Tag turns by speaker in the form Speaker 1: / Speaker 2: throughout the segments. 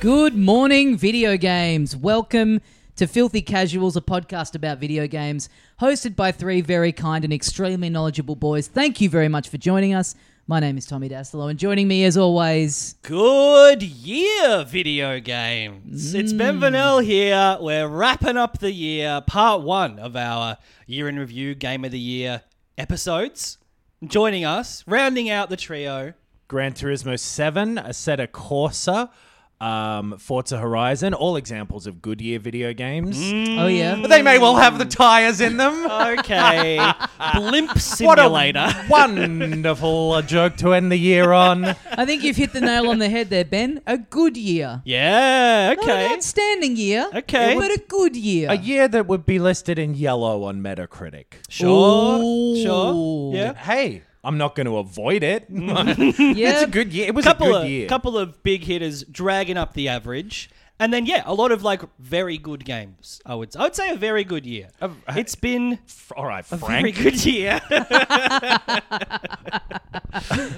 Speaker 1: Good morning, video games. Welcome to Filthy Casuals, a podcast about video games, hosted by three very kind and extremely knowledgeable boys. Thank you very much for joining us. My name is Tommy Dasilo, and joining me as always,
Speaker 2: Good year, video games. It's Ben Vanel here. We're wrapping up the year, part one of our year in review game of the year episodes. Joining us, rounding out the trio.
Speaker 3: Gran Turismo 7, Assetto Corsa, um, Forza Horizon, all examples of Goodyear video games.
Speaker 1: oh yeah,
Speaker 2: Mm.
Speaker 4: They may well have the tires in
Speaker 2: Uh,
Speaker 4: them.
Speaker 2: Okay, Blimp
Speaker 4: What a
Speaker 2: Simulator.
Speaker 4: wonderful
Speaker 3: Joke to end the year on.
Speaker 1: I think you've hit the nail on the head there, Ben. A good year,
Speaker 2: yeah,
Speaker 1: Not an
Speaker 2: okay.
Speaker 1: outstanding year,
Speaker 2: Okay.
Speaker 1: but a good year.
Speaker 3: A year that would be listed in yellow on Metacritic.
Speaker 2: sure,
Speaker 1: Ooh.
Speaker 2: sure. Yeah. Mm.
Speaker 3: Hey, I'm not going to avoid it.
Speaker 1: yeah,
Speaker 3: it's a good year. It was
Speaker 2: Couple
Speaker 3: a good
Speaker 2: of
Speaker 3: year.
Speaker 2: couple of big hitters dragging up the average. And then yeah, a lot of like very good games. I would I would say a very good year. It's been
Speaker 3: F- all right,
Speaker 2: very
Speaker 3: Frank.
Speaker 2: good year.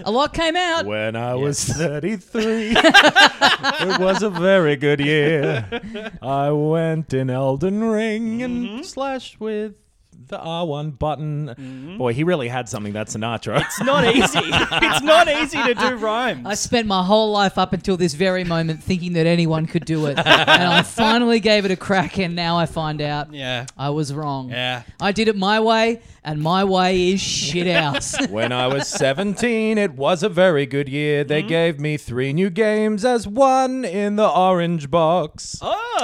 Speaker 1: a lot came out.
Speaker 3: When I was 33, it was a very good year. I went in Elden Ring and slashed with the R1 button. Boy, he really had something, that Sinatra.
Speaker 2: It's not easy. it's not easy to do rhymes.
Speaker 1: I spent my whole life up until this very moment thinking that anyone could do it. and I finally gave it a crack, and now I find out
Speaker 2: yeah.
Speaker 1: I was wrong.
Speaker 2: Yeah.
Speaker 1: I did it my way, and my way is shit house.
Speaker 3: When I was 17, it was a very good year. They gave me three new games as one in the orange box.
Speaker 2: Oh.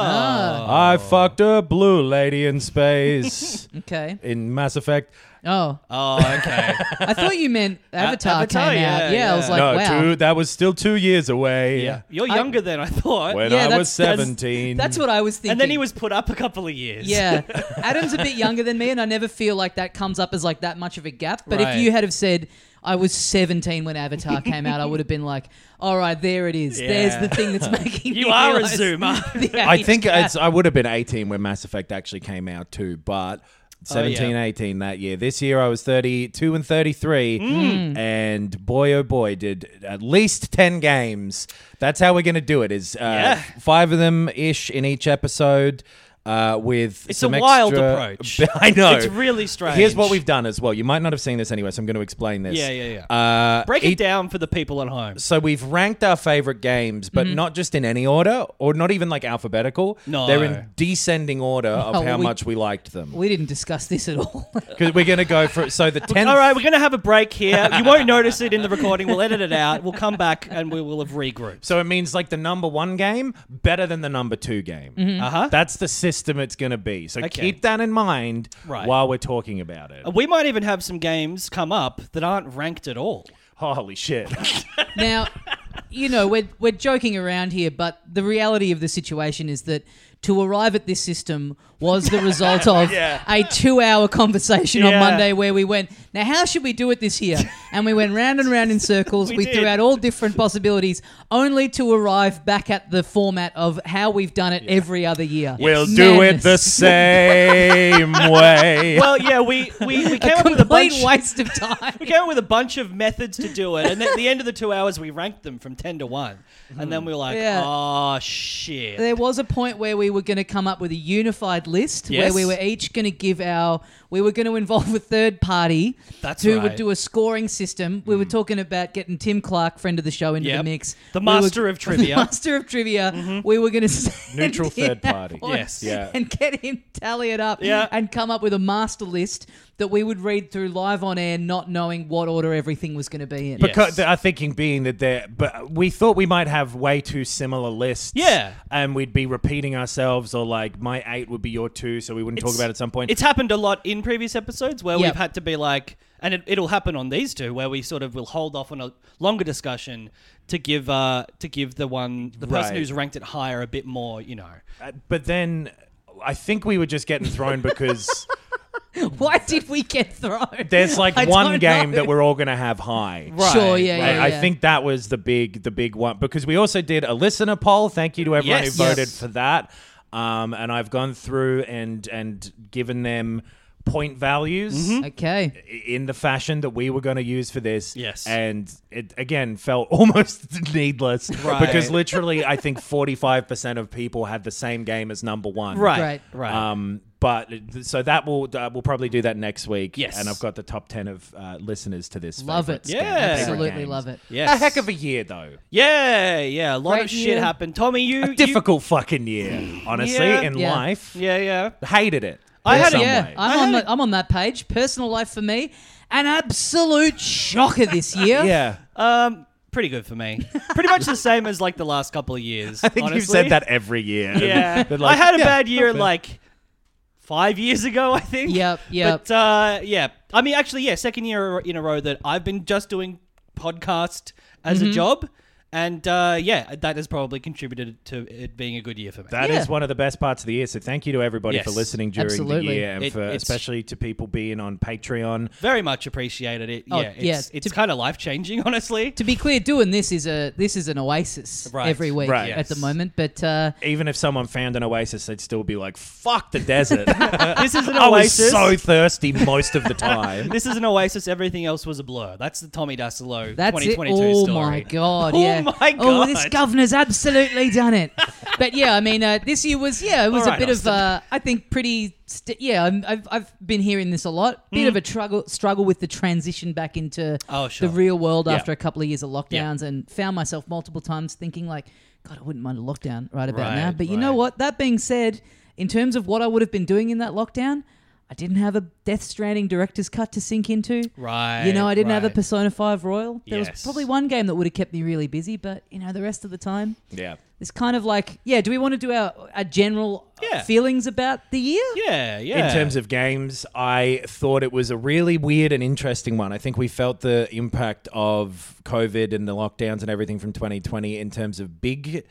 Speaker 3: I fucked a blue lady in space
Speaker 1: okay.
Speaker 3: in Mass Effect.
Speaker 1: Oh,
Speaker 2: Oh, okay.
Speaker 1: I thought you meant Avatar,
Speaker 2: Avatar,
Speaker 1: came
Speaker 2: yeah,
Speaker 1: out. Yeah, I was
Speaker 2: yeah.
Speaker 1: like,
Speaker 3: no,
Speaker 1: wow.
Speaker 3: two, that was still two years away.
Speaker 2: yeah. You're younger than I thought.
Speaker 3: When
Speaker 1: Yeah,
Speaker 3: I
Speaker 1: that's-
Speaker 3: was 17.
Speaker 1: That's what I was thinking.
Speaker 2: and then he was put up a couple of years.
Speaker 1: Yeah, Adam's a bit younger than me, and I never feel like that comes up as like that much of a gap. But
Speaker 2: Right.
Speaker 1: if you had have said I was 17 when Avatar came out, I would have been like, "All right, there it is. There's
Speaker 2: Yeah.
Speaker 1: the thing that's making
Speaker 2: You
Speaker 1: me
Speaker 2: are a
Speaker 1: realise
Speaker 2: zoomer.
Speaker 1: the
Speaker 3: I
Speaker 1: age
Speaker 3: think
Speaker 1: gap."
Speaker 3: it's, I would have been 18 when Mass Effect actually came out too,
Speaker 2: Oh,
Speaker 3: but 17, 18 that year. This year I was 32 and 33,
Speaker 2: Mm.
Speaker 3: and boy, oh boy, did at least 10 games. That's how we're going to do it, is uh,
Speaker 2: Yeah.
Speaker 3: five of them ish in each episode. Uh, with
Speaker 2: It's
Speaker 3: some
Speaker 2: a wild
Speaker 3: extra-
Speaker 2: approach.
Speaker 3: I know
Speaker 2: It's really strange.
Speaker 3: Here's what we've done as well. You might not have seen this anyway, so I'm going to explain this.
Speaker 2: Yeah, yeah, yeah.
Speaker 3: Uh,
Speaker 2: Break it
Speaker 3: each-
Speaker 2: down for the people at home.
Speaker 3: so we've ranked our favorite games, but not just in any order, or not even like alphabetical.
Speaker 2: Mm-hmm. No.
Speaker 3: they're in descending order
Speaker 1: Oh,
Speaker 3: of how
Speaker 1: we-
Speaker 3: much we liked them.
Speaker 1: we didn't discuss this at all.
Speaker 3: Because we're gonna go for so the tenth.
Speaker 2: All right, we're going to have a break here. You won't notice it in the recording. We'll edit it out. We'll come back and we will have regrouped.
Speaker 3: So it means like the number one game better than the number two game.
Speaker 2: Uh huh.
Speaker 3: That's the system it's gonna be. So
Speaker 2: Okay.
Speaker 3: keep that in mind
Speaker 2: Right. Oh.
Speaker 3: while we're talking about it.
Speaker 2: We might even have some games come up that aren't ranked at all.
Speaker 3: Holy shit!
Speaker 1: now, you know, we're we're joking around here, but the reality of the situation is that to arrive at this system was the result of a two-hour conversation on
Speaker 2: Yeah.
Speaker 1: Monday where we went, now how should we do it this year? And we went round and round in circles. we
Speaker 2: We
Speaker 1: threw
Speaker 2: did.
Speaker 1: out all different possibilities, only to arrive back at the format of how we've done it every other year.
Speaker 3: We'll do it the
Speaker 1: Madness.
Speaker 3: same way.
Speaker 2: Well, yeah, we, we, we came up with a
Speaker 1: complete
Speaker 2: bunch.
Speaker 1: waste of time.
Speaker 2: We came up with a bunch of methods to do it, and at the end of the two hours, we ranked them from ten to one, and then we were like,
Speaker 1: Yeah.
Speaker 2: oh shit.
Speaker 1: There was a point where we were going to come up with a unified list
Speaker 2: Yes.
Speaker 1: where we were each going to give our. We were going to involve a third party
Speaker 2: That's
Speaker 1: who would
Speaker 2: right. Mm.
Speaker 1: do a scoring system. We were talking about getting Tim Clark, friend of the show, into the
Speaker 2: Yep.
Speaker 1: mix.
Speaker 2: The
Speaker 1: We
Speaker 2: master of trivia. Mm-hmm.
Speaker 1: The master of trivia. We were going to
Speaker 3: Neutral third party.
Speaker 2: Yes.
Speaker 3: Yeah.
Speaker 1: and get him tally it up
Speaker 2: Yeah.
Speaker 1: and come up with a master list that we would read through live on air, not knowing what order everything was going to be in.
Speaker 2: Yeah.
Speaker 3: Because
Speaker 2: Yes.
Speaker 3: our thinking being that there, but we thought we might have way too similar lists.
Speaker 2: Yeah.
Speaker 3: and we'd be repeating ourselves, or like my eight would be your two, so we wouldn't talk
Speaker 2: It's-
Speaker 3: about it at some point.
Speaker 2: It's happened a lot in previous episodes where
Speaker 1: Yep.
Speaker 2: we've had to be like, and it, it'll happen on these two where we sort of will hold off on a longer discussion to give uh to give the one the person
Speaker 3: Right.
Speaker 2: who's ranked it higher a bit more, you know.
Speaker 3: Uh, but then I think we were just getting thrown because
Speaker 1: Why did we get thrown?
Speaker 3: there's like
Speaker 1: I
Speaker 3: one
Speaker 1: don't
Speaker 3: game
Speaker 1: know.
Speaker 3: that we're all gonna have high.
Speaker 1: Sure, yeah,
Speaker 3: I-
Speaker 1: yeah,
Speaker 3: I
Speaker 1: yeah.
Speaker 3: think that was the big the big one because we also did a listener poll. Thank you to everyone
Speaker 2: Yes.
Speaker 3: who voted
Speaker 1: Yes.
Speaker 3: for that. Um, and I've gone through and and given them point values
Speaker 1: Mm-hmm. Okay.
Speaker 3: i- in the fashion that we were going to use for this.
Speaker 2: Yes.
Speaker 3: and it again felt almost needless
Speaker 2: Right.
Speaker 3: because literally I think forty five percent of people had the same game as number one.
Speaker 2: Right.
Speaker 1: Right.
Speaker 2: Right.
Speaker 3: Um, but th- so that will uh, we'll probably do that next week.
Speaker 2: Yes.
Speaker 3: and I've got the top ten of uh, listeners to this.
Speaker 1: Love
Speaker 3: favourites
Speaker 1: it.
Speaker 2: Yeah.
Speaker 3: game- favourite
Speaker 1: Absolutely
Speaker 3: games.
Speaker 1: love it.
Speaker 2: yes.
Speaker 3: A heck of a year though.
Speaker 2: Yeah, yeah. A lot
Speaker 1: Great
Speaker 2: of shit
Speaker 1: year.
Speaker 2: happened. Tommy, you you-
Speaker 3: Difficult fucking year, honestly,
Speaker 2: Yeah.
Speaker 3: in
Speaker 1: Yeah.
Speaker 3: life.
Speaker 2: yeah, yeah.
Speaker 3: Hated it.
Speaker 2: I
Speaker 3: in
Speaker 2: had a-
Speaker 3: some
Speaker 1: Yeah,
Speaker 3: way.
Speaker 1: I'm
Speaker 2: I
Speaker 1: on,
Speaker 2: had
Speaker 1: the, I'm on that page. Personal life for me, an absolute shocker this year.
Speaker 3: yeah.
Speaker 2: Um pretty good for me. Pretty much the same as like the last couple of years.
Speaker 3: I think you've said that every year.
Speaker 2: Yeah.
Speaker 3: But like,
Speaker 2: I had a
Speaker 3: yeah,
Speaker 2: bad year
Speaker 3: okay.
Speaker 2: like five years ago, I think.
Speaker 1: Yep, yep.
Speaker 2: But uh, yeah, I mean, actually, yeah, second year in a row that I've been just doing podcast as
Speaker 1: Mm-hmm.
Speaker 2: a job. And uh, yeah, that has probably contributed to it being a good year for me.
Speaker 3: That is
Speaker 1: Yeah.
Speaker 3: one of the best parts of the year. So thank you to everybody for
Speaker 2: Yes.
Speaker 3: listening during
Speaker 1: Absolutely.
Speaker 3: the year, and
Speaker 2: It-
Speaker 3: for
Speaker 2: it's-
Speaker 3: especially to people being on Patreon.
Speaker 2: Very much appreciated it.
Speaker 1: Oh,
Speaker 2: yeah, it's,
Speaker 1: yeah,
Speaker 2: it's
Speaker 1: to-
Speaker 2: kind of life changing, honestly.
Speaker 1: To be clear, doing this is a this is an oasis
Speaker 2: Right,
Speaker 1: every week
Speaker 3: right.
Speaker 1: at the moment. But uh,
Speaker 3: Even if someone found an oasis, they'd still be like, "Fuck the desert." I
Speaker 2: this is an
Speaker 3: was
Speaker 2: oasis.
Speaker 3: so thirsty most of the time.
Speaker 2: this is an oasis. Everything else was a blur. That's the Tommy Dasilo
Speaker 1: that's it.
Speaker 2: 2022
Speaker 1: Oh
Speaker 2: story.
Speaker 1: my god!
Speaker 2: Oh
Speaker 1: yeah.
Speaker 2: my
Speaker 1: Oh, this
Speaker 2: God.
Speaker 1: governor's absolutely done it. but yeah, I mean, uh, this year was yeah, it was
Speaker 2: right,
Speaker 1: a bit
Speaker 2: Austin.
Speaker 1: of uh, I think pretty. St- yeah, I'm, I've I've been hearing this a lot. Bit of a struggle struggle with the transition back into
Speaker 2: Hmm. Oh, sure.
Speaker 1: the real world
Speaker 2: Yeah.
Speaker 1: after a couple of years of lockdowns, and found myself multiple times thinking like, God, I wouldn't mind a lockdown right about now.
Speaker 2: Right,
Speaker 1: But you know
Speaker 2: right.
Speaker 1: what? That being said, in terms of what I would have been doing in that lockdown. I didn't have a Death Stranding director's cut to sink into.
Speaker 2: Right,
Speaker 1: You know, I didn't have a
Speaker 2: right.
Speaker 1: Persona 5 Royal. There
Speaker 2: Yes.
Speaker 1: was probably one game that would have kept me really busy, but, you know, the rest of the time,
Speaker 3: Yeah.
Speaker 1: it's kind of like, yeah, do we want to do our, our general uh,
Speaker 2: Yeah.
Speaker 1: feelings about the year?
Speaker 2: Yeah, yeah.
Speaker 3: In terms of games, I thought it was a really weird and interesting one. I think we felt the impact of COVID and the lockdowns and everything from 2020 in terms of big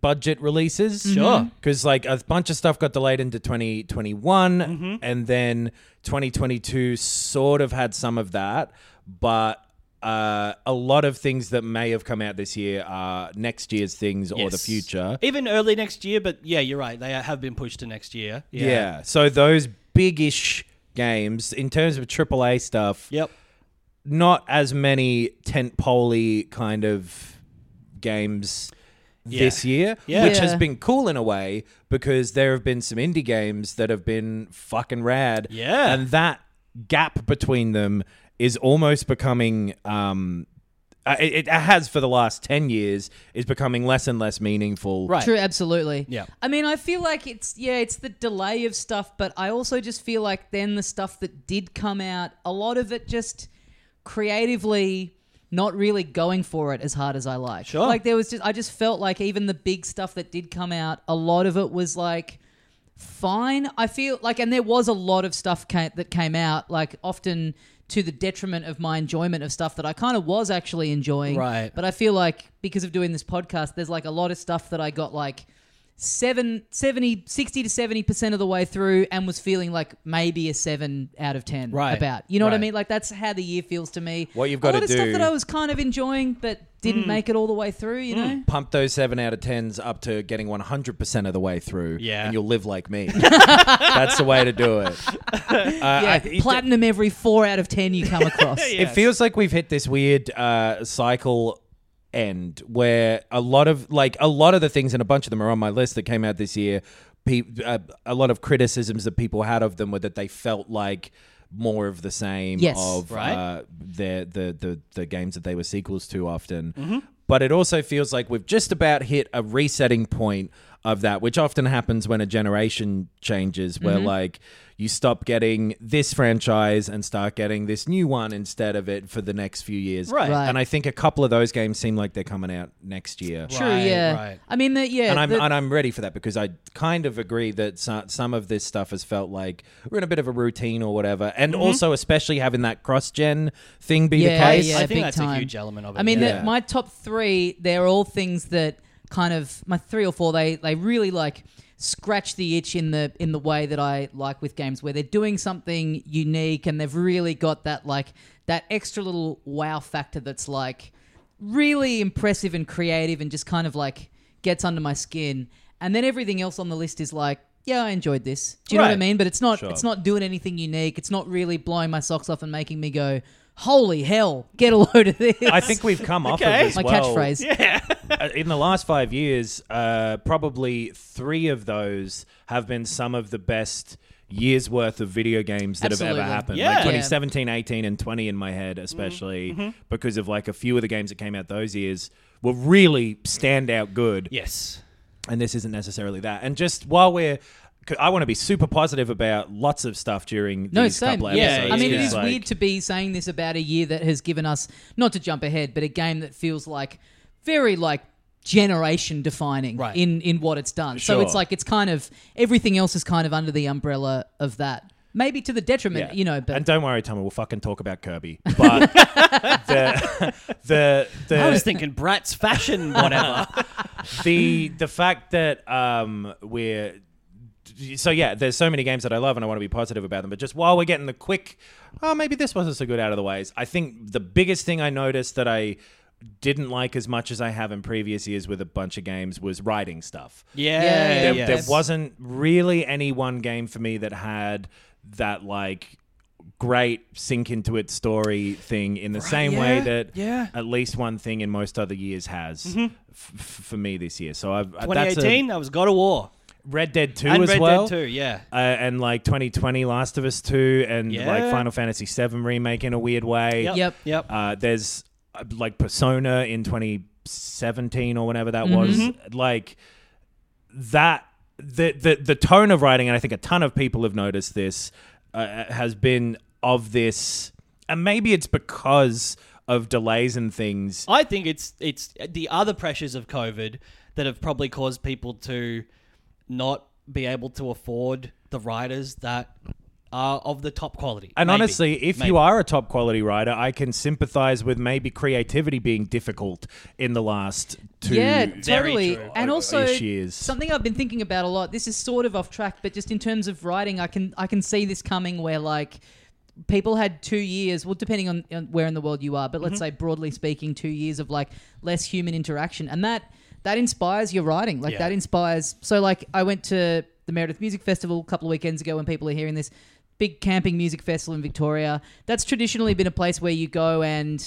Speaker 3: budget releases.
Speaker 2: Mm-hmm. Sure.
Speaker 3: Because, like, a bunch of stuff got delayed into 2021,
Speaker 2: Mm-hmm.
Speaker 3: and then 2022 sort of had some of that. But. Uh, a lot of things that may have come out this year are next year's things or the
Speaker 2: Yes.
Speaker 3: future.
Speaker 2: Even early next year, but yeah, you're right. They have been pushed to next year.
Speaker 3: Yeah. So those big-ish games in terms of AAA stuff,
Speaker 2: Yep.
Speaker 3: not as many tent poley kind of games this year,
Speaker 2: Yeah.
Speaker 3: which has
Speaker 1: Yeah.
Speaker 3: been cool in a way because there have been some indie games that have been fucking rad.
Speaker 2: Yeah.
Speaker 3: And that gap between them is almost becoming um uh, it, it has for the last 10 years is becoming less and less meaningful.
Speaker 2: Right.
Speaker 1: True, absolutely.
Speaker 2: Yeah.
Speaker 1: I mean, I feel like it's yeah, it's the delay of stuff, but I also just feel like then the stuff that did come out, a lot of it just creatively not really going for it as hard as I like.
Speaker 2: Sure.
Speaker 1: Like there was just I just felt like even the big stuff that did come out, a lot of it was like fine. I feel like, and there was a lot of stuff ca- that came out, like often to the detriment of my enjoyment of stuff that I kind of was actually enjoying.
Speaker 2: Right.
Speaker 1: But I feel like because of doing this podcast, there's like a lot of stuff that I got like seven, 70, 60 to 70% of the way through and was feeling like maybe a seven out of 10
Speaker 2: Right.
Speaker 1: about. You know what I
Speaker 2: Right.
Speaker 1: mean? Like that's how the year feels to me.
Speaker 3: What you've
Speaker 1: A
Speaker 3: gotta
Speaker 1: lot of stuff
Speaker 3: do- Mm.
Speaker 1: that I was kind of enjoying, but didn't make it all the way through, you know?
Speaker 3: Pump those 7 out of 10s up to getting 100% of the way through
Speaker 2: Yeah.
Speaker 3: and you'll live like me. That's the way to do it. Uh, I-
Speaker 1: Yeah, platinum every four out of 10 you come across.
Speaker 3: It feels like we've hit this weird uh, cycle end where a lot of like a lot of the things and a bunch of them are on my list that came out this year pe- uh, a lot of criticisms that people had of them were that they felt like more of the same
Speaker 1: Yes.
Speaker 3: of
Speaker 2: Right.
Speaker 3: uh, the, the the the games that they were sequels to often. But it also feels like we've just about hit a resetting point of that, which often happens when a generation changes, where like you stop getting this franchise and start getting this new one instead of it for the next few years.
Speaker 2: Right.
Speaker 1: Right.
Speaker 3: And I think a couple of those games seem like they're coming out next year.
Speaker 1: True,
Speaker 2: Right,
Speaker 1: yeah.
Speaker 2: right.
Speaker 1: I mean, the, yeah.
Speaker 3: And I'm
Speaker 1: the-
Speaker 3: and I'm ready for that because I kind of agree that some, some of this stuff has felt like we're in a bit of a routine or whatever, and also especially having that cross gen thing be
Speaker 1: Mm-hmm. yeah,
Speaker 3: the case.
Speaker 1: yeah,
Speaker 2: I think
Speaker 1: big
Speaker 2: that's a
Speaker 1: time.
Speaker 2: huge element of it,
Speaker 1: I mean,
Speaker 2: yeah.
Speaker 1: the- my top three, they're all things that kind of my three or four. They they really like scratch the itch in the in the way that I like with games where they're doing something unique and they've really got that like that extra little wow factor that's like really impressive and creative and just kind of like gets under my skin. And then everything else on the list is like. Yeah, I enjoyed this. Do you know what I
Speaker 2: Right.
Speaker 1: mean? But it's not it's not doing anything unique. It's not really blowing my socks off and making me go, "Holy hell, get a load of this."
Speaker 3: I think we've come off of
Speaker 2: Okay.
Speaker 3: as
Speaker 1: my
Speaker 3: well.
Speaker 1: catchphrase.
Speaker 3: uh, in the last five years, uh, probably three of those have been some of the best years worth of video games that have
Speaker 1: Absolutely.
Speaker 3: ever happened.
Speaker 2: Yeah.
Speaker 3: Like
Speaker 2: Yeah.
Speaker 3: 2017, 18, and 20 in my head, especially
Speaker 1: Mm-hmm.
Speaker 3: because of like a few of the games that came out those years were really standout good
Speaker 2: Yes.
Speaker 3: and this isn't necessarily that. And just while we're, 'cause I want to be super positive about lots of stuff during
Speaker 1: No,
Speaker 3: these
Speaker 1: same.
Speaker 3: couple of
Speaker 1: Yeah,
Speaker 3: episodes.
Speaker 1: I mean, it
Speaker 3: because,
Speaker 1: is
Speaker 3: like,
Speaker 1: weird to be saying this about a year that has given us not to jump ahead, but a game that feels like very like generation defining
Speaker 2: Right.
Speaker 1: in in what it's done. So
Speaker 3: Sure.
Speaker 1: it's like it's kind of everything else is kind of under the umbrella of that. Maybe to the detriment,
Speaker 3: yeah.
Speaker 1: you know. But
Speaker 3: and don't worry, Tommy, we'll fucking talk about Kirby. But the the the
Speaker 2: I was thinking Brat's fashion, whatever.
Speaker 1: Oh.
Speaker 3: the the fact that um we're so yeah, there's so many games that I love and I want to be positive about them. But just while we're getting the quick, oh maybe this wasn't so good out of the ways. I think the biggest thing I noticed that I didn't like as much as I have in previous years with a bunch of games was writing stuff.
Speaker 2: yeah.
Speaker 1: Yeah,
Speaker 3: there,
Speaker 1: yeah.
Speaker 3: there
Speaker 1: Yes.
Speaker 3: wasn't really any one game for me that had that like great sink into its story thing in the same way
Speaker 2: yeah,
Speaker 3: that
Speaker 2: yeah. Mm-hmm.
Speaker 3: at least one thing in most other years has f- f- for me this year. So I've uh, that's a-
Speaker 2: 2018, that was God of War.
Speaker 3: Red Dead Two
Speaker 2: and
Speaker 3: as
Speaker 2: Red
Speaker 3: well.
Speaker 2: Dead 2, yeah.
Speaker 3: Uh, and like 2020 Last of Us 2 and
Speaker 2: Yeah.
Speaker 3: like Final Fantasy 7 remake in a weird way.
Speaker 1: Yep.
Speaker 2: Yep.
Speaker 3: Uh, there's uh, like Persona in 2017 or whenever
Speaker 2: Mm-hmm.
Speaker 3: that was. Like that, the, the the tone of writing, and I think a ton of people have noticed this, uh, has been of this, and maybe it's because of delays and things.
Speaker 2: I think it's it's the other pressures of COVID that have probably caused people to not be able to afford the writers that are of the top quality.
Speaker 3: And
Speaker 2: Maybe.
Speaker 3: honestly, if
Speaker 2: Maybe.
Speaker 3: you are a top quality writer, I can sympathize with maybe creativity being difficult in the last two.
Speaker 1: yeah,
Speaker 2: Very
Speaker 1: totally.
Speaker 2: true.
Speaker 1: And
Speaker 3: Uh,
Speaker 1: also
Speaker 3: ish years.
Speaker 1: something I've been thinking about a lot. This is sort of off track, but just in terms of writing, I can I can see this coming where like people had two years. Well, depending on, on where in the world you are, but
Speaker 2: Mm-hmm.
Speaker 1: let's say broadly speaking, two years of like less human interaction, and that that inspires your writing. Like
Speaker 2: Yeah.
Speaker 1: that inspires. So like I went to the Meredith Music Festival a couple of weekends ago, when people are hearing this. Big camping music festival in Victoria. That's traditionally been a place where you go and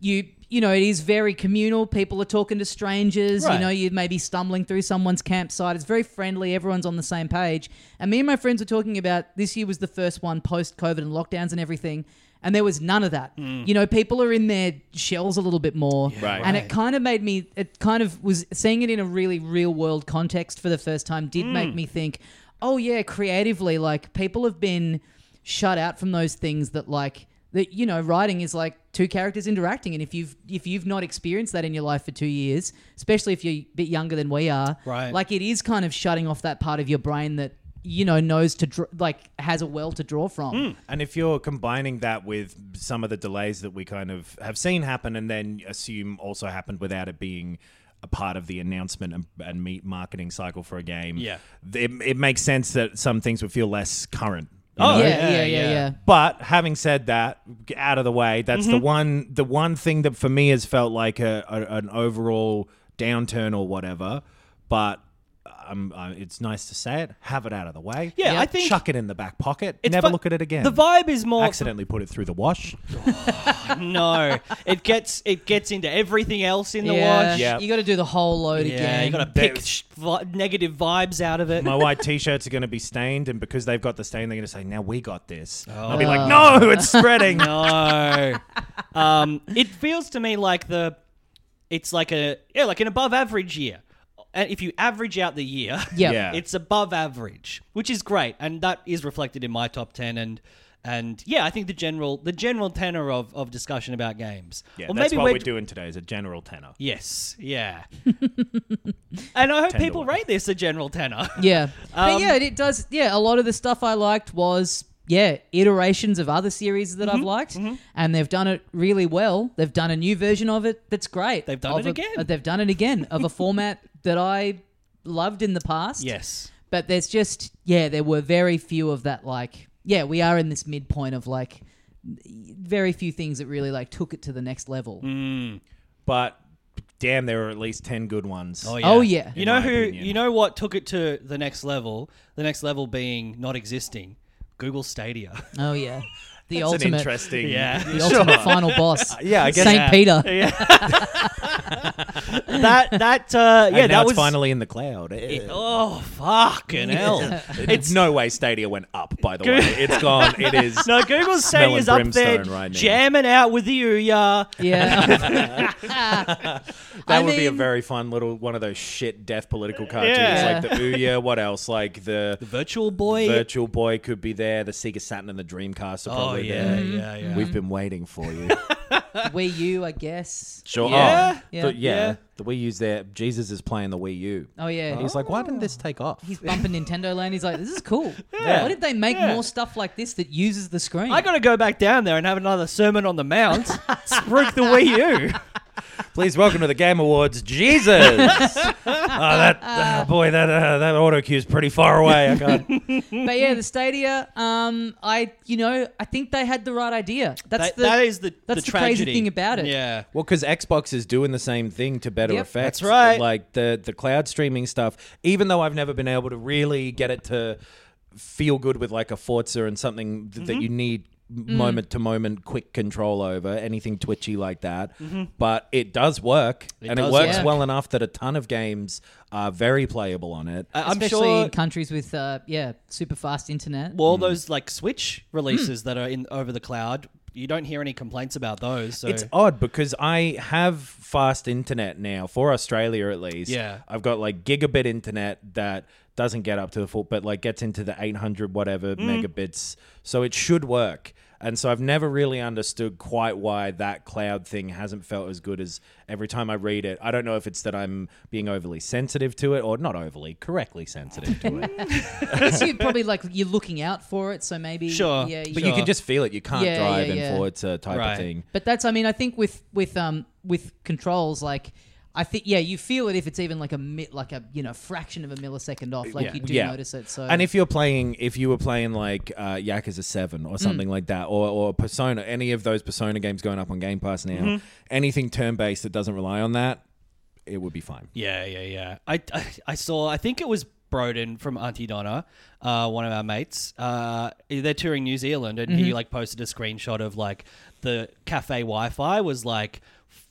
Speaker 1: you you know it is very communal. People are talking to strangers. You
Speaker 2: Right.
Speaker 1: know you may be stumbling through someone's campsite. It's very friendly. Everyone's on the same page. And me and my friends were talking about this year was the first one post COVID and lockdowns and everything. And there was none of that. You know, people are in their shells a little bit more.
Speaker 3: Right.
Speaker 1: And it kind of made me, it kind of was seeing it in a really real world context for the first time did
Speaker 2: Mm.
Speaker 1: make me think, oh, yeah, creatively, like people have been shut out from those things that, like, that you know writing is like two characters interacting and if you've if you've not experienced that in your life for two years especially if you're a bit younger than we are
Speaker 2: Right.
Speaker 1: like it is kind of shutting off that part of your brain that you know knows to dr- like has a well to draw from
Speaker 2: Mm.
Speaker 3: And if you're combining that with some of the delays that we kind of have seen happen and then assume also happened without it being a part of the announcement and, and meet marketing cycle for a game,
Speaker 2: Yeah.
Speaker 3: it, it makes sense that some things would feel less current. you
Speaker 2: Oh,
Speaker 3: know?
Speaker 1: yeah,
Speaker 2: yeah,
Speaker 1: yeah yeah yeah,
Speaker 2: yeah.
Speaker 3: But having said that, g- out of the way, that's
Speaker 2: Mm-hmm.
Speaker 3: the one the one thing that for me has felt like a, a an overall downturn or whatever. But um, uh, it's nice to say it. Have it out of the way.
Speaker 2: Yeah, I think
Speaker 3: chuck it in the back pocket.
Speaker 2: it's
Speaker 3: Never
Speaker 2: fu-
Speaker 3: look at it again.
Speaker 2: The vibe is more
Speaker 3: Accidentally put it through the wash.
Speaker 2: no, it gets it gets into everything else in the
Speaker 1: yeah,
Speaker 2: watch.
Speaker 3: Yeah.
Speaker 1: you got to do the whole load
Speaker 2: Yeah,
Speaker 1: again.
Speaker 2: you got to pick sh- vi- negative vibes out of it.
Speaker 3: My white t-shirts are going to be stained, and because they've got the stain, they're going to say, "Now we got this." And I'll be like, "No, it's spreading."
Speaker 2: Oh. no, um, it feels to me like the it's like a yeah, like an above average year. And if you average out the year,
Speaker 1: Yep.
Speaker 3: Yeah.
Speaker 2: it's above average, which is great, and that is reflected in my top ten. And and yeah, I think the general the general tenor of, of discussion about games,
Speaker 3: Yeah,
Speaker 2: or
Speaker 3: that's
Speaker 2: maybe
Speaker 3: what we're,
Speaker 2: we're
Speaker 3: doing today is a general tenor.
Speaker 2: Yes, yeah. and I hope
Speaker 3: Ten to
Speaker 2: people
Speaker 3: one.
Speaker 2: rate this a general tenor.
Speaker 1: Yeah. but yeah, it does. Yeah, a lot of the stuff I liked was, yeah, iterations of other series that I've liked. And they've done it really well. They've done a new version of it that's great.
Speaker 2: They've done
Speaker 1: Of
Speaker 2: it
Speaker 1: a-
Speaker 2: again.
Speaker 1: uh, they've done it again of a format that I loved in the past.
Speaker 2: Yes.
Speaker 1: But there's just, yeah, there were very few of that, like, yeah, we are in this midpoint of like, very few things that really like took it to the next level.
Speaker 3: But damn, there are at least ten good ones.
Speaker 1: yeah. Oh, yeah.
Speaker 2: You
Speaker 3: In
Speaker 2: know
Speaker 3: my
Speaker 2: who
Speaker 3: opinion.
Speaker 2: you know what took it to the next level? The next level being not existing. Google Stadia.
Speaker 1: Oh yeah, the
Speaker 3: It's an
Speaker 1: ultimate,
Speaker 3: interesting.
Speaker 2: Yeah.
Speaker 1: the ultimate final boss.
Speaker 3: Yeah, I guess-
Speaker 1: Saint
Speaker 3: Yeah.
Speaker 1: Peter.
Speaker 2: that that uh yeah,
Speaker 3: and now
Speaker 2: that
Speaker 3: it's
Speaker 2: was
Speaker 3: finally in the cloud.
Speaker 2: Oh fucking hell.
Speaker 3: It's no way Stadia went up, by the way. It's gone. It is.
Speaker 2: No, Google
Speaker 3: Smell
Speaker 2: Stadia's
Speaker 3: and
Speaker 2: up there
Speaker 3: brimstone right now.
Speaker 2: jamming out with the Ouya.
Speaker 1: Yeah.
Speaker 3: that
Speaker 1: I
Speaker 3: would be a
Speaker 1: mean-
Speaker 3: very fun little one of those shit death political cartoons,
Speaker 2: Yeah.
Speaker 3: like the Ouya. What else? Like the
Speaker 2: Virtual Boy.
Speaker 3: Virtual Boy could be there. The Sega Saturn and the Dreamcast are
Speaker 2: oh
Speaker 3: probably Mm-hmm.
Speaker 2: yeah,
Speaker 3: there.
Speaker 2: yeah, yeah.
Speaker 3: We've been waiting for you.
Speaker 1: Wii U, I guess.
Speaker 3: Sure.
Speaker 2: Yeah.
Speaker 3: Oh,
Speaker 1: Yeah.
Speaker 3: The, yeah.
Speaker 2: Yeah.
Speaker 3: The Wii U's there. Jesus is playing the Wii U.
Speaker 1: Oh yeah.
Speaker 3: He's like, why didn't this take off?
Speaker 1: He's bumping Nintendo Land. He's like, "This is cool. Why did they make more stuff like this that uses the screen?"
Speaker 2: I gotta go back down there and have another sermon on the mount. Spruik the Wii U.
Speaker 3: Please welcome to the Game Awards, Jesus. oh, that ah, boy, that uh, that auto cue's pretty far away. I can't.
Speaker 1: but yeah, the Stadia. Um, I you know I think they had the right idea. That's
Speaker 2: That-
Speaker 1: the
Speaker 2: that is the
Speaker 1: that's
Speaker 2: the
Speaker 1: the crazy
Speaker 2: tragedy.
Speaker 1: thing about it.
Speaker 2: Yeah,
Speaker 3: Well, because Xbox is doing the same thing to better
Speaker 1: Yep.
Speaker 3: effects.
Speaker 2: That's right.
Speaker 3: Like the the cloud streaming stuff. Even though I've never been able to really get it to feel good with like a Forza and something th-
Speaker 2: Mm-hmm.
Speaker 3: that you need
Speaker 2: Mm.
Speaker 3: moment to moment quick control over anything twitchy like that
Speaker 2: Mm-hmm.
Speaker 3: but it does work and
Speaker 2: does
Speaker 3: it works
Speaker 1: work.
Speaker 3: well enough that a ton of games are very playable on it
Speaker 2: I- I'm
Speaker 1: especially
Speaker 2: sure.
Speaker 1: in countries with uh, yeah super fast internet.
Speaker 2: well, all those like Switch
Speaker 1: Mm.
Speaker 2: releases that are in over the cloud, you don't hear any complaints about those. So
Speaker 3: It's odd because I have fast internet now for Australia at least.
Speaker 2: Yeah.
Speaker 3: I've got like gigabit internet that doesn't get up to the full, but like gets into the 800 whatever
Speaker 2: Mm.
Speaker 3: megabits. So it should work. And so I've never really understood quite why that cloud thing hasn't felt as good as every time I read it. I don't know if it's that I'm being overly sensitive to it or not overly, correctly sensitive to it.
Speaker 1: I guess you probably like you're looking out for it, so maybe
Speaker 2: Sure.
Speaker 1: Yeah,
Speaker 3: But you
Speaker 2: Sure.
Speaker 3: can just feel it. You can't
Speaker 1: Yeah,
Speaker 3: drive
Speaker 1: yeah,
Speaker 3: and
Speaker 1: yeah.
Speaker 3: forward to type
Speaker 2: Right.
Speaker 3: of thing.
Speaker 1: But that's I mean I think with with um with controls like I think yeah you feel it if it's even like a mi- like a you know fraction of a millisecond off like you do notice it so
Speaker 3: and if you're playing, if you were playing like uh, Yakuza Seven
Speaker 1: Mm.
Speaker 3: or something like that, or or Persona, any of those Persona games going up on Game Pass now,
Speaker 1: Mm-hmm.
Speaker 3: anything turn based that doesn't rely on that, it would be fine.
Speaker 2: yeah, yeah, yeah. I, I I saw. I think it was Broden from Auntie Donna, uh, one of our mates. Uh, they're touring New Zealand, and
Speaker 1: Mm-hmm.
Speaker 2: he like posted a screenshot of like the cafe Wi-Fi was like,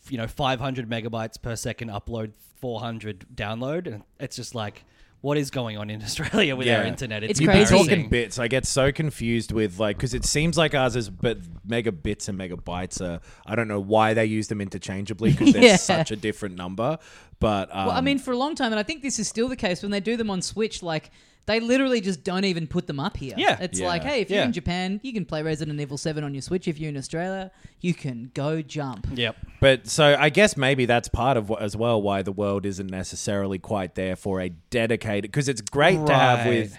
Speaker 2: f- you know, 500 megabytes per second upload, 400 download, and it's just like. What is going on in Australia with our
Speaker 3: Yeah.
Speaker 2: internet?
Speaker 1: It's
Speaker 3: You've been
Speaker 1: crazy.
Speaker 3: talking
Speaker 2: embarrassing.
Speaker 3: bits. I get so confused with like because it seems like ours is but megabits and megabytes are. I don't know why they use them interchangeably because
Speaker 1: Yeah.
Speaker 3: they're such a different number. But um,
Speaker 1: well, I mean for a long time and I think this is still the case when they do them on Switch like they literally just don't even put them up here.
Speaker 2: Yeah.
Speaker 1: It's
Speaker 3: Yeah.
Speaker 1: like, hey, if you're
Speaker 2: Yeah.
Speaker 1: in Japan, you can play Resident Evil 7 on your Switch. If you're in Australia, you can go jump.
Speaker 2: Yep.
Speaker 3: But so I guess maybe that's part of what, as well why the world isn't necessarily quite there for a dedicated because it's great to have with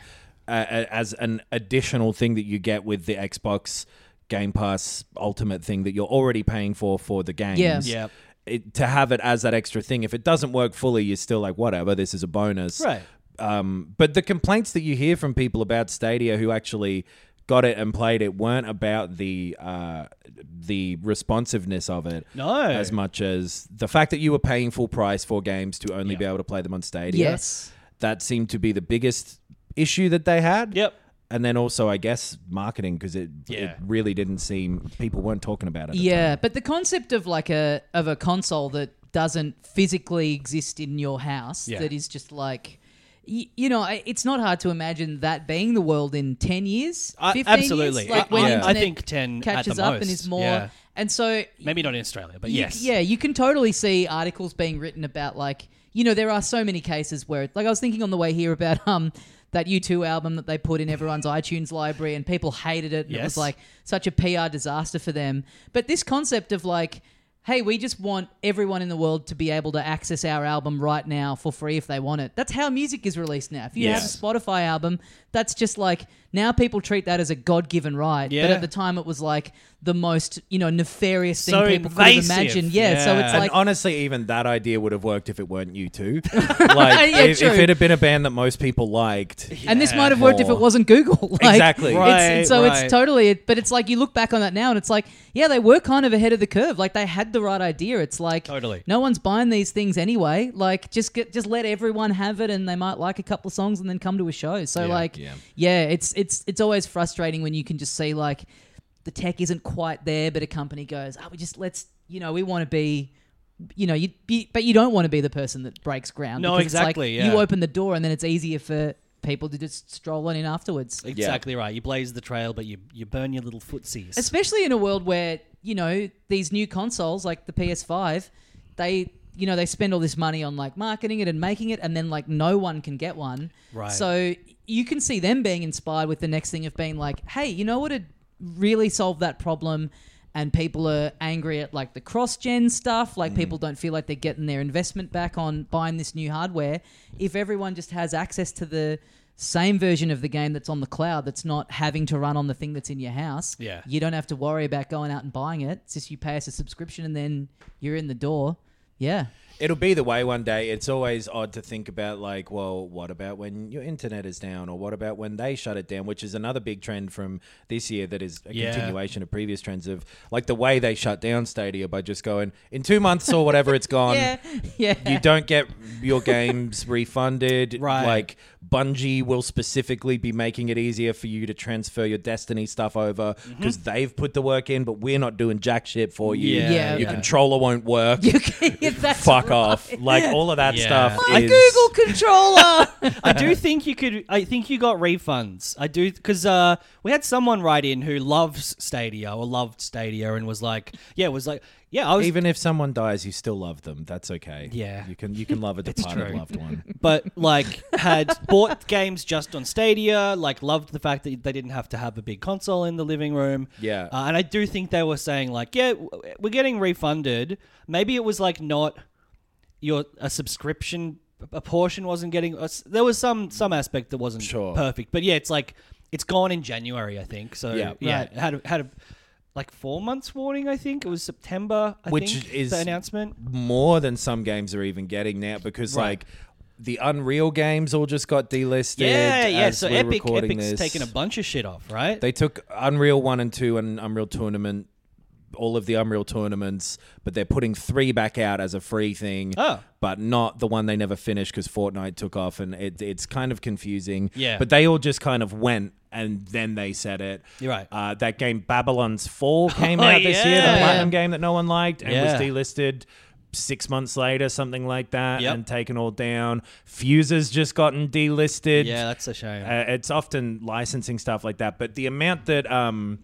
Speaker 3: uh, a- as an additional thing that you get with the Xbox Game Pass Ultimate thing that you're already paying for for the games.
Speaker 1: Yeah.
Speaker 2: Yep.
Speaker 3: It, to have it as that extra thing, if it doesn't work fully, you're still like whatever. This is a bonus,
Speaker 2: Right.
Speaker 3: um, but the complaints that you hear from people about Stadia who actually got it and played it weren't about the uh, the responsiveness of it,
Speaker 2: No.
Speaker 3: as much as the fact that you were paying full price for games to only be able to play them on Stadia.
Speaker 1: Yes.
Speaker 3: that seemed to be the biggest issue that they had.
Speaker 2: Yep.
Speaker 3: And then also, I guess, marketing because it,
Speaker 2: Yeah.
Speaker 3: it really didn't seem people weren't talking about it.
Speaker 1: Yeah, but the concept of like a of a console that doesn't physically exist in your house
Speaker 2: Yeah.
Speaker 1: that is just like y- you know, I- it's not hard to imagine that being the world in 10 years,
Speaker 2: I-
Speaker 1: 15
Speaker 2: absolutely.
Speaker 1: years, like
Speaker 2: I-
Speaker 1: when
Speaker 2: I- I
Speaker 1: internet
Speaker 2: think 10 at the
Speaker 1: catches up and
Speaker 2: most,
Speaker 1: is more.
Speaker 2: yeah.
Speaker 1: And so
Speaker 2: Maybe not in Australia, but
Speaker 1: you-
Speaker 2: yes.
Speaker 1: Yeah, you can totally see articles being written about like you know there are so many cases where like I was thinking on the way here about um that U2 album that they put in everyone's iTunes library and people hated it and it was
Speaker 2: Yes.
Speaker 1: like such a PR disaster for them. But this concept of like hey, we just want everyone in the world to be able to access our album right now for free if they want it. That's how music is released now. If you
Speaker 2: Yes.
Speaker 1: have a Spotify album, that's just like now people treat that as a god-given right.
Speaker 2: Yeah.
Speaker 1: But at the time it was like the most, you know, nefarious thing
Speaker 2: So
Speaker 1: people could have
Speaker 2: invasive.
Speaker 1: imagined. Yeah, so
Speaker 2: Yeah.
Speaker 1: it's
Speaker 3: And
Speaker 1: like
Speaker 3: honestly, even that idea would have worked if it weren't you two. like
Speaker 1: Yeah,
Speaker 3: if, if
Speaker 1: true.
Speaker 3: it had been a band that most people liked.
Speaker 1: and this might have worked if it
Speaker 3: More.
Speaker 1: wasn't Google. Like,
Speaker 3: Exactly.
Speaker 1: it's- and
Speaker 2: Right,
Speaker 1: so
Speaker 2: right.
Speaker 1: it's totally but it's like you look back on that now and it's like, yeah, they were kind of ahead of the curve. Like they had the right idea. It's like
Speaker 2: Totally.
Speaker 1: no one's buying these things anyway. Like just get, just let everyone have it and they might like a couple of songs and then come to a show. So like
Speaker 3: yeah.
Speaker 1: yeah, it's it's it's always frustrating when you can just see like the tech isn't quite there, but a company goes, "Oh, we just let's you know we want to be." You know, you be, but you don't want to be the person that breaks ground.
Speaker 2: No,
Speaker 1: because it's like
Speaker 2: exactly, yeah.
Speaker 1: You open the door, and then it's easier for people to just stroll on in afterwards.
Speaker 2: Exactly right. You blaze the trail, but you, you burn your little footsies.
Speaker 1: Especially in a world where you know these new consoles like the PS5, they you know they spend all this money on like marketing it and making it, and then like no one can get one.
Speaker 2: Right.
Speaker 1: So you can see them being inspired with the next thing of being like, hey, you know what would really solve that problem? And people are angry at like the cross gen stuff.
Speaker 3: Mm.
Speaker 1: Like people don't feel like they're getting their investment back on buying this new hardware. If everyone just has access to the same version of the game that's on the cloud, that's not having to run on the thing that's in your house.
Speaker 2: Yeah.
Speaker 1: You don't have to worry about going out and buying it. It's just you pay us a subscription and then you're in the door. Yeah.
Speaker 3: It'll be the way one day. It's always odd to think about, like, well, what about when your internet is down, or what about when they shut it down, which is another big trend from this year that is a
Speaker 2: Yeah.
Speaker 3: continuation of previous trends of like the way they shut down Stadia by just going in two months or whatever it's gone.
Speaker 1: yeah. Yeah.
Speaker 3: Um, You don't get your games refunded.
Speaker 2: Right.
Speaker 3: Like Bungie will specifically be making it easier for you to transfer your Destiny stuff over
Speaker 2: Mm-hmm.
Speaker 3: because they've put the work in, but we're not doing jack shit for you.
Speaker 2: Yeah,
Speaker 1: Yeah.
Speaker 3: Your
Speaker 1: yeah.
Speaker 3: controller won't work.
Speaker 1: You can- yeah, that's
Speaker 3: Fuck
Speaker 1: right.
Speaker 3: off. Like all of that
Speaker 2: Yeah.
Speaker 3: stuff.
Speaker 1: My
Speaker 3: is-
Speaker 1: Google controller.
Speaker 2: I do think you could. I think you got refunds. I do because uh, we had someone write in who loves Stadia or loved Stadia and was like, yeah, was like, yeah, I was.
Speaker 3: Even if someone dies, you still love them. That's okay.
Speaker 2: Yeah.
Speaker 3: You can you can love a departed
Speaker 2: true.
Speaker 3: loved one.
Speaker 2: but like had bought games just on Stadia, like loved the fact that they didn't have to have a big console in the living room.
Speaker 3: Yeah.
Speaker 2: Uh, and I do think they were saying like, yeah, w- we're getting refunded. Maybe it was like not your a subscription a portion wasn't getting a s- there was some some aspect that wasn't
Speaker 3: Sure.
Speaker 2: perfect. But yeah, it's like it's gone in January, I think. So yeah,
Speaker 3: Yeah.
Speaker 1: Right.
Speaker 2: it had a, had a like 4 months warning, I think. It was September, I
Speaker 3: Which
Speaker 2: think,
Speaker 3: is-
Speaker 2: the announcement.
Speaker 3: More than some games are even getting now because
Speaker 2: Right.
Speaker 3: like the Unreal games all just got delisted.
Speaker 2: Yeah, yeah.
Speaker 3: as
Speaker 2: So
Speaker 3: we're
Speaker 2: Epic,
Speaker 3: recording
Speaker 2: Epic's
Speaker 3: this.
Speaker 2: taken a bunch of shit off, right?
Speaker 3: They took Unreal 1 and 2 and Unreal Tournament, all of the Unreal tournaments, but they're putting 3 back out as a free thing.
Speaker 2: Oh.
Speaker 3: But not the one they never finished because Fortnite took off and it, it's kind of confusing.
Speaker 2: Yeah.
Speaker 3: But they all just kind of went and then they said it.
Speaker 2: You're right.
Speaker 3: Uh, that game Babylon's Fall came
Speaker 2: Oh,
Speaker 3: out this year,
Speaker 2: yeah.
Speaker 3: the platinum game that no one liked and
Speaker 2: Yeah.
Speaker 3: was delisted. Six months later, something like that,
Speaker 2: Yep.
Speaker 3: and taken all down. Fuser's just gotten delisted.
Speaker 2: yeah, that's a shame.
Speaker 3: Uh, it's often licensing stuff like that, but the amount that um,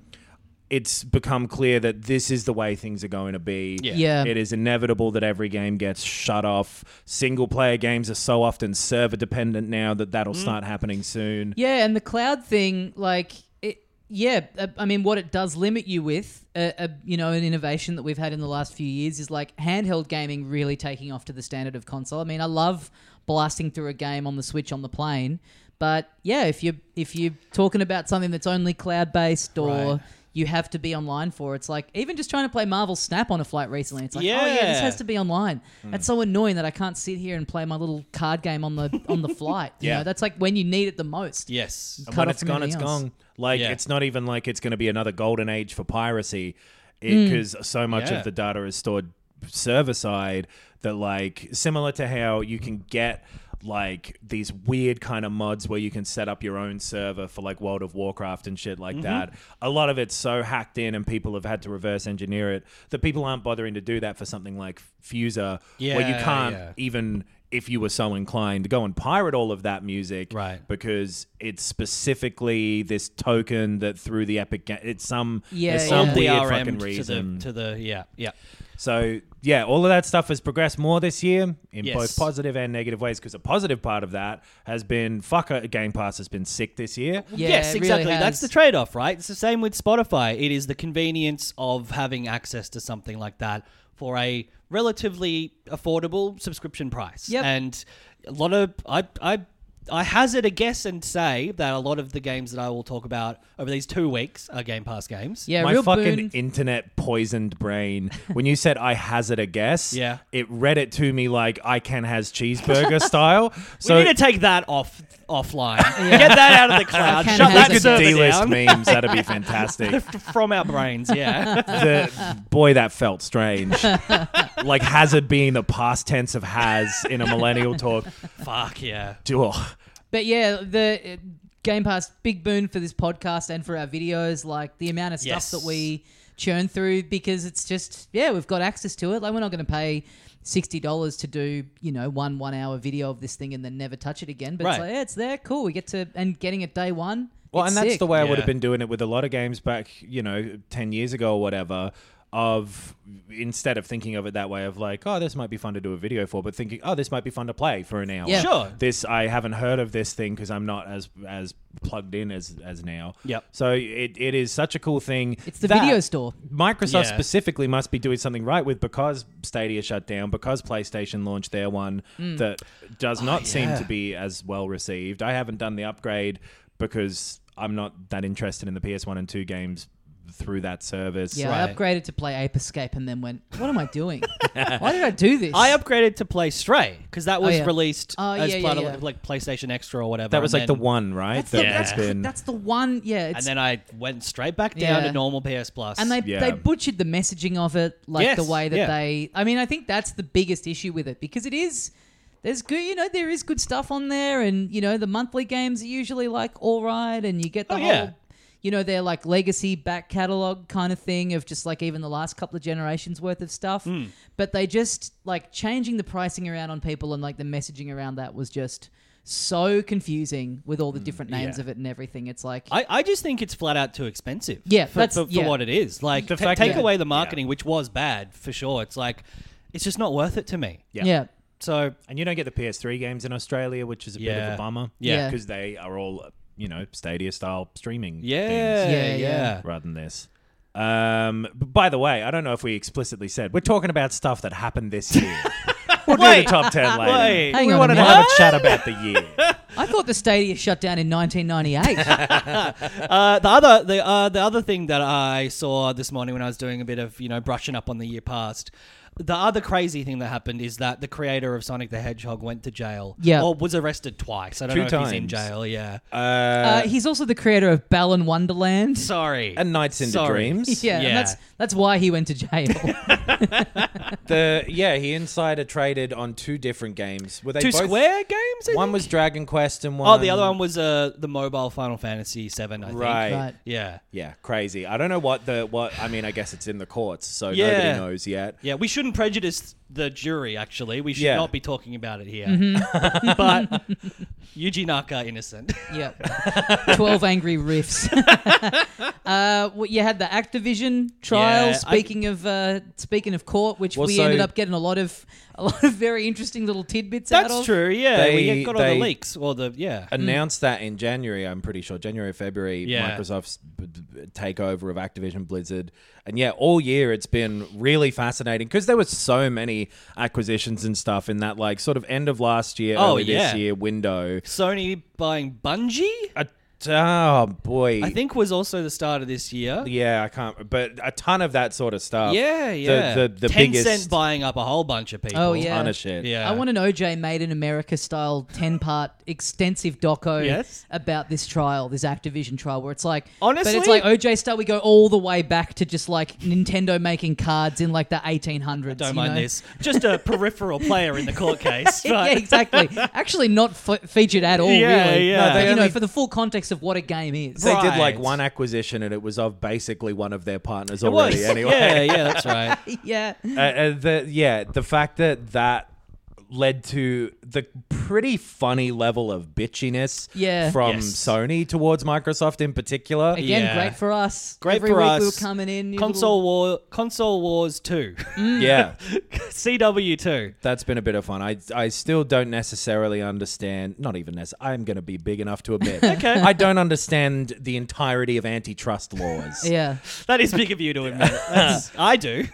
Speaker 3: it's become clear that this is the way things are going to be.
Speaker 2: Yeah.
Speaker 1: Yeah.
Speaker 3: It is inevitable that every game gets shut off. Single player games are so often server dependent now that that'll
Speaker 2: Mm.
Speaker 3: start happening soon.
Speaker 1: yeah, and the cloud thing, like, it, yeah, uh, I mean, what it does limit you with, uh, uh, you know, an innovation that we've had in the last few years is like handheld gaming really taking off to the standard of console. I mean, I love blasting through a game on the Switch on the plane, but yeah, if you if you're talking about something that's only cloud based or
Speaker 2: Right.
Speaker 1: you have to be online for, it's like even just trying to play Marvel Snap on a flight recently. It's like, oh yeah, this
Speaker 2: Yeah. Hmm.
Speaker 1: has to be online. That's so annoying that I can't sit here and play my little card game on the on the flight. You
Speaker 3: Yeah.
Speaker 1: know, that's like when you need it the most.
Speaker 2: yes.
Speaker 3: And
Speaker 1: cut
Speaker 3: when
Speaker 1: off
Speaker 3: it's
Speaker 1: from
Speaker 3: gone, it's
Speaker 1: anything else.
Speaker 3: gone. Like
Speaker 2: Yeah.
Speaker 3: it's not even like it's going to be another golden age for piracy,
Speaker 1: Mm.
Speaker 3: because so much
Speaker 2: Yeah.
Speaker 3: of the data is stored server side that like similar to how you can get like these weird kind of mods where you can set up your own server for like World of Warcraft and shit like
Speaker 2: Mm-hmm.
Speaker 3: that. A lot of it's so hacked in and people have had to reverse engineer it that people aren't bothering to do that for something like Fuser where
Speaker 2: Yeah,
Speaker 3: you can't
Speaker 2: yeah.
Speaker 3: even if you were so inclined go and pirate all of that music
Speaker 2: Right.
Speaker 3: because it's specifically this token that through the epic game it's some
Speaker 1: Yeah,
Speaker 3: there's
Speaker 1: yeah.
Speaker 3: some
Speaker 1: All
Speaker 3: weird
Speaker 2: DRM
Speaker 3: fucking
Speaker 2: to the
Speaker 3: reason
Speaker 2: to the yeah yeah
Speaker 3: so yeah all of that stuff has progressed more this year in
Speaker 2: Yes.
Speaker 3: both positive and negative ways because a positive part of that has been fuck uh, game pass has been sick this year
Speaker 1: Yeah,
Speaker 2: yes,
Speaker 1: it really
Speaker 2: exactly.
Speaker 1: has.
Speaker 2: That's the trade off, right? It's the same with Spotify. It is the convenience of having access to something like that for a relatively affordable subscription price.
Speaker 1: Yep.
Speaker 2: And a lot of I I I hazard a guess and say that a lot of the games that I will talk about over these two weeks are Game Pass games.
Speaker 1: Yeah,
Speaker 3: my
Speaker 1: real
Speaker 3: fucking
Speaker 1: boon.
Speaker 3: internet poisoned brain. When you said I hazard a guess,
Speaker 2: Yeah.
Speaker 3: it read it to me like I can has cheeseburger style.
Speaker 2: We
Speaker 3: So
Speaker 2: need to take that off offline. Get that out of the cloud.
Speaker 1: can
Speaker 2: Shut
Speaker 1: has
Speaker 3: if
Speaker 2: that
Speaker 3: you
Speaker 1: a-
Speaker 3: could
Speaker 2: server
Speaker 3: delist
Speaker 2: down
Speaker 3: memes. That'd be fantastic.
Speaker 2: from our brains. Yeah.
Speaker 3: The, boy, that felt strange. like hazard being the past tense of has in a millennial talk.
Speaker 2: Fuck yeah.
Speaker 3: Oh,
Speaker 1: But yeah, the uh, Game Pass big boon for this podcast and for our videos. Like the amount of stuff
Speaker 2: Yes.
Speaker 1: that we churn through because it's just yeah, we've got access to it. Like we're not going to pay sixty dollars to do you know one one hour video of this thing and then never touch it again. But it's
Speaker 2: Right.
Speaker 1: like yeah, it's there, cool. We get to and getting it day one.
Speaker 3: Well,
Speaker 1: it's
Speaker 3: and that's
Speaker 1: sick.
Speaker 3: the way I would
Speaker 2: Yeah.
Speaker 3: have been doing it with a lot of games back, you know, 10 years ago or whatever. Of instead of thinking of it that way, of like, oh, this might be fun to do a video for, but thinking, oh, this might be fun to play for an hour.
Speaker 1: Yeah.
Speaker 2: Sure.
Speaker 3: This I haven't heard of this thing because I'm not as as plugged in as as now.
Speaker 2: Yep.
Speaker 3: So it, it is such a cool thing.
Speaker 1: It's the
Speaker 3: that
Speaker 1: video store.
Speaker 3: Microsoft
Speaker 2: Yeah.
Speaker 3: specifically must be doing something right with because Stadia shut down, because PlayStation launched their one
Speaker 1: Hmm.
Speaker 3: that does
Speaker 1: Oh,
Speaker 3: not seem
Speaker 2: yeah.
Speaker 3: to be as well received. I haven't done the upgrade because I'm not that interested in the PS1 and 2 games through that service.
Speaker 1: Yeah, I
Speaker 2: Right.
Speaker 1: upgraded to play Ape Escape and then went, what am I doing? Why did I do this?
Speaker 2: I upgraded to play Stray because that was
Speaker 1: yeah.
Speaker 2: released
Speaker 1: Oh,
Speaker 2: as
Speaker 1: yeah,
Speaker 2: part
Speaker 1: yeah,
Speaker 2: of
Speaker 1: yeah.
Speaker 2: like PlayStation Extra or whatever.
Speaker 3: That was
Speaker 2: and
Speaker 3: like the
Speaker 2: then-
Speaker 3: one, right?
Speaker 1: That's the,
Speaker 3: that
Speaker 1: that's,
Speaker 3: has been.
Speaker 1: that's the one. Yeah, it's
Speaker 2: And then I went straight back down
Speaker 1: Yeah.
Speaker 2: to normal PS Plus.
Speaker 1: And they,
Speaker 3: Yeah.
Speaker 1: they butchered the messaging of it, like
Speaker 2: Yes,
Speaker 1: the way that
Speaker 2: yeah.
Speaker 1: they. I mean, I think that's the biggest issue with it because it is. There's good, you know, there is good stuff on there, and you know, the monthly games are usually like all right, and you get the
Speaker 2: Oh,
Speaker 1: whole,
Speaker 2: yeah.
Speaker 1: you know, their like legacy back catalog kind of thing of just like even the last couple of generations worth of stuff.
Speaker 3: Hmm.
Speaker 1: But they just like changing the pricing around on people and like the messaging around that was just so confusing with
Speaker 3: Hmm,
Speaker 1: all the different names of it and everything. It's like,
Speaker 2: I, I just think it's flat out too expensive.
Speaker 1: Yeah,
Speaker 2: for,
Speaker 1: that's-
Speaker 2: for, for
Speaker 1: yeah.
Speaker 2: what it is. Like,
Speaker 3: The
Speaker 2: ta-
Speaker 3: fact
Speaker 2: take
Speaker 3: that-
Speaker 2: away the marketing, which was bad for sure. It's like, it's just not worth it to me.
Speaker 3: yeah.
Speaker 1: yeah.
Speaker 2: So
Speaker 3: And you don't get the PS3 games in Australia, which is a bit of
Speaker 2: Yeah.
Speaker 3: a bummer.
Speaker 2: Yeah.
Speaker 3: Because they are all, you know, Stadia style streaming. things.
Speaker 2: yeah,
Speaker 1: Yeah,
Speaker 2: yeah,
Speaker 1: yeah.
Speaker 3: rather than this. Um, b- by the way, I don't know if we explicitly said we're talking about stuff that happened this year. we'll do the
Speaker 2: Wait.
Speaker 3: top ten later.
Speaker 2: Wait.
Speaker 1: Hang
Speaker 3: we
Speaker 1: on a
Speaker 3: wanted to
Speaker 1: minute.
Speaker 3: have a chat about the year.
Speaker 1: I thought the Stadia shut down in 1998.
Speaker 2: Uh, the other the uh, the other thing that I saw this morning when I was doing a bit of you know brushing up on the year past. The other crazy thing that happened is that the creator of Sonic the Hedgehog went to jail.
Speaker 1: Yeah.
Speaker 2: Or was arrested twice. I don't
Speaker 3: Two
Speaker 2: know if he's in
Speaker 3: times.
Speaker 2: jail. Yeah.
Speaker 1: Uh, he's also the creator of Balan Wonderland.
Speaker 2: Sorry.
Speaker 3: and Nights into
Speaker 2: Sorry.
Speaker 3: Dreams.
Speaker 1: yeah,
Speaker 2: yeah.
Speaker 1: And that's that's why he went to jail.
Speaker 3: The yeah, he insider traded on two different games. Were they
Speaker 2: Two
Speaker 3: both-
Speaker 2: Square games? I
Speaker 3: One
Speaker 2: think?
Speaker 3: was Dragon Quest and one
Speaker 2: Oh, the other one was uh, the mobile Final Fantasy Seven. I
Speaker 3: Right.
Speaker 1: Right.
Speaker 2: think. Yeah.
Speaker 3: Yeah, crazy. I don't know what the what. I mean, I guess it's in the courts, so
Speaker 2: Yeah.
Speaker 3: nobody knows yet.
Speaker 2: Yeah, we shouldn't prejudice the jury. Actually, we should
Speaker 3: Yeah.
Speaker 2: not be talking about it here. but Yuji Naka innocent.
Speaker 1: yeah, twelve angry riffs. uh, well, you had the Activision trial.
Speaker 2: Yeah, I-
Speaker 1: speaking of uh, speaking of court, which
Speaker 3: Well,
Speaker 1: we
Speaker 3: so-
Speaker 1: ended up getting a lot of a lot of very interesting little tidbits out of.
Speaker 2: That's true. Yeah,
Speaker 3: They-
Speaker 2: we got all
Speaker 3: they-
Speaker 2: the leaks or the yeah.
Speaker 3: announced that in January. I'm pretty sure January, February,
Speaker 2: Mm. Yeah.
Speaker 3: Microsoft's b- b- takeover of Activision Blizzard, and yeah, all year it's been really fascinating because there were so many acquisitions and stuff in that like sort of end of last year,
Speaker 2: Oh,
Speaker 3: early
Speaker 2: yeah.
Speaker 3: this year window.
Speaker 2: Sony buying Bungie.
Speaker 3: A oh boy.
Speaker 2: I think was also the start of this year.
Speaker 3: yeah, I can't. But a ton of that sort of stuff.
Speaker 2: Yeah, yeah.
Speaker 3: The the, the
Speaker 2: Tencent
Speaker 3: biggest
Speaker 2: buying up a whole bunch of people.
Speaker 1: Oh, yeah.
Speaker 3: ton of shit.
Speaker 2: Yeah.
Speaker 1: I want an OJ made in America style 10 part extensive doco
Speaker 2: Yes.
Speaker 1: about this trial, this Activision trial, where it's like,
Speaker 2: Honestly-
Speaker 1: but it's like OJ style, we go all the way back to just like Nintendo making cards in like the 1800s.
Speaker 2: Don't
Speaker 1: you
Speaker 2: mind
Speaker 1: know?
Speaker 2: this. Just a peripheral player in the court case.
Speaker 1: yeah,
Speaker 2: but-
Speaker 1: exactly. Actually, not f- featured at all,
Speaker 2: Yeah,
Speaker 1: really.
Speaker 2: yeah. No,
Speaker 1: But,
Speaker 3: they
Speaker 1: you know,
Speaker 3: only-
Speaker 1: for the full context of what a game is.
Speaker 3: They did
Speaker 2: Right.
Speaker 3: like one acquisition, and it was of basically one of their partners
Speaker 2: It was.
Speaker 3: already. Anyway,
Speaker 2: Yeah, yeah, that's right.
Speaker 1: yeah.
Speaker 3: uh, uh, the yeah, the fact that that led to the pretty funny level of bitchiness
Speaker 1: Yeah.
Speaker 3: from
Speaker 2: Yes.
Speaker 3: Sony towards Microsoft in particular.
Speaker 1: Again,
Speaker 2: Yeah.
Speaker 1: great for us.
Speaker 2: Great
Speaker 1: Every
Speaker 2: for
Speaker 1: week
Speaker 2: us.
Speaker 1: we were coming in. new
Speaker 2: Console war, console wars two,
Speaker 3: Yeah,
Speaker 2: CW two.
Speaker 3: that's been a bit of fun. I I still don't necessarily understand. Not even this. I'm going to be big enough to admit. okay. I don't understand the entirety of antitrust laws.
Speaker 1: Little, yeah.
Speaker 2: That is big of you to admit. That's- I do.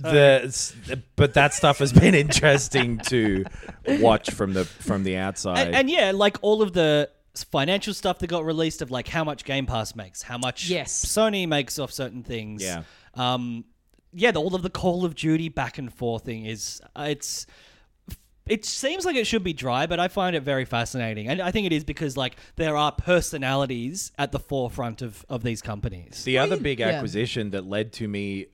Speaker 3: the s- but that stuff has been interesting to watch from the from the outside.
Speaker 2: And, and yeah, like all of the s- financial stuff that got released of like how much Game Pass makes, how much
Speaker 1: Yes.
Speaker 2: Sony makes off certain things.
Speaker 3: Yeah.
Speaker 2: Um, yeah, the, all of the Call of Duty back and forth thing is uh, it's. It seems like it should be dry, but I find it very fascinating, and I think it is because like there are personalities at the forefront of of these companies.
Speaker 3: the other big
Speaker 1: yeah.
Speaker 3: acquisition that led to me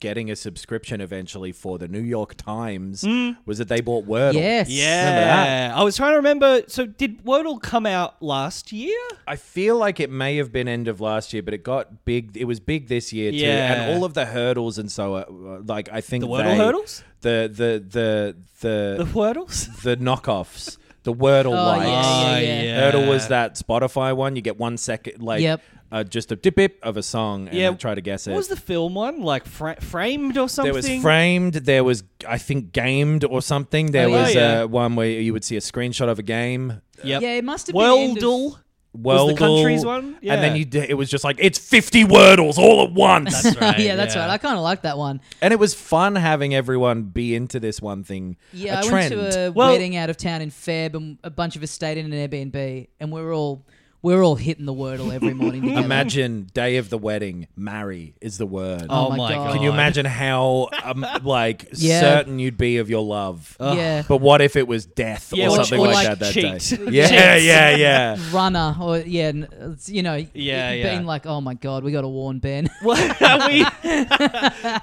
Speaker 3: getting a subscription eventually for the New York Times was that they bought Wordle.
Speaker 1: Yes.
Speaker 3: Remember
Speaker 2: Hmm. Yeah,
Speaker 3: that?
Speaker 2: I was trying to remember. So did Wordle come out last year?
Speaker 3: I feel like it may have been end of last year, but it got big. It was big this year too,
Speaker 2: Yeah.
Speaker 3: and all of the hurdles and so uh, like I think
Speaker 2: The Wordle
Speaker 3: they-
Speaker 2: hurdles?
Speaker 3: the the the
Speaker 2: The Oh,
Speaker 3: the
Speaker 2: Wordles.
Speaker 3: the, knockoffs, the Wordle likes.
Speaker 1: yeah, yeah,
Speaker 2: Oh,
Speaker 1: yeah.
Speaker 3: Hurdle was that Spotify one. You get one second, like
Speaker 1: Yep.
Speaker 3: uh, just a dip dip of a song, and
Speaker 2: Yeah.
Speaker 3: then try to guess it.
Speaker 2: What was the film one like? Fra- framed or something?
Speaker 3: there was framed. There was, I think, gamed or something. There
Speaker 1: Oh, yeah.
Speaker 3: was
Speaker 2: Oh, yeah.
Speaker 3: uh, one where you would see a screenshot of a game.
Speaker 2: Yep.
Speaker 1: Yeah, it must have been. end of-
Speaker 2: Worldle.
Speaker 3: Wordle,
Speaker 2: the countries one?
Speaker 3: and
Speaker 2: Yeah.
Speaker 3: then you. d- It was just like it's fifty wordles all at once,
Speaker 2: That's right.
Speaker 1: yeah, that's right. I kind of like that one.
Speaker 3: and it was fun having everyone be into this one thing.
Speaker 1: Yeah,
Speaker 3: a
Speaker 1: I
Speaker 3: trend.
Speaker 1: went to a
Speaker 2: Well-
Speaker 1: wedding out of town in Feb, and a bunch of us stayed in an Airbnb, and we were all we were all hitting the wordle every morning. together.
Speaker 3: Imagine day of the wedding, marry is the word.
Speaker 2: oh,
Speaker 1: my
Speaker 2: my
Speaker 1: God.
Speaker 2: god.
Speaker 3: Can you imagine how um, like
Speaker 1: Yeah.
Speaker 3: certain you'd be of your love?
Speaker 1: Yeah.
Speaker 3: But what if it was death
Speaker 2: Yeah,
Speaker 3: or
Speaker 2: or-
Speaker 3: something
Speaker 2: or
Speaker 3: like,
Speaker 2: like
Speaker 3: that that
Speaker 2: cheat.
Speaker 3: day? Yeah,
Speaker 2: Cheats.
Speaker 3: yeah, yeah.
Speaker 1: runner or yeah, n- it's, you know,
Speaker 2: Yeah,
Speaker 1: being
Speaker 2: yeah.
Speaker 1: like, oh my god, we got to warn Ben.
Speaker 2: Well, we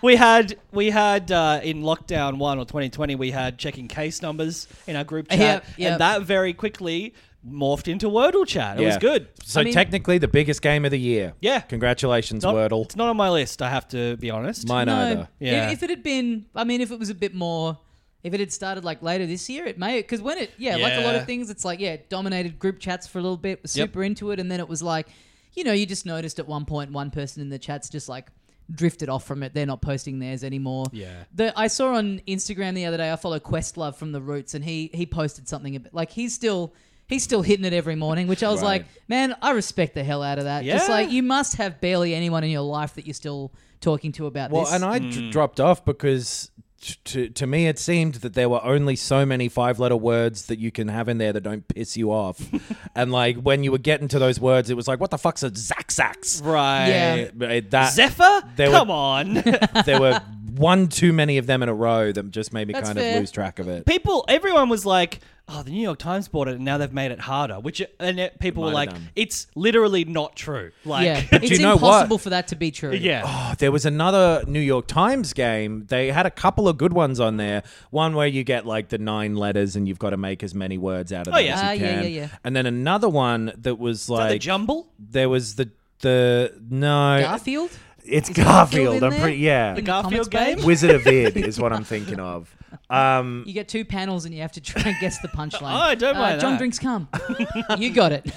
Speaker 2: we had we had uh, in lockdown one or 2020 we had checking case numbers in our group chat,
Speaker 1: Yep, yep.
Speaker 2: and that very quickly morphed into Wordle chat. It was
Speaker 3: Yeah.
Speaker 2: good.
Speaker 3: So
Speaker 1: I mean-
Speaker 3: technically, the biggest game of the year.
Speaker 2: Yeah.
Speaker 3: Congratulations,
Speaker 2: Not-
Speaker 3: Wordle.
Speaker 2: It's not on my list. I have to be honest.
Speaker 3: Mine either.
Speaker 2: Yeah.
Speaker 1: If, if it had been, I mean, if it was a bit more, if it had started like later this year, it may because when it, yeah, like a lot
Speaker 2: Yeah.
Speaker 1: of things, it's like yeah, it dominated group chats for a little bit, was
Speaker 2: Yep.
Speaker 1: super into it, and then it was like, you know, you just noticed at one point one person in the chats just like drifted off from it. They're not posting theirs anymore.
Speaker 2: Yeah.
Speaker 1: The I saw on Instagram the other day. I follow Questlove from the Roots, and he he posted something about like he's still. He's still hitting it every morning, which I was
Speaker 3: Right.
Speaker 1: like, man, I respect the hell out of that. Just
Speaker 2: Yeah.
Speaker 1: like you must have barely anyone in your life that you're still talking to about
Speaker 3: Well,
Speaker 1: this.
Speaker 3: and I
Speaker 2: Hmm.
Speaker 3: d- dropped off because t- to to me it seemed that there were only so many five letter words that you can have in there that don't piss you off, and like when you were getting to those words, it was like, what the fuck's a zaxax?
Speaker 2: Right.
Speaker 1: Yeah.
Speaker 3: Right, eh, That
Speaker 2: Zephyr?
Speaker 3: There
Speaker 2: Come
Speaker 3: were-
Speaker 2: on.
Speaker 3: there were one too many of them in a row that just made me
Speaker 1: That's
Speaker 3: kind
Speaker 1: fair.
Speaker 3: of lose track of it.
Speaker 2: people, everyone was like, "Oh, the New York Times bought it, and now they've made it harder." Which and it, people were
Speaker 3: might
Speaker 2: like,
Speaker 3: have done.
Speaker 2: "It's literally not true." Like,
Speaker 1: yeah,
Speaker 2: yeah,
Speaker 1: it's
Speaker 3: you know what?
Speaker 1: impossible for that to be true.
Speaker 3: Oh, there was another New York Times game. They had a couple of good ones on there. One where you get like the nine letters and you've got to make as many words out of
Speaker 2: Oh,
Speaker 3: them
Speaker 2: yeah.
Speaker 3: as you
Speaker 1: Ah, yeah,
Speaker 3: can.
Speaker 1: yeah, yeah.
Speaker 3: And then another one that was
Speaker 2: Like the
Speaker 3: like
Speaker 2: jumble,
Speaker 3: there was the the no
Speaker 1: Garfield.
Speaker 3: It's
Speaker 1: Garfield
Speaker 3: Garfield.
Speaker 1: in
Speaker 3: I'm
Speaker 1: there?
Speaker 3: pretty yeah.
Speaker 2: the
Speaker 1: the
Speaker 2: Garfield
Speaker 1: comics
Speaker 2: game.
Speaker 1: page?
Speaker 3: Wizard of Id is what I'm thinking of. Um,
Speaker 1: You get two panels and you have to try and guess the punchline.
Speaker 2: Oh, I don't
Speaker 1: uh,
Speaker 2: mind
Speaker 1: John
Speaker 2: that.
Speaker 1: drinks cum. you got it.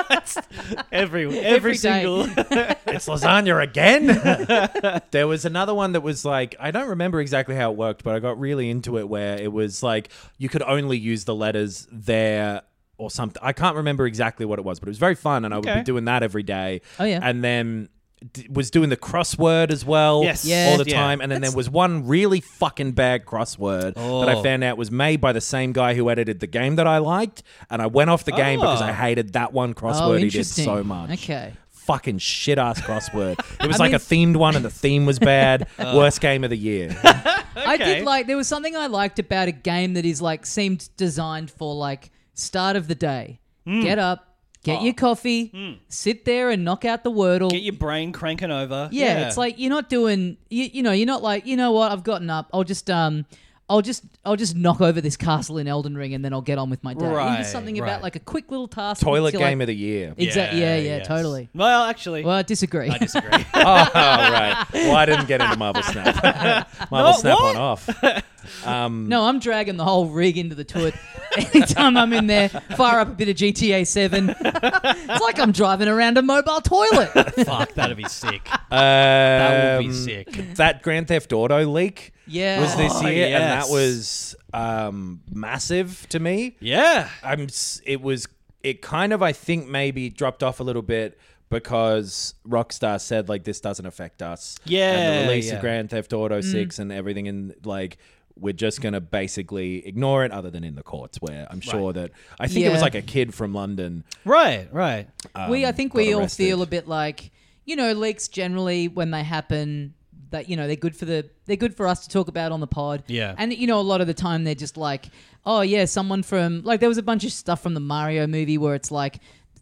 Speaker 2: every every,
Speaker 1: Every day.
Speaker 2: single.
Speaker 3: it's lasagna again. there was another one that was like, I don't remember exactly how it worked, but I got really into it where it was like you could only use the letters there or something. I can't remember exactly what it was, but it was very fun and I would
Speaker 2: Okay.
Speaker 3: be doing that every day.
Speaker 1: Oh, yeah.
Speaker 3: And then d- was doing the crossword as well
Speaker 2: Yes.
Speaker 1: Yes.
Speaker 3: all the
Speaker 2: Yeah.
Speaker 3: time. And then there was one really fucking bad crossword that
Speaker 2: Oh.
Speaker 3: I found out was made by the same guy who edited the game that I liked. And I went off the game because
Speaker 2: Oh.
Speaker 3: I hated that one
Speaker 1: Oh,
Speaker 3: crossword he did
Speaker 1: interesting.
Speaker 3: so much.
Speaker 1: Okay.
Speaker 3: Fucking shit ass crossword. It was
Speaker 1: I
Speaker 3: like
Speaker 1: mean- Uh.
Speaker 3: a themed one and the theme was bad. Worst game of the year.
Speaker 1: I did like there was something I liked about a game that is like seemed designed for like start of the day.
Speaker 2: Hmm.
Speaker 1: Get up, get your coffee, sit there and knock out the wordle.
Speaker 2: Oh. Get your brain cranking over.
Speaker 1: yeah, it's like you're not doing you, you know, you're not like, you know what, I've gotten up. I'll just um I'll just I'll just knock over this castle in Elden Ring and then I'll get on with my day. Even
Speaker 2: Right,
Speaker 1: just something
Speaker 2: right.
Speaker 1: about like a quick little task. that
Speaker 3: Toilet
Speaker 1: you're
Speaker 3: game
Speaker 1: like,
Speaker 3: of the year.
Speaker 1: Exactly. Yeah, yeah,
Speaker 2: yes.
Speaker 1: totally.
Speaker 2: Well, actually,
Speaker 1: Well, I disagree.
Speaker 2: I disagree.
Speaker 3: oh, right. Well, I didn't get into Marvel Snap. Marvel
Speaker 2: No,
Speaker 3: Snap
Speaker 2: what?
Speaker 3: on off.
Speaker 1: No, I'm dragging the whole rig into the toilet. Anytime I'm in there, fire up a bit of GTA 7. it's like I'm driving around a mobile toilet.
Speaker 2: Fuck, that'd be sick. Um,
Speaker 3: That
Speaker 2: That would be sick.
Speaker 3: That Grand Theft Auto leak
Speaker 1: Yeah.
Speaker 3: was this
Speaker 2: Oh,
Speaker 3: year, and
Speaker 2: yes.
Speaker 3: that was um, massive to me.
Speaker 2: Yeah.
Speaker 3: I'm. s- It was. It kind of. I think maybe dropped off a little bit because Rockstar said like this doesn't affect us.
Speaker 2: Yeah,
Speaker 3: And the release
Speaker 2: yeah. Mm.
Speaker 3: of Grand Theft Auto Six and everything, and like we're just gonna basically ignore it, other than in the courts where I'm sure that I think it was
Speaker 1: Yeah.
Speaker 3: like a kid from London.
Speaker 2: Right, right.
Speaker 1: we, I think we
Speaker 3: um, got
Speaker 1: all
Speaker 3: arrested.
Speaker 1: feel a bit like, you know, leaks generally when they happen, that you know they're good for the they're good for us to talk about on the pod.
Speaker 2: Yeah.
Speaker 1: and you know a lot of the time they're just like, oh yeah, someone from like there was a bunch of stuff from the Mario movie where it's like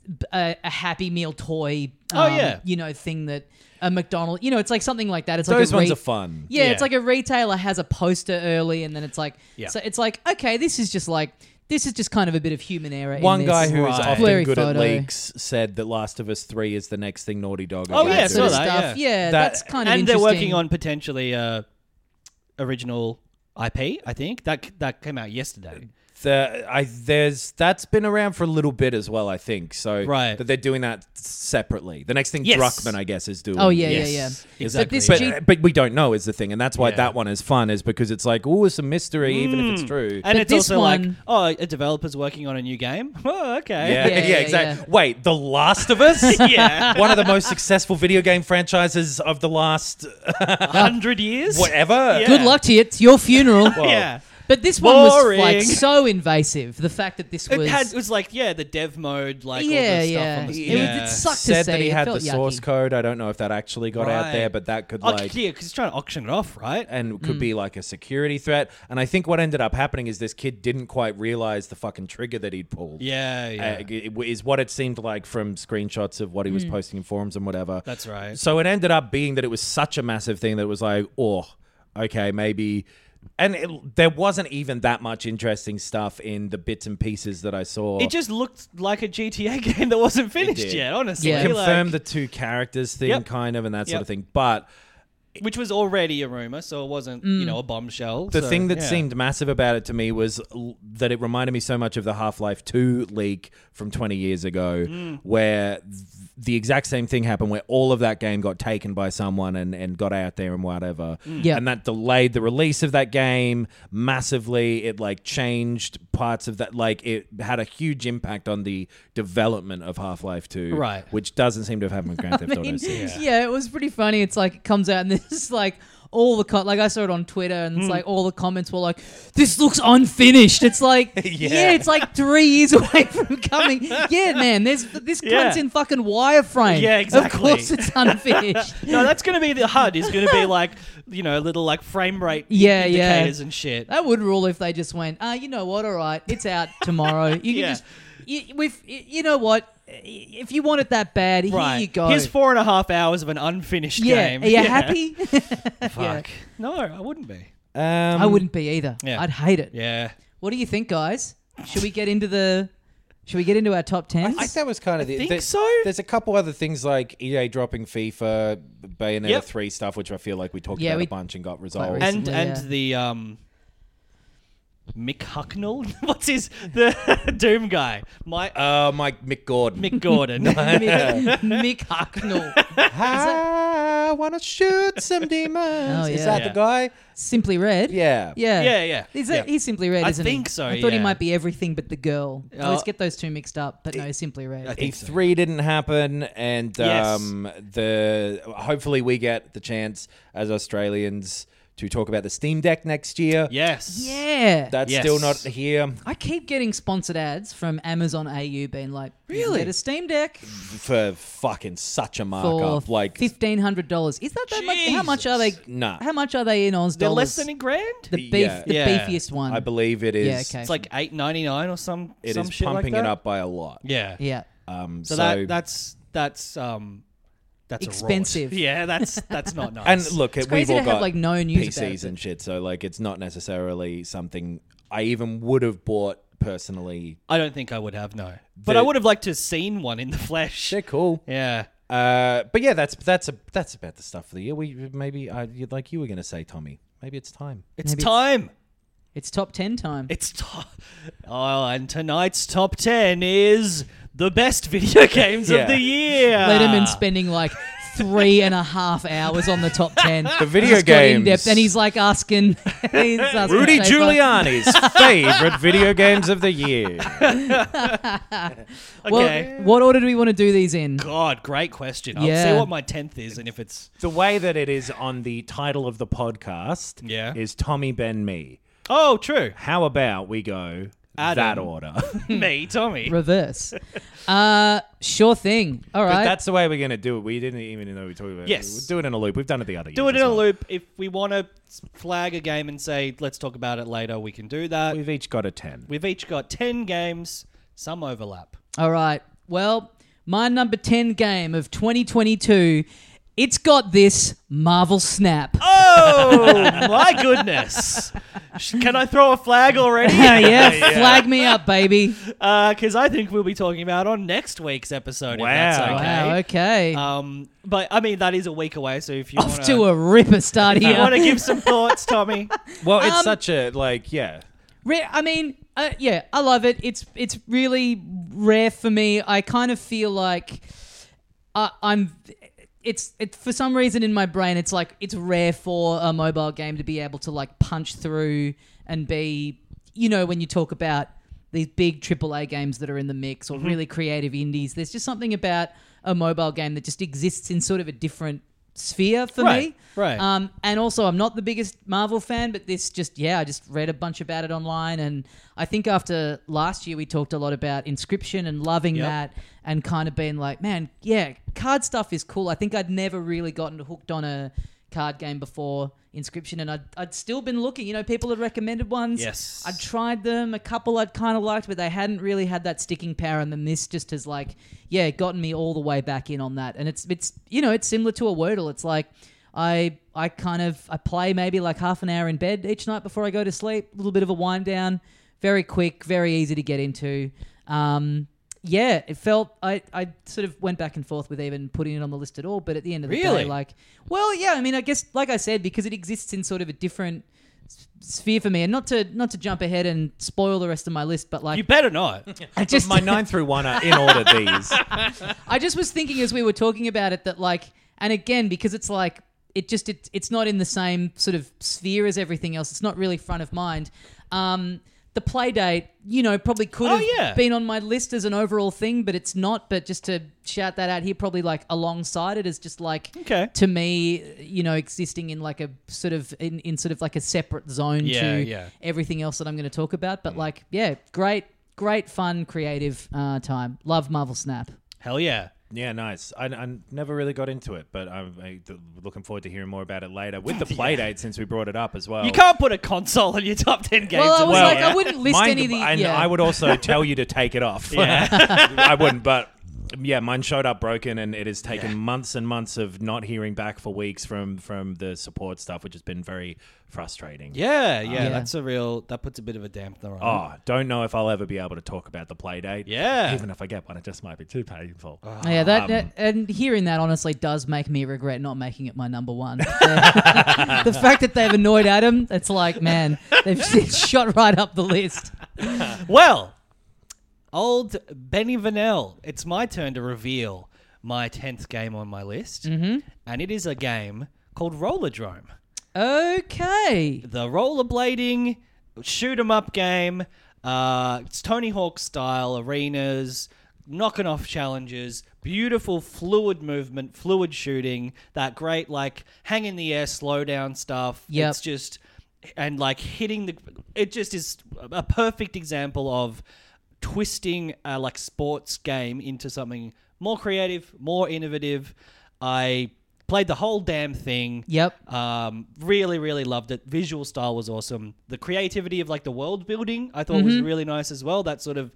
Speaker 1: b- a, a Happy Meal toy. um,
Speaker 2: Oh, yeah.
Speaker 1: you know thing that a McDonald. You know, it's like something like that. It's
Speaker 3: Those
Speaker 1: like a
Speaker 3: ones
Speaker 1: re-
Speaker 3: are fun.
Speaker 1: Yeah,
Speaker 2: Yeah.
Speaker 1: it's like a retailer has a poster early, and then it's like,
Speaker 2: Yeah.
Speaker 1: so it's like, okay, this is just like, this is just kind of a bit of human error. in
Speaker 3: One
Speaker 1: this.
Speaker 3: guy who is
Speaker 2: Right.
Speaker 3: often
Speaker 1: Blurry
Speaker 3: good at
Speaker 1: photo.
Speaker 3: leaks said that Last of Us Three is the next thing Naughty Dog. are
Speaker 2: Oh,
Speaker 3: gonna
Speaker 2: yeah, I
Speaker 3: do.
Speaker 2: saw
Speaker 1: sort of
Speaker 2: that,
Speaker 1: stuff.
Speaker 2: yeah.
Speaker 1: Yeah,
Speaker 3: That-
Speaker 1: that's kind of
Speaker 2: And they're
Speaker 1: interesting.
Speaker 2: working on potentially uh, original IP, I think. That c- that came out yesterday.
Speaker 3: The, I there's that's been around for a little bit as well, I think. So
Speaker 2: Right.
Speaker 3: that they're doing that separately. The next thing
Speaker 2: Yes.
Speaker 3: Druckman, I guess, is doing.
Speaker 1: Oh yeah, yeah, yeah.
Speaker 2: Yes,
Speaker 1: But
Speaker 2: exactly.
Speaker 1: this
Speaker 3: But, uh,
Speaker 1: G-
Speaker 3: but we don't know is the thing, and that's why
Speaker 2: Yeah.
Speaker 3: that one is fun, is because it's like, oh, it's a mystery, even if
Speaker 1: Hmm.
Speaker 3: it's true.
Speaker 2: And
Speaker 1: But
Speaker 2: it's
Speaker 1: this
Speaker 2: also like,
Speaker 1: one-
Speaker 2: oh, a developer's working on a new game. Oh, okay.
Speaker 3: yeah,
Speaker 1: Yeah,
Speaker 3: yeah,
Speaker 1: yeah,
Speaker 3: exactly.
Speaker 1: yeah.
Speaker 3: Wait, The Last of Us,
Speaker 2: yeah.
Speaker 3: one of the most successful video game franchises of the last
Speaker 2: Hundred years.
Speaker 3: whatever.
Speaker 2: Yeah.
Speaker 1: good luck to you. It's your funeral.
Speaker 2: Yeah.
Speaker 1: But this one was like
Speaker 2: Boring.
Speaker 1: so invasive. The fact that this
Speaker 2: It
Speaker 1: was,
Speaker 2: had it was like yeah the dev mode like all
Speaker 1: yeah,
Speaker 2: the stuff
Speaker 1: yeah.
Speaker 2: on the
Speaker 1: It,
Speaker 2: yeah.
Speaker 1: was, it sucked
Speaker 3: Said
Speaker 1: to say.
Speaker 3: that he
Speaker 1: it
Speaker 3: had the
Speaker 1: felt
Speaker 3: source
Speaker 1: yucky.
Speaker 3: code. I don't know if that actually got out
Speaker 2: Right.
Speaker 3: there, but that could
Speaker 2: Oh,
Speaker 3: like
Speaker 2: yeah, because trying to auction it off, right?
Speaker 3: and could
Speaker 2: Mm.
Speaker 3: be like a security threat. And I think what ended up happening is this kid didn't quite realize the fucking trigger that he'd pulled.
Speaker 2: Yeah, yeah.
Speaker 3: Uh, it- is what it seemed like from screenshots of what he was posting in forums and whatever.
Speaker 2: Mm. That's right.
Speaker 3: So it ended up being that it was such a massive thing that it was like, oh, okay, maybe. And it, there wasn't even that much interesting stuff in the bits and pieces that I saw.
Speaker 2: It just looked like a GTA game that wasn't finished
Speaker 3: did.
Speaker 2: yet, honestly.
Speaker 1: Yeah.
Speaker 3: confirmed
Speaker 2: Like,
Speaker 3: the two characters thing,
Speaker 2: Yep.
Speaker 3: kind of, and
Speaker 2: Yep.
Speaker 3: that sort of thing. But
Speaker 2: which was already a rumor, so it wasn't, you
Speaker 1: Mm.
Speaker 2: know, a bombshell.
Speaker 3: The
Speaker 2: so,
Speaker 3: thing that
Speaker 2: yeah.
Speaker 3: seemed massive about it to me was l- that it reminded me so much of the Half Life 2 leak from 20 years ago,
Speaker 2: Mm.
Speaker 3: where th- the exact same thing happened, where all of that game got taken by someone and, and got out there and whatever.
Speaker 2: Mm.
Speaker 1: Yeah.
Speaker 3: And that delayed the release of that game massively. It like changed parts of that, like it had a huge impact on the development of Half Life 2,
Speaker 2: Right.
Speaker 3: which doesn't seem to have happened with Grand Theft
Speaker 1: I
Speaker 3: Auto
Speaker 1: mean,
Speaker 3: 6.
Speaker 1: yeah. it was pretty funny. It's like it comes out and this is like all the co- like I saw it on Twitter and
Speaker 2: Hmm.
Speaker 1: it's like all the comments were like, "This looks unfinished." It's like, yeah. it's like three years away from coming. yeah, man, there's this
Speaker 2: Yeah.
Speaker 1: cunt's in fucking wireframe.
Speaker 2: Yeah,
Speaker 1: Of
Speaker 2: exactly.
Speaker 1: course, it's unfinished.
Speaker 2: No, that's going to be the HUD. Is going to be like, you know, little like frame rate
Speaker 1: Yeah, yeah. Oh,
Speaker 2: indicators and shit.
Speaker 1: That would rule if they just went, ah, you know what? All right, it's out tomorrow. You can
Speaker 2: Yeah.
Speaker 1: just, you, we've, you know what? If you want it that bad,
Speaker 2: right.
Speaker 1: here you go.
Speaker 2: Here's four and a half hours of an unfinished
Speaker 1: yeah,
Speaker 2: game.
Speaker 1: are you happy?
Speaker 2: Fuck. No, I wouldn't be.
Speaker 3: Um,
Speaker 1: I wouldn't be either.
Speaker 2: Yeah.
Speaker 1: I'd hate it.
Speaker 2: Yeah.
Speaker 1: What do you think, guys? Should we get into the? Should we get into our top tens?
Speaker 3: I think that was kind of the.
Speaker 2: think
Speaker 3: there-
Speaker 2: so.
Speaker 3: There's a couple other things like EA dropping FIFA, Bayonetta
Speaker 2: Yep.
Speaker 3: three stuff, which I feel like we talked
Speaker 1: Yeah,
Speaker 3: about
Speaker 1: we-
Speaker 3: a bunch and got resolved.
Speaker 1: recent-
Speaker 2: and
Speaker 1: Recently,
Speaker 2: and the um Mick Hucknall? What's his the Doom guy? My uh,
Speaker 3: Uh, Mike Mick Gordon.
Speaker 2: Mick Gordon.
Speaker 1: Mick, Mick Hucknall.
Speaker 3: I want to shoot some demons.
Speaker 1: Oh, yeah.
Speaker 3: Is that
Speaker 2: Yeah.
Speaker 3: the guy?
Speaker 1: Simply Red.
Speaker 3: Yeah.
Speaker 1: Yeah.
Speaker 2: Yeah, yeah.
Speaker 1: Is that,
Speaker 3: Yeah.
Speaker 1: He's Simply Red,
Speaker 2: I
Speaker 1: isn't he?
Speaker 2: think so,
Speaker 1: I thought he
Speaker 2: yeah.
Speaker 1: might be everything but the girl. I always
Speaker 2: Uh,
Speaker 1: get those two mixed up, but no, Simply Red.
Speaker 2: I think-
Speaker 3: E three didn't happen, and
Speaker 2: Yes.
Speaker 3: um, the hopefully we get the chance as Australians to talk about the Steam Deck next year.
Speaker 2: yes.
Speaker 1: yeah.
Speaker 3: That's
Speaker 2: Yes.
Speaker 3: still not here
Speaker 1: I keep getting sponsored ads from Amazon AU being like, "You can
Speaker 2: Really?
Speaker 1: Get a Steam Deck
Speaker 3: for fucking such a
Speaker 1: for
Speaker 3: markup. Like
Speaker 1: fifteen hundred dollars. Is that that much? How much are they?
Speaker 2: Jesus.
Speaker 3: Nah.
Speaker 1: How much are they in Oz
Speaker 2: They're
Speaker 1: dollars?
Speaker 2: less than a grand.
Speaker 1: the beef,
Speaker 3: Yeah.
Speaker 1: the
Speaker 2: Yeah.
Speaker 1: beefiest one.
Speaker 3: I believe it
Speaker 1: Yeah,
Speaker 3: is.
Speaker 1: okay.
Speaker 2: it's like eight ninety nine or some.
Speaker 3: It
Speaker 2: some
Speaker 3: is
Speaker 2: shit like
Speaker 3: pumping
Speaker 2: that.
Speaker 3: it up by a lot.
Speaker 2: Yeah.
Speaker 1: Yeah.
Speaker 3: Um, so,
Speaker 2: So, that that's that's um that's a rort.
Speaker 1: Expensive.
Speaker 2: Yeah, that's that's not nice.
Speaker 3: and look,
Speaker 1: It's
Speaker 3: we've
Speaker 1: crazy
Speaker 3: all
Speaker 1: to have,
Speaker 3: got
Speaker 1: like, no news about
Speaker 3: PCs
Speaker 1: it.
Speaker 3: and shit. So like, it's not necessarily something I even would have bought personally.
Speaker 2: I don't think I would have no, but
Speaker 3: The-
Speaker 2: I would have liked to have seen one in the flesh.
Speaker 3: They're cool.
Speaker 2: Yeah.
Speaker 3: Uh, but yeah, that's that's a that's about the stuff for the year. We maybe I like you were gonna say, Tommy. Maybe it's time.
Speaker 2: It's
Speaker 1: Maybe it's-
Speaker 2: time.
Speaker 1: It's top ten time.
Speaker 2: It's top. Oh, and tonight's top 10 is the best video games
Speaker 3: Yeah.
Speaker 2: of the year.
Speaker 3: Ah.
Speaker 1: Letterman spending like three and a half hours on the top ten. The
Speaker 3: video
Speaker 1: in depth,
Speaker 3: games.
Speaker 1: and he's like asking, he's asking
Speaker 3: Rudy
Speaker 1: Schaefer-
Speaker 3: Giuliani's favorite video games of the year.
Speaker 1: Well,
Speaker 2: Okay.
Speaker 1: what order do we want to do these in?
Speaker 2: God, great question. I'll
Speaker 1: Yeah.
Speaker 2: see what my 10th is and if it's.
Speaker 3: The way that it is on the title of the podcast
Speaker 2: Yeah.
Speaker 3: is Tommy Ben Me.
Speaker 2: Oh, true.
Speaker 3: How about we go
Speaker 2: Adam.
Speaker 3: that order?
Speaker 2: Me, Tommy.
Speaker 1: Reverse. Uh, sure thing. All
Speaker 3: But
Speaker 1: right.
Speaker 3: that's the way we're gonna do it. We didn't even know we talked about. it.
Speaker 2: Yes.
Speaker 3: We'll do it in a loop. We've done it the other.
Speaker 2: Do it in a loop. If we want to flag a game and say, let's talk about it later, we can do that.
Speaker 3: We've each got a ten.
Speaker 2: We've each got 10 games, some overlap.
Speaker 1: All right. Well, my number 10 game of 2022, it's got this Marvel Snap.
Speaker 2: Oh, my goodness. Sh- Can I throw a flag already?
Speaker 1: yeah, flag me up, baby.
Speaker 2: Because I think we'll be talking about on next week's episode. If that's
Speaker 3: Wow.
Speaker 2: okay.
Speaker 1: Wow, okay.
Speaker 2: Um, but I mean that is a week away, so if you
Speaker 1: Off to
Speaker 2: want
Speaker 1: a ripper start
Speaker 2: to want
Speaker 1: here.
Speaker 2: to give some thoughts, Tommy,
Speaker 3: Well,
Speaker 1: Um,
Speaker 3: it's such a like, yeah.
Speaker 1: Re- I mean, uh, yeah, I love it. It's it's really rare for me. I kind of feel like I, I'm. It's it for some reason in my brain. It's like it's rare for a mobile game to be able to like punch through and be. You know, when you talk about these big AAA games that are in the mix or
Speaker 2: Mm-hmm.
Speaker 1: really creative indies, there's just something about a mobile game that just exists in sort of a different sphere for
Speaker 2: Right,
Speaker 1: me.
Speaker 2: right.
Speaker 1: Um, um, and also, I'm not the biggest Marvel fan, but this just, yeah, I just read a bunch about it online. And I think after last year, we talked a lot about Inscription and loving
Speaker 2: Yep.
Speaker 1: that and kind of being like, man, yeah, card stuff is cool. I think I'd never really gotten hooked on a card game before Inscription. And I'd, I'd still been looking. You know, people had recommended ones.
Speaker 2: Yes.
Speaker 1: I'd tried them, a couple I'd kind of liked, but they hadn't really had that sticking power. And then this just has, like, yeah, gotten me all the way back in on that. And it's, it's you know, it's similar to a Wordle. It's like, I I kind of I play maybe like half an hour in bed each night before I go to sleep. A little bit of a wind down, very quick, very easy to get into. Um, yeah, it felt I, I sort of went back and forth with even putting it on the list at all, but at the end of the
Speaker 2: Really?
Speaker 1: day, like, well, yeah, I mean, I guess like I said, because it exists in sort of a different s- sphere for me, and not to not to jump ahead and spoil the rest of my list, but like,
Speaker 2: you better not.
Speaker 1: I just
Speaker 3: My nine through one are in order. These.
Speaker 1: I just was thinking as we were talking about it that like, and again because it's like it just it, it's not in the same sort of sphere as everything else. It's not really front of mind. Um, the play date, you know, probably could
Speaker 2: Oh,
Speaker 1: have
Speaker 2: yeah.
Speaker 1: been on my list as an overall thing, but it's not. But just to shout that out here, probably like alongside it is just like
Speaker 2: Okay.
Speaker 1: to me, you know, existing in like a sort of in, in sort of like a separate zone
Speaker 2: Yeah,
Speaker 1: to
Speaker 2: yeah. Mm.
Speaker 1: everything else that I'm going to talk about. But like, yeah, great, great, fun, creative uh, time. Love Marvel Snap.
Speaker 2: Hell yeah.
Speaker 3: Yeah, nice. I, I never really got into it, but I'm I, th- looking forward to hearing more about it later with the play date since we brought it up as well.
Speaker 2: You can't put a console in your top ten games.
Speaker 1: Well, I was
Speaker 2: Well,
Speaker 1: like, I wouldn't list
Speaker 3: Mind-
Speaker 1: any of the.
Speaker 3: And
Speaker 1: yeah.
Speaker 3: I would also tell you to take it off. I wouldn't, but yeah, mine showed up broken, and it has taken months and months of not hearing back for weeks from from the support stuff, which has been very frustrating.
Speaker 2: Yeah, yeah,
Speaker 1: Oh, Yeah.
Speaker 2: that's a real. That puts a bit of a dampener on. it.
Speaker 3: Oh, don't know if I'll ever be able to talk about the play date.
Speaker 2: Yeah. Ah.
Speaker 3: Even if I get one, it just might be too painful.
Speaker 1: Oh, Yeah,
Speaker 2: um,
Speaker 1: that, that- and hearing that honestly does make me regret not making it my number one. the fact that they've annoyed Adam, it's like, man, they've shot right up the list.
Speaker 2: Well, old Benny Vanel, it's my turn to reveal my tenth game on my list, mm-hmm. and it is a game called Rollerdrome,
Speaker 1: Okay.
Speaker 2: the rollerblading shoot 'em up game. Uh, it's Tony Hawk style arenas, knocking off challenges, beautiful fluid movement, fluid shooting. That great like hang in the air, slow down stuff.
Speaker 1: Yep.
Speaker 2: It's just and like hitting the it just is a perfect example of twisting a like sports game into something more creative more innovative i played the whole damn thing
Speaker 1: Yep.
Speaker 2: um really really loved it visual style was awesome the creativity of like the world building i thought was really nice as well that sort of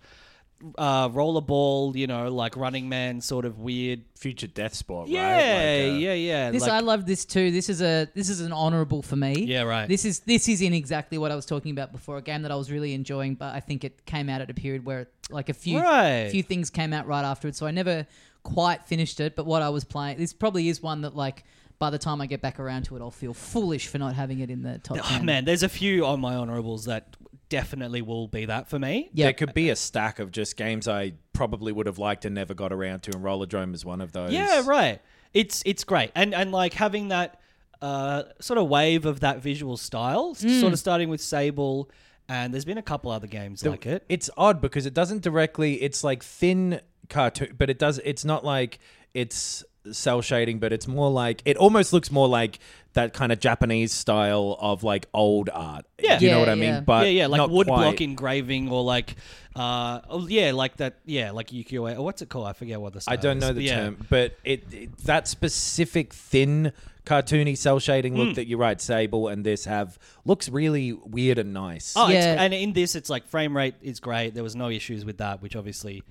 Speaker 2: uh rollerball you know like running man sort of weird
Speaker 3: Future death sport,
Speaker 2: yeah
Speaker 3: right? Like, uh,
Speaker 2: yeah yeah
Speaker 1: This
Speaker 2: like- oh,
Speaker 1: I love this too. This is a this is an honourable for me.
Speaker 2: Yeah, right.
Speaker 1: This is this is in exactly what I was talking about before. A game that I was really enjoying, but I think it came out at a period where like a few
Speaker 2: Right.
Speaker 1: few things came out right afterwards, so I never quite finished it. But what I was playing, this probably is one that like by the time I get back around to it, I'll feel foolish for not having it in the top
Speaker 2: Oh,
Speaker 1: ten.
Speaker 2: man, there's a few on my honorables that definitely will be that for me.
Speaker 1: Yeah.
Speaker 3: There could be a stack of just games I probably would have liked and never got around to, and Rollerdrome is one of those.
Speaker 2: Yeah, right. It's it's great, and and like having that uh, sort of wave of that visual style, s- sort of starting with Sable, and there's been a couple other games like it.
Speaker 3: It's odd because it doesn't directly. It's like thin cartoon, but it does. It's not like it's cell shading, but it's more like it almost looks more like that kind of Japanese style of like old art.
Speaker 2: Yeah.
Speaker 3: Do you
Speaker 1: Yeah,
Speaker 3: know what I
Speaker 1: yeah.
Speaker 3: mean. But
Speaker 2: yeah, yeah, like
Speaker 3: not
Speaker 2: woodblock
Speaker 3: quite.
Speaker 2: engraving, or like, uh, oh, yeah, like that, yeah, like Yukio. uh, What's it called? I forget what Uh, the. Style
Speaker 3: I don't
Speaker 2: is,
Speaker 3: know
Speaker 2: but
Speaker 3: the
Speaker 2: yeah.
Speaker 3: term, but it, it that specific thin cartoony cell shading
Speaker 2: Hmm.
Speaker 3: look that you write Sable and this have looks really weird and nice.
Speaker 2: Oh, it's,
Speaker 1: Yeah.
Speaker 2: and in this, it's like frame rate is great. There was no issues with that, which obviously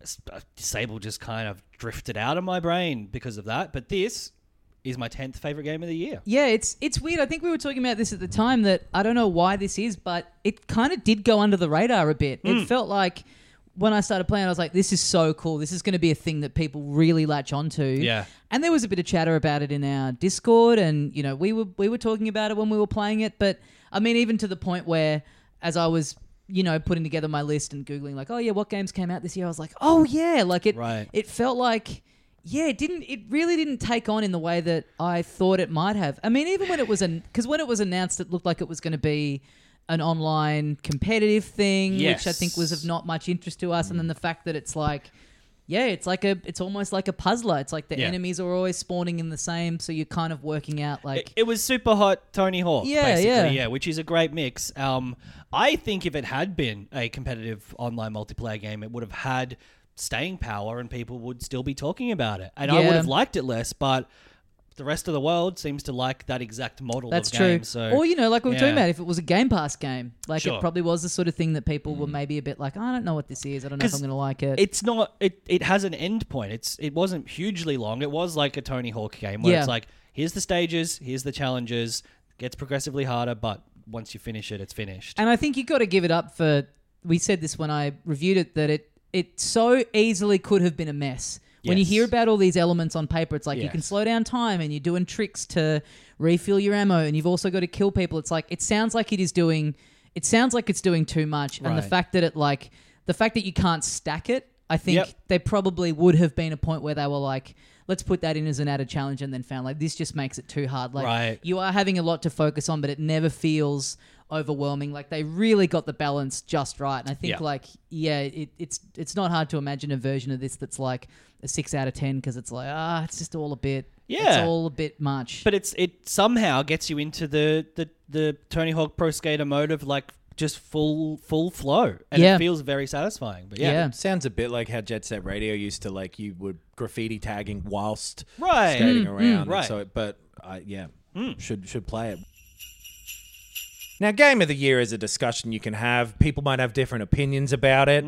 Speaker 2: S- uh, Sable just kind of drifted out of my brain because of that. But this is my tenth favorite game of the year.
Speaker 1: Yeah, it's it's weird. I think we were talking about this at the time that I don't know why this is, but it kind of did go under the radar a bit. It felt like when I started playing, I was like, "This is so cool. This is going to be a thing that people really latch onto."
Speaker 2: Yeah.
Speaker 1: And there was a bit of chatter about it in our Discord, and you know, we were we were talking about it when we were playing it. But I mean, even to the point where, as I was, you know, putting together my list and googling, like, "Oh yeah, what games came out this year?" I was like, "Oh yeah," like it.
Speaker 2: Right.
Speaker 1: It felt like yeah it didn't it really didn't take on in the way that i thought it might have i mean even when it was an because when it was announced it looked like it was going to be an online competitive thing which i think was of
Speaker 2: Yes. Mm.
Speaker 1: not much interest to us and then the fact that it's like yeah it's like a it's almost like a puzzler it's like the
Speaker 2: Yeah.
Speaker 1: enemies are always spawning in the same so you're kind of working out like
Speaker 2: It, it was super hot Tony Hawk,
Speaker 1: Yeah,
Speaker 2: basically,
Speaker 1: yeah.
Speaker 2: yeah. which is a great mix. Um, I think if it had been a competitive online multiplayer game, it would have had staying power and people would still be talking about it. And I
Speaker 1: Yeah.
Speaker 2: would have liked it less, but the rest of the world seems to like that exact model
Speaker 1: That's
Speaker 2: of
Speaker 1: true.
Speaker 2: game. So
Speaker 1: or you know, like we were
Speaker 2: yeah.
Speaker 1: talking about, if it was a Game Pass game, like it
Speaker 2: Sure. Mm.
Speaker 1: probably was the sort of thing that people were maybe a bit like, I don't know what this is. I don't know if
Speaker 2: 'Cause
Speaker 1: I'm going to like it.
Speaker 2: it's not it it has an end point it's it wasn't hugely long it was like a tony hawk game where
Speaker 1: Yeah.
Speaker 2: it's like here's the stages here's the challenges gets progressively harder but once you finish it it's finished
Speaker 1: And I think you got to give it up for. We said this when I reviewed it that it it so easily could have been a mess. When you
Speaker 2: Yes.
Speaker 1: hear about all these elements on paper, it's like you can
Speaker 2: Yes.
Speaker 1: slow down time and you're doing tricks to refill your ammo, and you've also got to kill people. It's like it sounds like it is doing. It sounds like it's doing too much, and the
Speaker 2: Right.
Speaker 1: fact that it like the fact that you can't stack it. I think
Speaker 2: Yep.
Speaker 1: there probably would have been a point where they were like, let's put that in as an added challenge, and then found like this just makes it too hard. Like
Speaker 2: Right.
Speaker 1: you are having a lot to focus on, but it never feels overwhelming. Like they really got the balance just right. And I think
Speaker 2: Yeah.
Speaker 1: like yeah, it, it's it's not hard to imagine a version of this that's like a six out of ten because it's like ah, it's just all a bit. it's
Speaker 2: Yeah.
Speaker 1: all a bit much.
Speaker 2: but it's it somehow gets you into the the, the tony hawk pro skater mode of like just full full flow and
Speaker 1: Yeah.
Speaker 2: it feels very satisfying but
Speaker 1: yeah.
Speaker 2: yeah,
Speaker 3: Sounds a bit like how Jet Set Radio used to like you would graffiti tagging whilst
Speaker 2: Right.
Speaker 3: skating around.
Speaker 2: Hmm. right. Hmm.
Speaker 3: So, but I yeah, should should play it. Now, game of the year is a discussion you can have.
Speaker 2: Mm-hmm.
Speaker 3: People might have different opinions about it.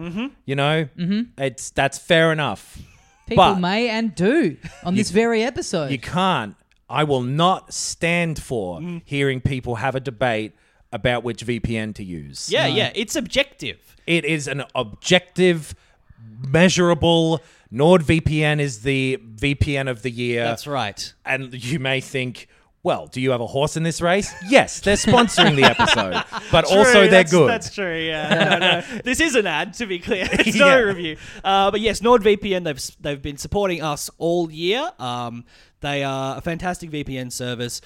Speaker 3: You know, mm-hmm. it's that's fair enough.
Speaker 1: People
Speaker 3: But-
Speaker 1: may and do on this very episode.
Speaker 3: You can't. I will not stand for
Speaker 2: Mm.
Speaker 3: hearing people have a debate about which VPN to use.
Speaker 2: Yeah, yeah, it's objective.
Speaker 3: It is an objective, measurable. NordVPN is the VPN of the year.
Speaker 2: That's right.
Speaker 3: And you may think, well, do you have a horse in this race? Yes, they're sponsoring the episode, but also
Speaker 2: True,
Speaker 3: they're
Speaker 2: that's-
Speaker 3: good.
Speaker 2: That's true. Yeah. No, no. This is an ad, to be clear. It's
Speaker 3: Yeah.
Speaker 2: not a review. Uh, but yes, NordVPN. They've s- they've been supporting us all year. Um, they are a fantastic VPN service.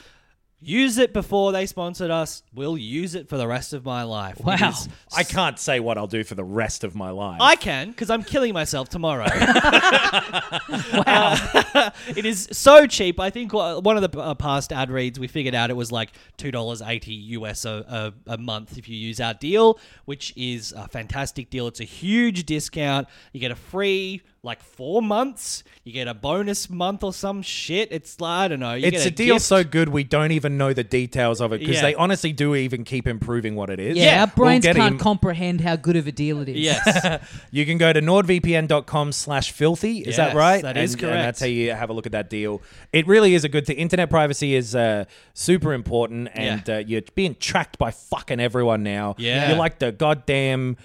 Speaker 2: Use it before they sponsored us. We'll use it for the rest of my life. It
Speaker 1: Wow.
Speaker 2: is-
Speaker 3: I can't say what I'll do for the rest of my life.
Speaker 2: I can because I'm killing myself tomorrow. Uh,
Speaker 1: wow.
Speaker 2: it is so cheap. I think uh, one of the uh, past ad reads we figured out it was like two dollars eighty US a, a, a month if you use our deal, which is a fantastic deal. It's a huge discount. You get a free like four months. You get a bonus month or some shit. It's I don't know. You
Speaker 3: it's
Speaker 2: get
Speaker 3: a, deal
Speaker 2: gift.
Speaker 3: so good we don't even know the details of it because
Speaker 2: Yeah.
Speaker 3: they honestly do even keep improving what it is.
Speaker 1: yeah, our
Speaker 3: We'll
Speaker 1: brains
Speaker 3: get
Speaker 1: can't
Speaker 3: him-
Speaker 1: comprehend how good of a deal it is.
Speaker 2: yes.
Speaker 3: You can go to nordvpn.com slash filthy. Is that
Speaker 2: Yes,
Speaker 3: right?
Speaker 2: that is
Speaker 3: And-
Speaker 2: correct.
Speaker 3: And that's how you have a look at that deal. It really is a good thing. Internet privacy is uh, super important and
Speaker 2: Yeah.
Speaker 3: uh, you're being tracked by fucking everyone now.
Speaker 2: Yeah.
Speaker 3: You're like the goddamn.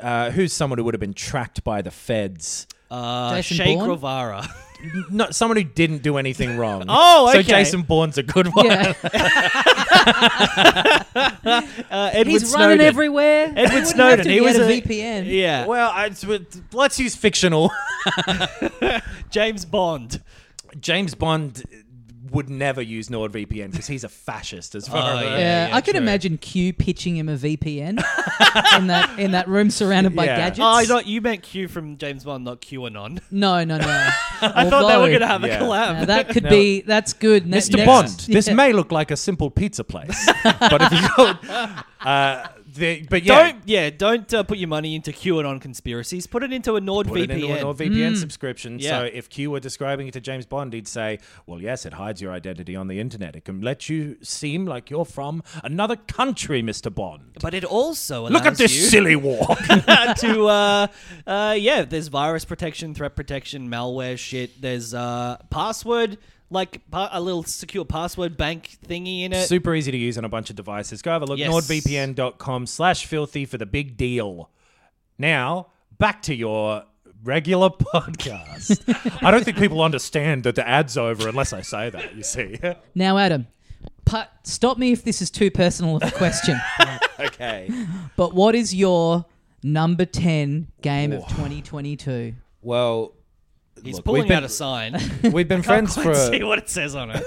Speaker 3: Uh, who's someone who would have been tracked by the feds?
Speaker 2: Uh,
Speaker 1: Jason
Speaker 2: Shake
Speaker 1: Bourne?
Speaker 2: Guevara.
Speaker 3: Not someone who didn't do anything wrong.
Speaker 2: Oh,
Speaker 3: So
Speaker 2: okay.
Speaker 3: Jason Bourne's a good one.
Speaker 1: Yeah.
Speaker 2: Uh, Edward
Speaker 1: He's
Speaker 2: Snowden.
Speaker 1: running everywhere. He wouldn't
Speaker 2: Edward
Speaker 1: have
Speaker 2: Snowden.
Speaker 1: to
Speaker 2: He
Speaker 1: be
Speaker 2: was
Speaker 1: at
Speaker 2: a
Speaker 1: a VPN.
Speaker 2: Yeah.
Speaker 3: Well, I, let's use fictional.
Speaker 2: James Bond.
Speaker 3: James Bond would never use NordVPN because he's a fascist as far
Speaker 2: Oh,
Speaker 3: as
Speaker 2: yeah.
Speaker 1: Yeah, I can
Speaker 2: true.
Speaker 1: imagine Q pitching him a VPN in that in that room surrounded by
Speaker 3: Yeah.
Speaker 1: gadgets.
Speaker 2: Oh, you know, you meant Q from James Bond, not QAnon.
Speaker 1: no, no, no.
Speaker 2: I thought they were going to have
Speaker 3: Yeah.
Speaker 2: a collab.
Speaker 1: Now, that could be. That's good. Ne-
Speaker 3: Mr.
Speaker 1: next-
Speaker 3: Bond, this
Speaker 1: Yeah.
Speaker 3: may look like a simple pizza place, but if you go, uh, the, but yeah,
Speaker 2: Don't yeah, don't uh, put your money into QAnon conspiracies. Put it into a
Speaker 3: put it into
Speaker 2: NordVPN.
Speaker 3: an NordVPN subscription.
Speaker 2: Mm. Yeah.
Speaker 3: So if Q were describing it to James Bond, he'd say, "Well, yes, it hides your identity on the internet. It can let you seem like you're from another country, Mr. Bond.
Speaker 2: but it also allows
Speaker 3: Look at this
Speaker 2: you
Speaker 3: silly walk."
Speaker 2: to uh, uh, yeah. There's virus protection, threat protection, malware shit. There's uh, password like pa- a little secure password bank thingy in it.
Speaker 3: Super easy to use on a bunch of devices. Go have a look.
Speaker 2: Yes.
Speaker 3: NordVPN.com slash filthy for the big deal. Now, back to your regular podcast. I don't think people understand that the ad's over unless I say that, you see.
Speaker 1: Now, Adam, pu- stop me if this is too personal of a question.
Speaker 3: okay.
Speaker 1: but what is your number ten game of 2022?
Speaker 3: Well,
Speaker 2: He's
Speaker 3: Look,
Speaker 2: pulling
Speaker 3: we've been-
Speaker 2: out a sign.
Speaker 3: we've been friends for
Speaker 2: Let's see
Speaker 3: a,
Speaker 2: what it says on it.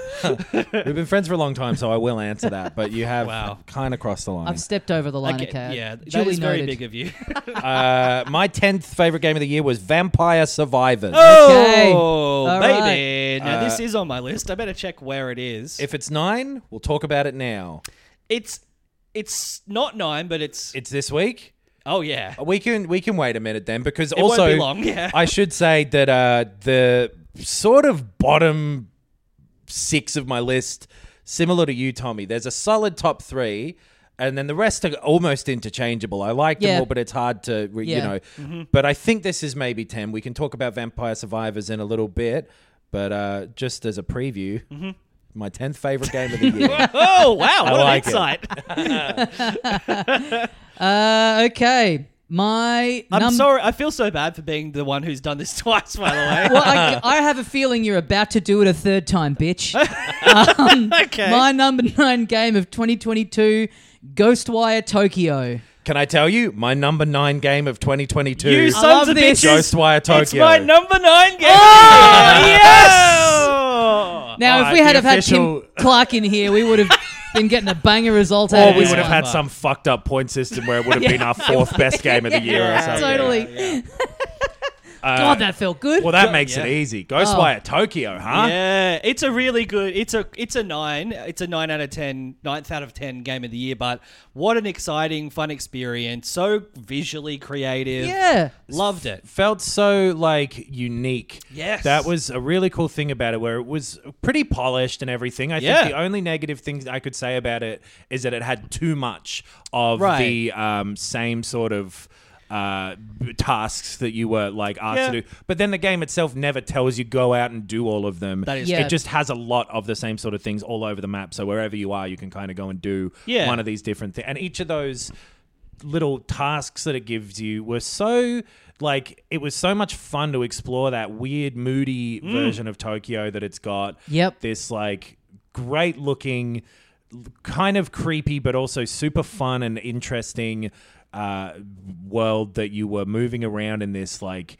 Speaker 3: we've been friends for a long time, so I will answer that. But you have
Speaker 2: Wow.
Speaker 3: kind of crossed the line.
Speaker 1: I've stepped over the line.
Speaker 2: Okay,
Speaker 1: Okay,
Speaker 2: yeah, that is
Speaker 1: duly
Speaker 2: very
Speaker 1: noted.
Speaker 2: big of you.
Speaker 3: Uh, my tenth favorite game of the year was Vampire Survivors.
Speaker 1: Okay.
Speaker 2: Oh,
Speaker 1: All
Speaker 2: baby! Now this
Speaker 3: Uh,
Speaker 2: is on my list. I better check where it is.
Speaker 3: If it's nine, we'll talk about it now.
Speaker 2: it's it's not nine, but it's
Speaker 3: It's this week.
Speaker 2: oh yeah.
Speaker 3: We can we can wait a minute then because
Speaker 2: won't
Speaker 3: also
Speaker 2: be long, yeah.
Speaker 3: I should say that uh, the sort of bottom six of my list, similar to you, Tommy. There's a solid top three, and then the rest are almost interchangeable. I like
Speaker 1: Yeah.
Speaker 3: them all, but it's hard to re- you
Speaker 1: Yeah.
Speaker 3: know.
Speaker 2: Mm-hmm.
Speaker 3: But I think this is maybe ten. We can talk about Vampire Survivors in a little bit, but uh, just as a preview,
Speaker 2: Mm-hmm.
Speaker 3: my tenth favorite game of the year.
Speaker 2: Oh wow! What
Speaker 3: like it.
Speaker 2: an insight.
Speaker 1: Uh, okay, my
Speaker 2: I'm
Speaker 1: number.
Speaker 2: sorry. I feel so bad for being the one who's done this twice. By the way.
Speaker 1: Well, I, I have a feeling you're about to do it a third time, bitch.
Speaker 2: okay.
Speaker 1: My number nine game of 2022, Ghostwire Tokyo.
Speaker 3: can I tell you my number nine game of 2022?
Speaker 2: you
Speaker 1: I love
Speaker 2: sons of
Speaker 1: this.
Speaker 2: bitches.
Speaker 3: Ghostwire
Speaker 2: It's
Speaker 3: Tokyo.
Speaker 2: my number nine game. Oh, yes.
Speaker 1: Now, if
Speaker 3: Uh, Alright,
Speaker 1: we had
Speaker 3: the
Speaker 1: have had Tim
Speaker 3: official-
Speaker 1: Clark in here, we would have been getting a banger result out
Speaker 3: Or
Speaker 1: of
Speaker 3: we
Speaker 1: this
Speaker 3: would have
Speaker 1: one.
Speaker 3: had some fucked up point system where it would have been our fourth best game of the year or something. Uh,
Speaker 1: Totally. God, that Oh. felt good.
Speaker 3: Well, that makes it
Speaker 2: yeah.
Speaker 3: easy. Ghostwire Tokyo, huh?
Speaker 2: Yeah, it's a really good. It's a it's a nine. It's a nine out of ten, ninth out of ten game of the year. But what an exciting, fun experience! So visually creative.
Speaker 1: yeah.
Speaker 2: loved it.
Speaker 3: Felt so like unique.
Speaker 2: Yes.
Speaker 3: that was a really cool thing about it, where it was pretty polished and everything. I
Speaker 2: Yeah.
Speaker 3: think the only negative thing I could say about it is that it had too much of
Speaker 2: Right.
Speaker 3: the um, same sort of uh, b- tasks that you were like asked
Speaker 2: Yeah.
Speaker 3: to do. But then the game itself never tells you go out and do all of them.
Speaker 2: That is
Speaker 1: Yeah.
Speaker 3: It just has a lot of the same sort of things all over the map. So wherever you are, you can kind of go and do
Speaker 2: Yeah.
Speaker 3: one of these different things. And each of those little tasks that it gives you were so like it was so much fun to explore that weird moody version of Tokyo that it's got.
Speaker 1: Mm. Yep.
Speaker 3: This like great looking l- kind of creepy but also super fun and interesting uh world that you were moving around in this like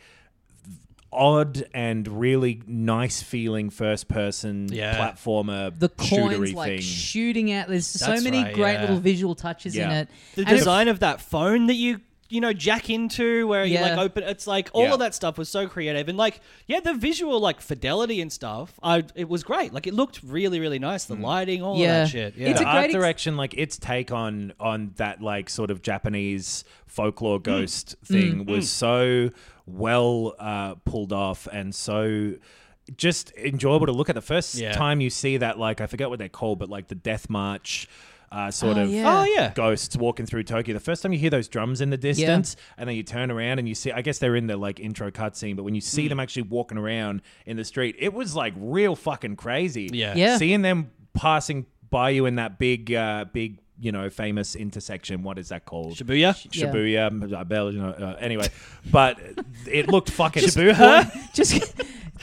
Speaker 3: odd and really nice feeling first person
Speaker 2: Yeah.
Speaker 3: platformer
Speaker 1: the coins
Speaker 3: shootery
Speaker 1: like
Speaker 3: thing.
Speaker 1: shooting out. There's
Speaker 2: That's
Speaker 1: so many
Speaker 2: right,
Speaker 1: great
Speaker 2: yeah.
Speaker 1: little visual touches in
Speaker 3: Yeah.
Speaker 1: it.
Speaker 2: the
Speaker 1: And it-
Speaker 2: design of that phone that you you know jack into where you
Speaker 1: Yeah.
Speaker 2: like open it's like all
Speaker 3: Yeah.
Speaker 2: of that stuff was so creative and like yeah the visual like fidelity and stuff i it was great like it looked really really nice the lighting all
Speaker 1: Mm. Yeah.
Speaker 2: of that shit yeah
Speaker 1: It's
Speaker 3: the
Speaker 1: a
Speaker 3: art
Speaker 1: great ex-
Speaker 3: direction, like its take on on that like sort of Japanese
Speaker 1: Hmm.
Speaker 3: folklore ghost thing, was so well uh, pulled off and so just enjoyable to look at. The first
Speaker 2: Yeah.
Speaker 3: time you see that, like I forget what they're called, but like the death march. Uh, sort
Speaker 1: Oh,
Speaker 3: of
Speaker 1: yeah.
Speaker 2: oh yeah
Speaker 3: ghosts walking through Tokyo. The first time you hear those drums in the distance, and then you turn around and you see, I guess they're in the like intro cutscene, but when you
Speaker 1: Hmm.
Speaker 3: see them actually walking around in the street, it was like real fucking crazy.
Speaker 2: Yeah.
Speaker 1: Yeah.
Speaker 3: Seeing them passing by you in that big, uh, big, you know, famous intersection. What is that called?
Speaker 2: shibuya
Speaker 1: Yeah.
Speaker 3: Shibuya, uh, Bell, you know, uh, anyway, but it looked fucking
Speaker 1: just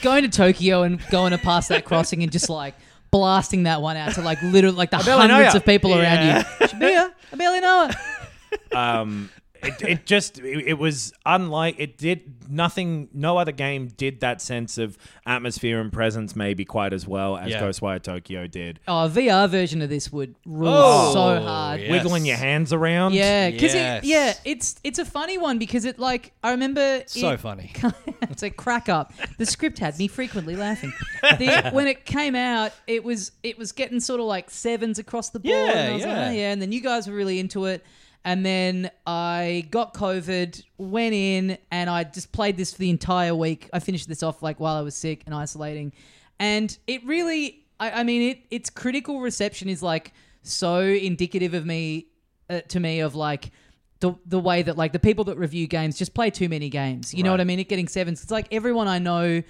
Speaker 1: going to Tokyo and going to pass that crossing and just like blasting that one out to like literally like the
Speaker 3: barely know
Speaker 1: hundreds
Speaker 3: ya.
Speaker 1: of people around you. Shibuya, I barely know it.
Speaker 3: um it, it just it, it was unlike it did nothing no other game did that sense of atmosphere and presence maybe quite as well as
Speaker 2: Yeah.
Speaker 3: ghostwire tokyo did
Speaker 1: Oh, a VR version of this would rule
Speaker 2: Oh,
Speaker 1: so hard.
Speaker 2: yeah.
Speaker 3: wiggling
Speaker 2: Yes.
Speaker 3: your hands around
Speaker 1: Yeah, because
Speaker 2: Yes.
Speaker 1: it, yeah, it's it's a funny one because it like I remember
Speaker 2: so
Speaker 1: it-
Speaker 2: funny
Speaker 1: it's a crack up. The script had me frequently laughing. The, when it came out, it was it was getting sort of like sevens across the board. and
Speaker 2: Yeah,
Speaker 1: I was
Speaker 2: yeah.
Speaker 1: Like, oh, yeah. And then you guys were really into it. And then I got COVID, went in, and I just played this for the entire week. I finished this off like while I was sick and isolating, and it really, I, I mean, it its critical reception is like so indicative of me uh, to me of like the the way that like the people that review games just play too many games. You know what I mean? It getting sevens. It's like everyone I know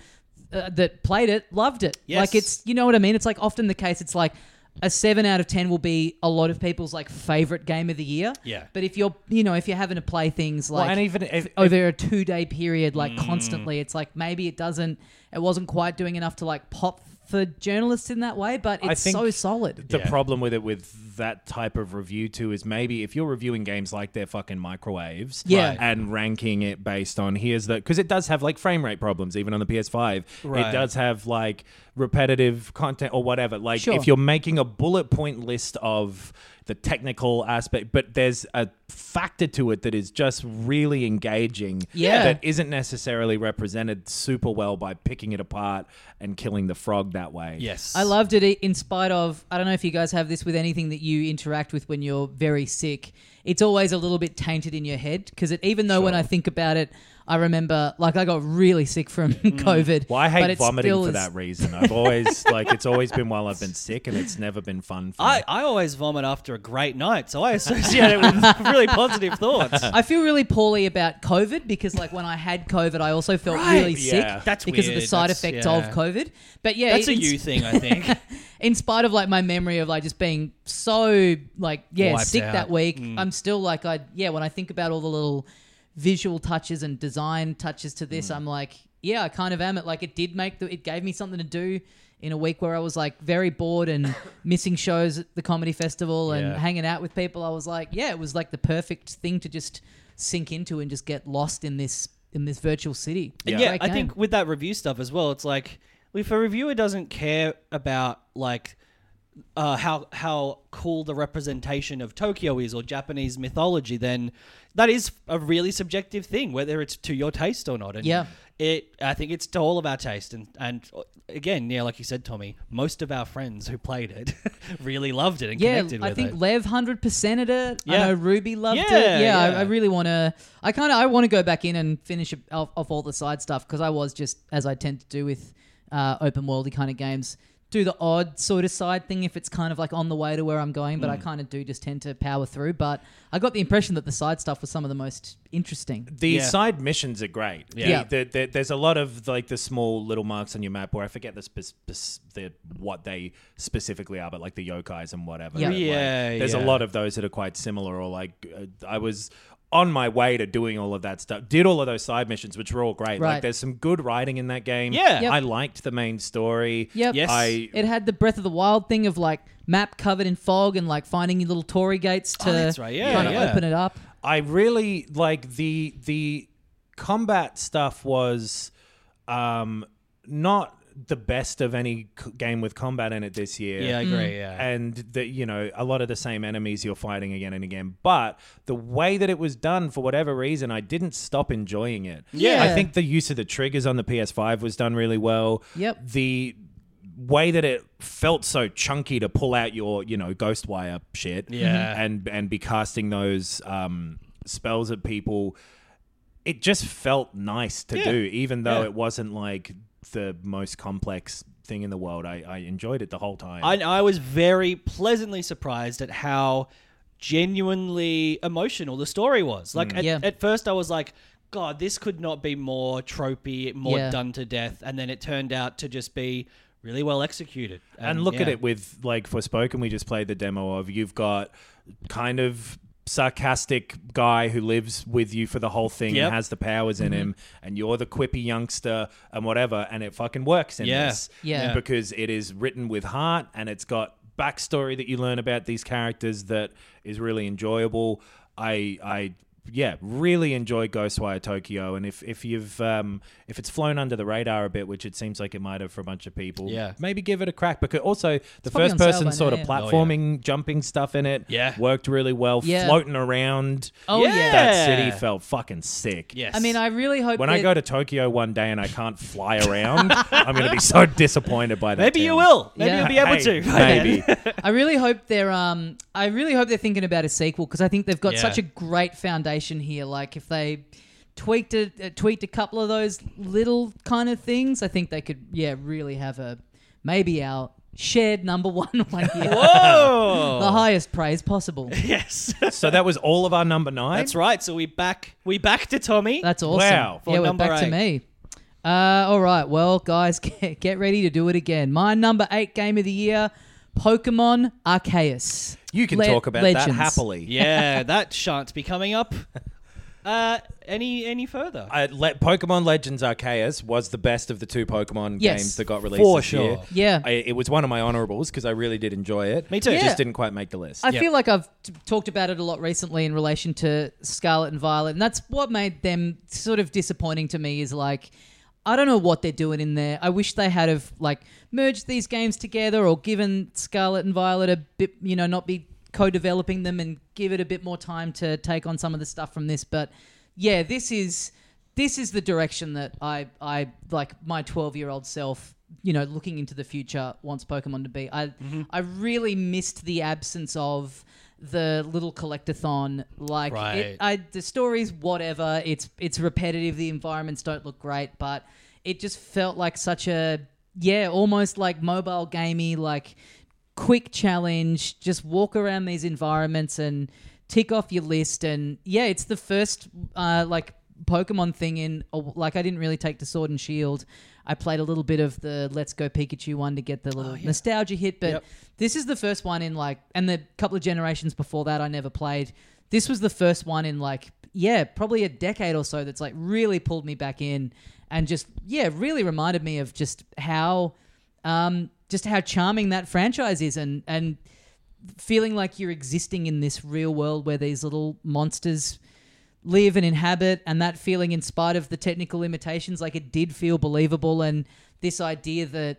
Speaker 1: uh, that played it loved it.
Speaker 2: Yes.
Speaker 1: Like it's you know what I mean? It's like often the case. It's like a seven out of ten will be a lot of people's like favorite game of the year.
Speaker 2: Yeah.
Speaker 1: But if you're you know if you're having to play things like oh,
Speaker 3: Well, and even if,
Speaker 1: over a two day period, like constantly. It's like maybe it doesn't, it wasn't quite doing enough to like pop for journalists in that way, but
Speaker 3: I
Speaker 1: it's
Speaker 3: think
Speaker 1: so solid.
Speaker 3: the problem with it with that type of review too is maybe if you're reviewing games like they're fucking microwaves
Speaker 1: Yeah. Right.
Speaker 3: and ranking it based on here's the because it does have like frame rate problems even on the ps5
Speaker 2: Right.
Speaker 3: it does have like repetitive content or whatever like
Speaker 1: Sure.
Speaker 3: if you're making a bullet point list of the technical aspect but there's a factor to it that is just really engaging
Speaker 1: Yeah.
Speaker 3: that isn't necessarily represented super well by picking it apart and killing the frog that way
Speaker 2: yes
Speaker 1: I loved it in spite of, I don't know if you guys have this with anything that you interact with when you're very sick. It's always a little bit tainted in your head because it, even though when I think about it, I remember like I got really sick from COVID.
Speaker 3: Well, I
Speaker 1: but
Speaker 3: hate
Speaker 1: it
Speaker 3: vomiting
Speaker 1: still
Speaker 3: for
Speaker 1: is-
Speaker 3: that reason. I've always like it's always been while I've been sick, and it's never been fun for
Speaker 2: I,
Speaker 3: me.
Speaker 2: I always vomit after a great night, so I associate it with really positive thoughts.
Speaker 1: I feel really poorly about COVID because, like, when I had COVID, I also felt
Speaker 2: Right.
Speaker 1: really sick
Speaker 3: Yeah.
Speaker 2: That's
Speaker 1: because of the
Speaker 2: weird.
Speaker 1: side
Speaker 2: That's-
Speaker 1: effects
Speaker 2: yeah.
Speaker 1: of COVID. But yeah,
Speaker 2: That's a
Speaker 1: in-
Speaker 2: you thing, I think.
Speaker 1: in spite of like my memory of like just being so like yeah
Speaker 2: Wiped
Speaker 1: sick
Speaker 2: out. Mm.
Speaker 1: that week i'm still like i yeah when i think about all the little visual touches and design touches to
Speaker 2: Mm.
Speaker 1: this i'm like yeah i kind of am it like it did make the it gave me something to do in a week where i was like very bored and missing shows at the comedy festival and
Speaker 2: Yeah.
Speaker 1: hanging out with people i was like yeah it was like the perfect thing to just sink into and just get lost in this in this virtual city
Speaker 2: And yeah,
Speaker 1: Great
Speaker 2: I
Speaker 1: game.
Speaker 2: think with that review stuff as well, it's like if a reviewer doesn't care about like uh, how how cool the representation of Tokyo is or Japanese mythology, then that is a really subjective thing, whether it's to your taste or not. And
Speaker 1: Yeah.
Speaker 2: it I think it's to all of our taste, and and again, yeah, like you said, Tommy, most of our friends who played it really loved it and
Speaker 1: Yeah,
Speaker 2: connected with
Speaker 1: I think
Speaker 2: it.
Speaker 1: Lev hundred percented it.
Speaker 2: Yeah.
Speaker 1: I know Ruby loved
Speaker 2: Yeah,
Speaker 1: it. Yeah, I,
Speaker 2: yeah.
Speaker 1: I really want to. I kind of I want to go back in and finish up- off, off all the side stuff because I was just as I tend to do with uh, open worldy kind of games, do the odd sort of side thing if it's kind of like on the way to where I'm going,
Speaker 2: Mm.
Speaker 1: but I kind of do just tend to power through. But I got the impression that the side stuff was some of the most interesting.
Speaker 3: The
Speaker 2: Yeah.
Speaker 3: side missions are great.
Speaker 2: Yeah.
Speaker 1: Yeah.
Speaker 3: The- the- there's a lot of like the small little marks on your map where I forget the, spec- spec- the what they specifically are, but like the yokais and whatever.
Speaker 1: Yeah.
Speaker 3: Like,
Speaker 2: Yeah,
Speaker 3: there's
Speaker 2: yeah.
Speaker 3: a lot of those that are quite similar. Or like uh, I was on my way to doing all of that stuff. Did all of those side missions, which were all great.
Speaker 1: Right.
Speaker 3: Like there's some good writing in that game.
Speaker 2: Yeah.
Speaker 1: Yep.
Speaker 3: I liked the main story.
Speaker 1: Yep.
Speaker 2: Yes.
Speaker 3: I
Speaker 1: It had the Breath of the Wild thing of like map covered in fog and like finding your little Tory gates to
Speaker 2: Oh, that's right. Yeah,
Speaker 1: kind of
Speaker 2: yeah.
Speaker 1: open it up.
Speaker 3: I really like the the combat stuff was um not the best of any c- game with combat in it this year.
Speaker 2: Yeah, I
Speaker 1: Hmm.
Speaker 2: agree. Yeah.
Speaker 3: And the you know a lot of the same enemies you're fighting again and again, but the way that it was done for whatever reason, I didn't stop enjoying it.
Speaker 1: Yeah.
Speaker 3: I think the use of the triggers on the PS5 was done really well.
Speaker 1: Yep.
Speaker 3: the way that it felt so chunky to pull out your you know ghost wire shit,
Speaker 2: Yeah. Mm-hmm.
Speaker 3: and and be casting those um, spells at people. It just felt nice to
Speaker 2: Yeah.
Speaker 3: do, even though
Speaker 2: Yeah.
Speaker 3: it wasn't like the most complex thing in the world. I, I enjoyed it the whole time.
Speaker 2: I, I was very pleasantly surprised at how genuinely emotional the story was. Like
Speaker 3: Hmm.
Speaker 2: at,
Speaker 1: Yeah.
Speaker 2: at first, I was like, "God, this could not be more tropey, more
Speaker 1: Yeah.
Speaker 2: done to death." And then it turned out to just be really well executed.
Speaker 3: and look at
Speaker 2: yeah.
Speaker 3: it with like for spoken we just played the demo of you've got kind of sarcastic guy who lives with you for the whole thing
Speaker 2: Yep. Mm-hmm.
Speaker 3: and has the powers in him and you're the quippy youngster and whatever and it fucking works in
Speaker 2: Yeah.
Speaker 3: this
Speaker 1: Yeah.
Speaker 3: because it is written with heart and it's got backstory that you learn about these characters that is really enjoyable i i yeah, really enjoy Ghostwire Tokyo, and if if you've um, if it's flown under the radar a bit, which it seems like it might have for a bunch of people,
Speaker 2: Yeah.
Speaker 3: maybe give it a crack because also the
Speaker 1: probably
Speaker 3: first
Speaker 1: on sale by
Speaker 3: person sort
Speaker 1: now, Oh,
Speaker 3: of
Speaker 1: yeah.
Speaker 2: yeah.
Speaker 3: platforming jumping stuff in it
Speaker 2: Yeah.
Speaker 3: worked really well
Speaker 1: Yeah.
Speaker 3: floating around
Speaker 1: Oh, yeah.
Speaker 3: that
Speaker 2: Yeah.
Speaker 3: city felt fucking sick
Speaker 2: Yes.
Speaker 1: I mean, I really hope
Speaker 3: when
Speaker 1: that,
Speaker 3: I go to Tokyo one day and I can't fly around I'm gonna be so disappointed by that
Speaker 2: maybe you
Speaker 3: town.
Speaker 2: will. Maybe
Speaker 1: Yeah.
Speaker 2: you'll be able
Speaker 3: Hey,
Speaker 2: to.
Speaker 3: maybe
Speaker 1: I really hope they're um I really hope they're thinking about a sequel because I think they've got
Speaker 2: Yeah.
Speaker 1: such a great foundation here. Like if they tweaked a uh, tweaked a couple of those little kind of things, I think they could yeah really have a maybe our shared number one one year.
Speaker 2: Whoa.
Speaker 1: The highest praise possible.
Speaker 2: yes.
Speaker 3: so that was all of our number nine
Speaker 2: That's right. So we back we back to Tommy.
Speaker 1: That's awesome.
Speaker 3: Wow.
Speaker 1: Yeah,
Speaker 2: For
Speaker 1: we're
Speaker 2: number
Speaker 1: back to me.
Speaker 2: eight.
Speaker 1: Uh, all right. Well, guys, get, get ready to do it again. My number eight game of the year, Pokemon Arceus.
Speaker 3: you can
Speaker 1: Le-
Speaker 3: talk about that
Speaker 1: Legends.
Speaker 3: happily
Speaker 2: yeah, that shan't be coming up. Uh, any any further?
Speaker 3: I, Uh, le- Pokemon Legends Arceus was the best of the two Pokemon
Speaker 1: Yes.
Speaker 3: games that got released
Speaker 2: For
Speaker 3: this
Speaker 2: sure.
Speaker 3: year.
Speaker 1: Yeah.
Speaker 3: I, it was one of my honorables because I really did enjoy it.
Speaker 2: Me too.
Speaker 3: It
Speaker 1: Yeah.
Speaker 3: just didn't quite make the list.
Speaker 1: I
Speaker 2: Yep.
Speaker 1: feel like I've t- talked about it a lot recently in relation to Scarlet and Violet, and that's what made them sort of disappointing to me. Is like, I don't know what they're doing in there. I wish they had have like merged these games together or given Scarlet and Violet a bit, you know, not be co-developing them and give it a bit more time to take on some of the stuff from this. But yeah, this is this is the direction that I I like my 12 year old self you know looking into the future wants Pokemon to be I I really missed the absence of the little collectathon like
Speaker 2: Right.
Speaker 1: it, I the story's whatever it's it's repetitive the environments don't look great but it just felt like such a yeah almost like mobile gamey like quick challenge just walk around these environments and tick off your list and yeah it's the first uh, like pokemon thing in like i didn't really take to sword and shield i played a little bit of the let's go pikachu one to get the little nostalgia hit but
Speaker 2: Yep.
Speaker 1: this is the first one in like and the couple of generations before that i never played this was the first one in like yeah probably a decade or so that's like really pulled me back in and just yeah really reminded me of just how um, just how charming that franchise is and and feeling like you're existing in this real world where these little monsters live and inhabit and that feeling in spite of the technical limitations like it did feel believable and this idea that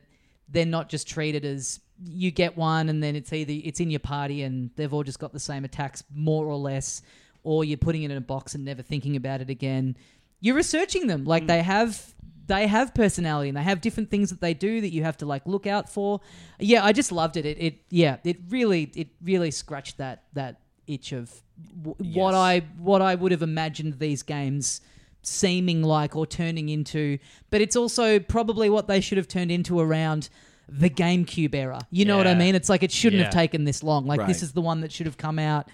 Speaker 1: they're not just treated as you get one and then it's either it's in your party and they've all just got the same attacks more or less or you're putting it in a box and never thinking about it again you're researching them like they have they have personality and they have different things that they do that you have to like look out for yeah i just loved it it, it yeah it really it really scratched that that itch of w- what
Speaker 3: Yes.
Speaker 1: i what i would have imagined these games seeming like or turning into but it's also probably what they should have turned into around the GameCube era. You know what I
Speaker 2: Yeah.
Speaker 1: mean? It's like it shouldn't have
Speaker 2: Yeah.
Speaker 1: taken this long. Like this
Speaker 3: Right.
Speaker 1: is the one that should have come out.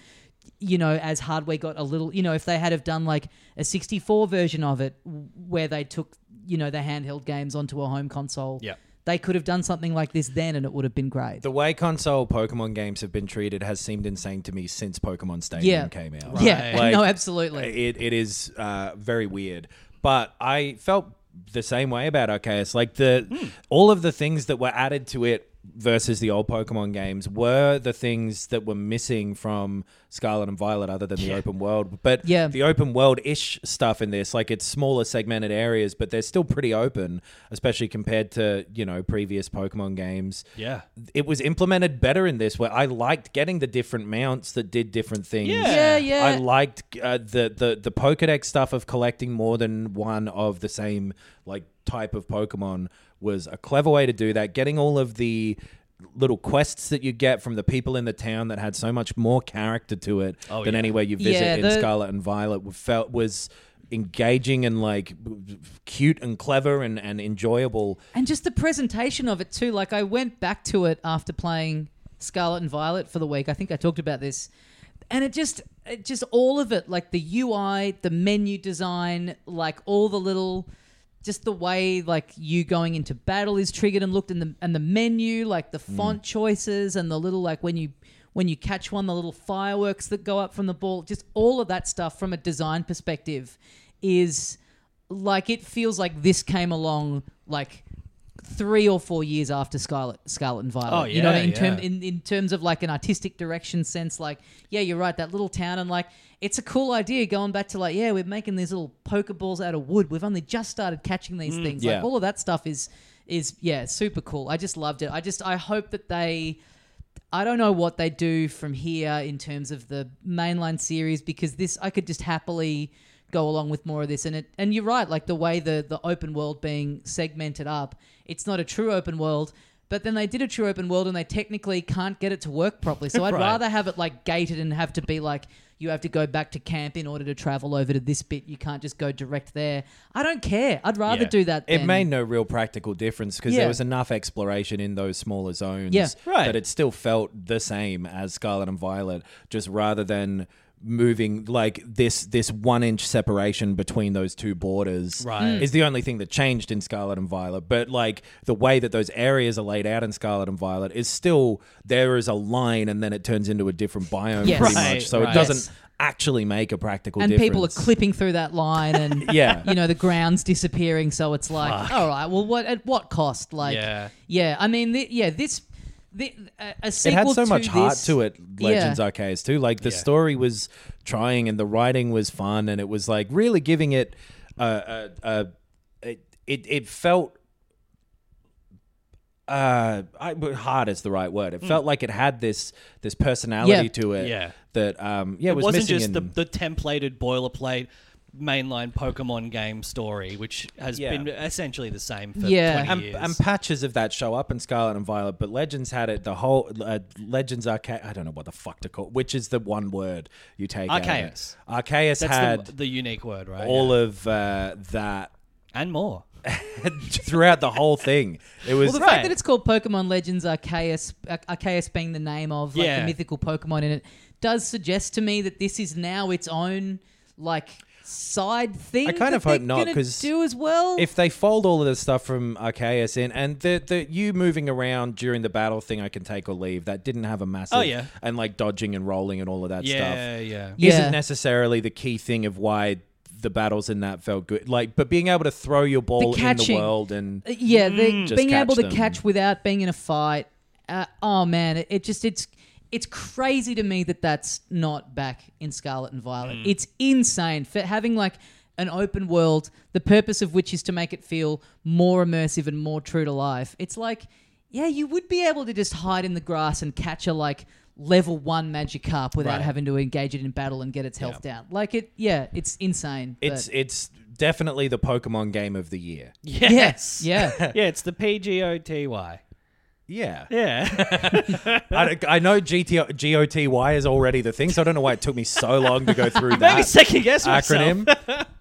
Speaker 1: You know, as hardware got a little, you know, if they had have done like a 64 version of it, w- where they took, you know, the handheld games onto a home console,
Speaker 2: Yep.
Speaker 1: they could have done something like this then, and it would have been great.
Speaker 3: The way console Pokemon games have been treated has seemed insane to me since Pokemon Stadium
Speaker 1: Yeah.
Speaker 3: came out.
Speaker 1: Yeah,
Speaker 3: Like,
Speaker 1: no, absolutely.
Speaker 3: It, it is uh, very weird. But I felt the same way about Arceus. Like the all of the things that were added to it versus the old Pokemon games were the things that were missing from Scarlet and Violet other than the open world. But
Speaker 1: Yeah.
Speaker 3: the open world ish stuff in this, like it's smaller segmented areas, but they're still pretty open, especially compared to, you know, previous Pokemon games
Speaker 2: Yeah.
Speaker 3: it was implemented better in this where I liked getting the different mounts that did different things.
Speaker 2: Yeah.
Speaker 1: Yeah, yeah.
Speaker 3: uh, I liked uh, the the the Pokédex stuff of collecting more than one of the same like type of Pokemon was a clever way to do that. Getting all of the little quests that you get from the people in the town that had so much more character to it than
Speaker 2: yeah.
Speaker 3: anywhere you visit
Speaker 1: Yeah,
Speaker 3: in
Speaker 1: the-
Speaker 3: Scarlet and Violet felt was engaging and like cute and clever and, and enjoyable
Speaker 1: And just the presentation of it too. Like I went back to it after playing Scarlet and Violet for the week. I think I talked about this, and it just, it just all of it, like the UI, the menu design, like all the little, just the way like you going into battle is triggered and looked in the and the menu, like the font choices and the little like when you when you catch one, the little fireworks that go up from the ball, just all of that stuff from a design perspective is like it feels like this came along like three or four years after Scarlet, Scarlet and Violet.
Speaker 2: Oh,
Speaker 1: you know, what I mean? in,
Speaker 2: yeah,
Speaker 1: term,
Speaker 2: yeah.
Speaker 1: in in terms of like an artistic direction sense, like yeah, you're right. That little town and like it's a cool idea. Going back to like yeah, we're making these little pokeballs out of wood. We've only just started catching
Speaker 2: Mm,
Speaker 1: these things.
Speaker 3: yeah.
Speaker 1: Like all of that stuff is is yeah, super cool. I just loved it. I just I hope that they. I don't know what they do from here in terms of the mainline series because this I could just happily go along with more of this and it and you're right like the way the the open world being segmented up it's not a true open world but then they did a true open world and they technically can't get it to work properly so I'd
Speaker 2: Right.
Speaker 1: rather have it like gated and have to be like you have to go back to camp in order to travel over to this bit you can't just go direct there I don't care I'd rather
Speaker 2: Yeah.
Speaker 1: do that
Speaker 3: It
Speaker 1: than-
Speaker 3: made no real practical difference because
Speaker 1: Yeah.
Speaker 3: there was enough exploration in those smaller zones
Speaker 1: Yeah.
Speaker 2: Right.
Speaker 3: that it still felt the same as Scarlet and Violet, just rather than moving like this this one inch separation between those two borders
Speaker 2: Right.
Speaker 3: is the only thing that changed in Scarlet and Violet. But like the way that those areas are laid out in Scarlet and Violet is still there is a line and then it turns into a different biome
Speaker 1: Yes.
Speaker 3: pretty
Speaker 2: Right,
Speaker 3: much. So
Speaker 2: right.
Speaker 3: it doesn't
Speaker 1: Yes.
Speaker 3: actually make a practical
Speaker 1: and
Speaker 3: difference.
Speaker 1: people are clipping through that line and
Speaker 3: Yeah.
Speaker 1: you know the ground's disappearing so it's like all right well what at what cost like
Speaker 2: Yeah.
Speaker 1: yeah, i mean th- yeah this the, a- a
Speaker 3: it
Speaker 1: sequel
Speaker 3: had so
Speaker 1: to
Speaker 3: much heart
Speaker 1: this-
Speaker 3: to it legends
Speaker 1: yeah.
Speaker 3: arceus too like the
Speaker 2: Yeah.
Speaker 3: story was trying and the writing was fun and it was like really giving it uh, uh, uh, it, it it felt uh I, but hard is the right word it felt like it had this this personality
Speaker 1: Hmm. Yeah.
Speaker 3: to it
Speaker 2: Yeah.
Speaker 3: that um yeah
Speaker 2: It
Speaker 3: was
Speaker 2: wasn't
Speaker 3: missing
Speaker 2: just
Speaker 3: in-
Speaker 2: the, the templated boilerplate mainline Pokemon game story, which has
Speaker 3: Yeah.
Speaker 2: been essentially the same for
Speaker 1: Yeah.
Speaker 2: 20
Speaker 3: and,
Speaker 2: years.
Speaker 3: and patches of that show up in Scarlet and Violet, but Legends had it the whole uh, Legends Arcade. I don't know what the fuck to call, which is the one word you take. out of it.
Speaker 2: Arceus.
Speaker 3: Arceus
Speaker 2: That's
Speaker 3: had
Speaker 2: the, the unique word, right?
Speaker 3: all of uh, that
Speaker 2: and more.
Speaker 3: throughout the whole thing. It was
Speaker 1: well, the
Speaker 2: Right.
Speaker 1: fact that it's called Pokemon Legends Arceus, Ar- Arceus being the name of like,
Speaker 2: Yeah.
Speaker 1: the mythical Pokemon in it, does suggest to me that this is now its own like side thing.
Speaker 3: I kind
Speaker 1: that
Speaker 3: of hope
Speaker 1: they're
Speaker 3: not,
Speaker 1: gonna
Speaker 3: 'cause
Speaker 1: do as well.
Speaker 3: if they fold all of this stuff from uh, Arceus in, and the the you moving around during the battle thing, I can take or leave. That didn't have a massive
Speaker 2: Oh, yeah.
Speaker 3: and like dodging and rolling and all of that stuff.
Speaker 2: Yeah, yeah.
Speaker 1: Yeah.
Speaker 3: isn't necessarily the key thing of why the battles in that felt good. Like, but being able to throw your ball in the
Speaker 1: catching.
Speaker 3: world and
Speaker 1: Uh, yeah, the,
Speaker 3: Just
Speaker 1: being
Speaker 3: catch
Speaker 1: able to
Speaker 3: them.
Speaker 1: catch without being in a fight. Uh, oh man, it, it just it's it's crazy to me that that's not back in Scarlet and Violet.
Speaker 3: Mm.
Speaker 1: It's insane for having like an open world, the purpose of which is to make it feel more immersive and more true to life. It's like yeah, you would be able to just hide in the grass and catch a like level one magic carp without
Speaker 3: Right.
Speaker 1: having to engage it in battle and get its health down. Like it, yeah, it's insane. but-
Speaker 3: it's it's definitely the Pokemon game of the year.
Speaker 2: Yes.
Speaker 1: yeah.
Speaker 2: Yeah, it's the P G O T Y.
Speaker 3: Yeah.
Speaker 2: Yeah.
Speaker 3: I, I know GTO, GOTY is already the thing, so I don't know why it took me so long to go through
Speaker 2: Maybe
Speaker 3: that
Speaker 2: second guess myself.
Speaker 3: acronym.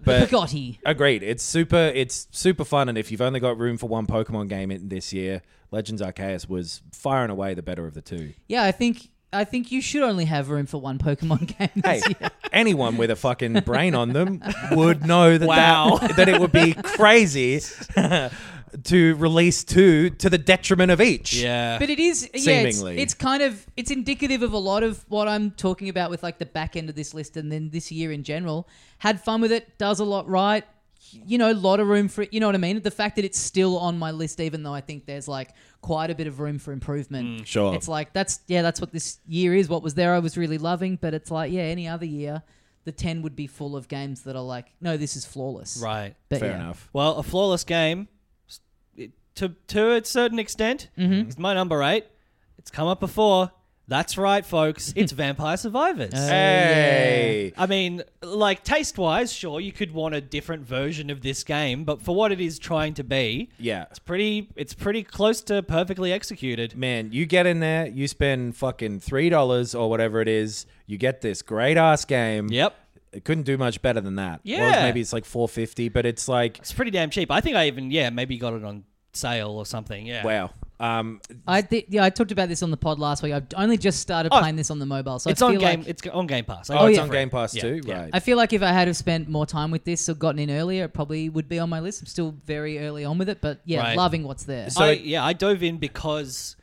Speaker 3: But
Speaker 1: Gotti.
Speaker 3: agreed, it's super. It's super fun, and if you've only got room for one Pokemon game in this year, Legends Arceus was far and away the better of the two.
Speaker 1: Yeah, I think I think you should only have room for one Pokemon game.
Speaker 3: Hey,
Speaker 1: This year.
Speaker 3: anyone with a fucking brain on them would know that
Speaker 2: Wow.
Speaker 3: that, that it would be crazy to release two to the detriment of each.
Speaker 2: Yeah.
Speaker 1: But it is yeah, it's,
Speaker 3: Seemingly.
Speaker 1: it's kind of it's indicative of a lot of what I'm talking about with like the back end of this list and then this year in general. Had fun with it, does a lot right. You know, a lot of room for it. You know what I mean? The fact that it's still on my list, even though I think there's like quite a bit of room for improvement.
Speaker 3: Mm, sure.
Speaker 1: It's like that's yeah, that's what this year is. What was there, I was really loving. But it's like yeah, any other year, the ten would be full of games that are like, no, this is flawless.
Speaker 2: right.
Speaker 1: But
Speaker 3: Fair
Speaker 1: yeah.
Speaker 3: enough.
Speaker 2: Well, a flawless game, s- it- to to a certain extent,
Speaker 1: Mm-hmm.
Speaker 2: is my number eight. It's come up before. That's right, folks. It's Vampire Survivors.
Speaker 1: Uh,
Speaker 3: Hey.
Speaker 2: I mean, like taste wise, sure, you could want a different version of this game, but for what it is trying to be,
Speaker 3: Yeah.
Speaker 2: it's pretty. It's pretty close to perfectly executed.
Speaker 3: Man, you get in there, you spend fucking three dollars or whatever it is, you get this great ass game.
Speaker 2: Yep,
Speaker 3: It couldn't do much better than that. Well,
Speaker 2: Yeah.
Speaker 3: maybe it's like four fifty, but it's like
Speaker 2: it's pretty damn cheap. I think I even yeah maybe got it on sale or something. Yeah.
Speaker 3: wow. Um
Speaker 1: I thi- yeah, I talked about this on the pod last week. I've only just started
Speaker 2: Oh.
Speaker 1: playing this on the mobile, so
Speaker 2: it's
Speaker 1: I
Speaker 2: on
Speaker 1: feel
Speaker 2: game.
Speaker 1: like
Speaker 2: it's on Game Pass. I
Speaker 3: Oh,
Speaker 2: got
Speaker 3: it's
Speaker 1: yeah.
Speaker 3: on Game Pass too,
Speaker 2: yeah.
Speaker 3: right?
Speaker 1: I feel like if I had have spent more time with this or gotten in earlier, it probably would be on my list. I'm still very early on with it, but yeah,
Speaker 2: Right.
Speaker 1: loving what's there.
Speaker 2: I, yeah, I dove in because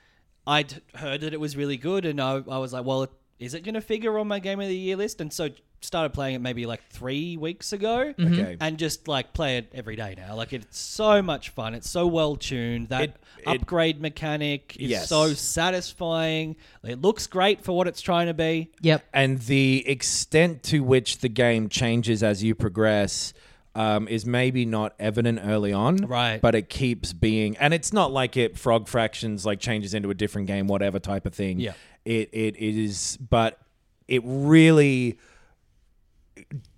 Speaker 2: I'd heard that it was really good, and I, I was like, well, is it going to figure on my game of the year list? And so started playing it maybe like three weeks ago,
Speaker 3: Mm-hmm. Okay.
Speaker 2: and just like play it every day now. Like it's so much fun. It's so well tuned. That
Speaker 3: It- it-
Speaker 2: upgrade mechanic is
Speaker 3: Yes.
Speaker 2: so satisfying. It looks great for what it's trying to be.
Speaker 1: yep.
Speaker 3: and the extent to which the game changes as you progress um, is maybe not evident early on,
Speaker 2: Right.
Speaker 3: But it keeps being, and it's not like it frog fractions like changes into a different game, whatever type of thing.
Speaker 2: Yeah.
Speaker 3: it it, it is, but it really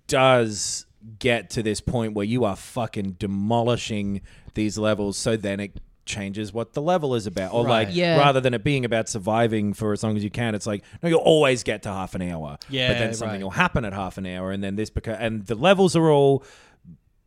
Speaker 3: does get to this point where you are fucking demolishing these levels. So then it changes what the level is about, or
Speaker 2: Right.
Speaker 3: like
Speaker 1: Yeah.
Speaker 3: rather than it being about surviving for as long as you can, it's like no, you'll always get to half an hour.
Speaker 2: Yeah,
Speaker 3: but then something
Speaker 2: right.
Speaker 3: will happen at half an hour, and then this beca- and the levels are all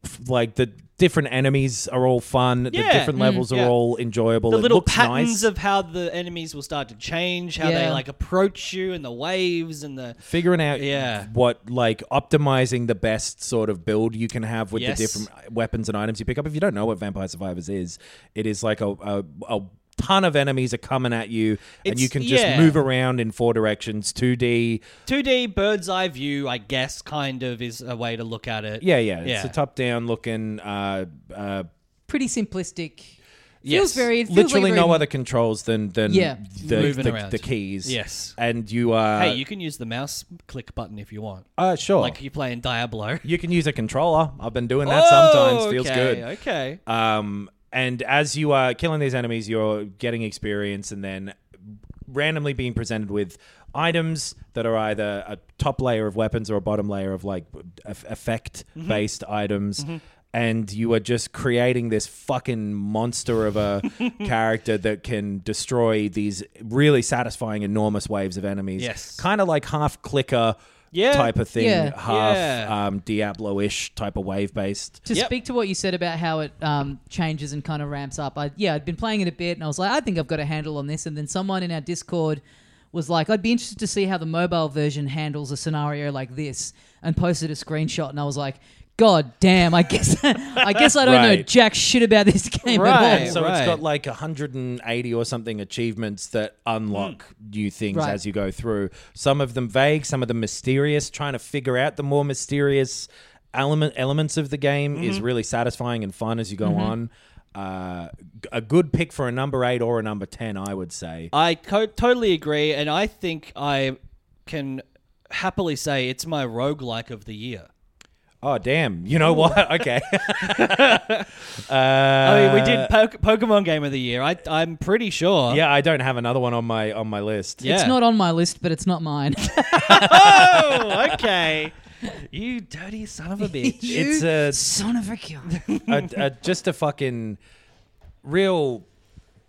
Speaker 3: f- like the different enemies are all fun.
Speaker 2: Yeah. Mm,
Speaker 3: The different levels are
Speaker 2: yeah.
Speaker 3: all enjoyable.
Speaker 2: the
Speaker 3: it
Speaker 2: little
Speaker 3: looks
Speaker 2: patterns
Speaker 3: nice.
Speaker 2: of how the enemies will start to change, how they
Speaker 1: Yeah.
Speaker 2: like approach you, and the waves and the
Speaker 3: figuring out
Speaker 2: Yeah.
Speaker 3: what like optimizing the best sort of build you can have with
Speaker 2: Yes.
Speaker 3: the different weapons and items you pick up. If you don't know what Vampire Survivors is, it is like a, a, a ton of enemies are coming at you, and
Speaker 2: It's-
Speaker 3: you can just
Speaker 2: yeah.
Speaker 3: move around in four directions, two D.
Speaker 2: 2D bird's eye view, I guess, kind of is a way to look at it.
Speaker 3: Yeah, yeah,
Speaker 2: Yeah.
Speaker 3: It's a top down looking. Uh, uh,
Speaker 1: Pretty simplistic.
Speaker 3: yes.
Speaker 1: Feels very it feels
Speaker 3: literally
Speaker 1: like
Speaker 3: no
Speaker 1: very-
Speaker 3: other controls than than
Speaker 1: Yeah.
Speaker 3: the,
Speaker 2: Moving
Speaker 3: the,
Speaker 2: around.
Speaker 3: the keys.
Speaker 2: Yes.
Speaker 3: and you are
Speaker 2: Hey, you can use the mouse click button if you want.
Speaker 3: uh, sure.
Speaker 2: Like you play in Diablo.
Speaker 3: you can use a controller. I've been doing that sometimes. Feels
Speaker 2: Oh, okay,
Speaker 3: good.
Speaker 2: Okay.
Speaker 3: Um, and as you are killing these enemies, you're getting experience and then randomly being presented with items that are either a top layer of weapons or a bottom layer of like effect
Speaker 2: Mm-hmm.
Speaker 3: based items. And you are just creating this fucking monster of a character that can destroy these really satisfying, enormous waves of enemies.
Speaker 2: Yes.
Speaker 3: Kind of like half clicker
Speaker 2: Yeah.
Speaker 3: type of thing,
Speaker 1: Yeah.
Speaker 3: half
Speaker 2: Yeah.
Speaker 3: um, Diablo ish type of wave based.
Speaker 1: To
Speaker 2: Yep.
Speaker 1: speak to what you said about how it um, changes and kind of ramps up, I, yeah, I'd been playing it a bit and I was like, I think I've got a handle on this. And then someone in our Discord was like, I'd be interested to see how the mobile version handles a scenario like this, and posted a screenshot. And I was like, God damn, I guess I guess I don't know
Speaker 3: Right.
Speaker 1: jack shit about this game at all.
Speaker 2: Right.
Speaker 3: so
Speaker 2: Right.
Speaker 3: it's got like 180 or something achievements that unlock new things
Speaker 1: Right.
Speaker 3: as you go through. Some of them vague, some of them mysterious. Trying to figure out the more mysterious element elements of the game is really satisfying and fun as you go on. Uh, g- a good pick for a number eight or a number ten, I would say.
Speaker 2: I co- totally agree, and I think I can happily say it's my roguelike of the year.
Speaker 3: Oh damn! You know what? Okay. Uh,
Speaker 2: I mean, we did Pok Pokemon Game of the Year. I, I'm pretty sure.
Speaker 3: yeah, I don't have another one on my on my list.
Speaker 2: Yeah.
Speaker 1: It's not on my list, but it's not mine.
Speaker 2: Oh, okay. You dirty son of a bitch.
Speaker 3: It's a
Speaker 1: son of a gun.
Speaker 3: a, a- just a fucking real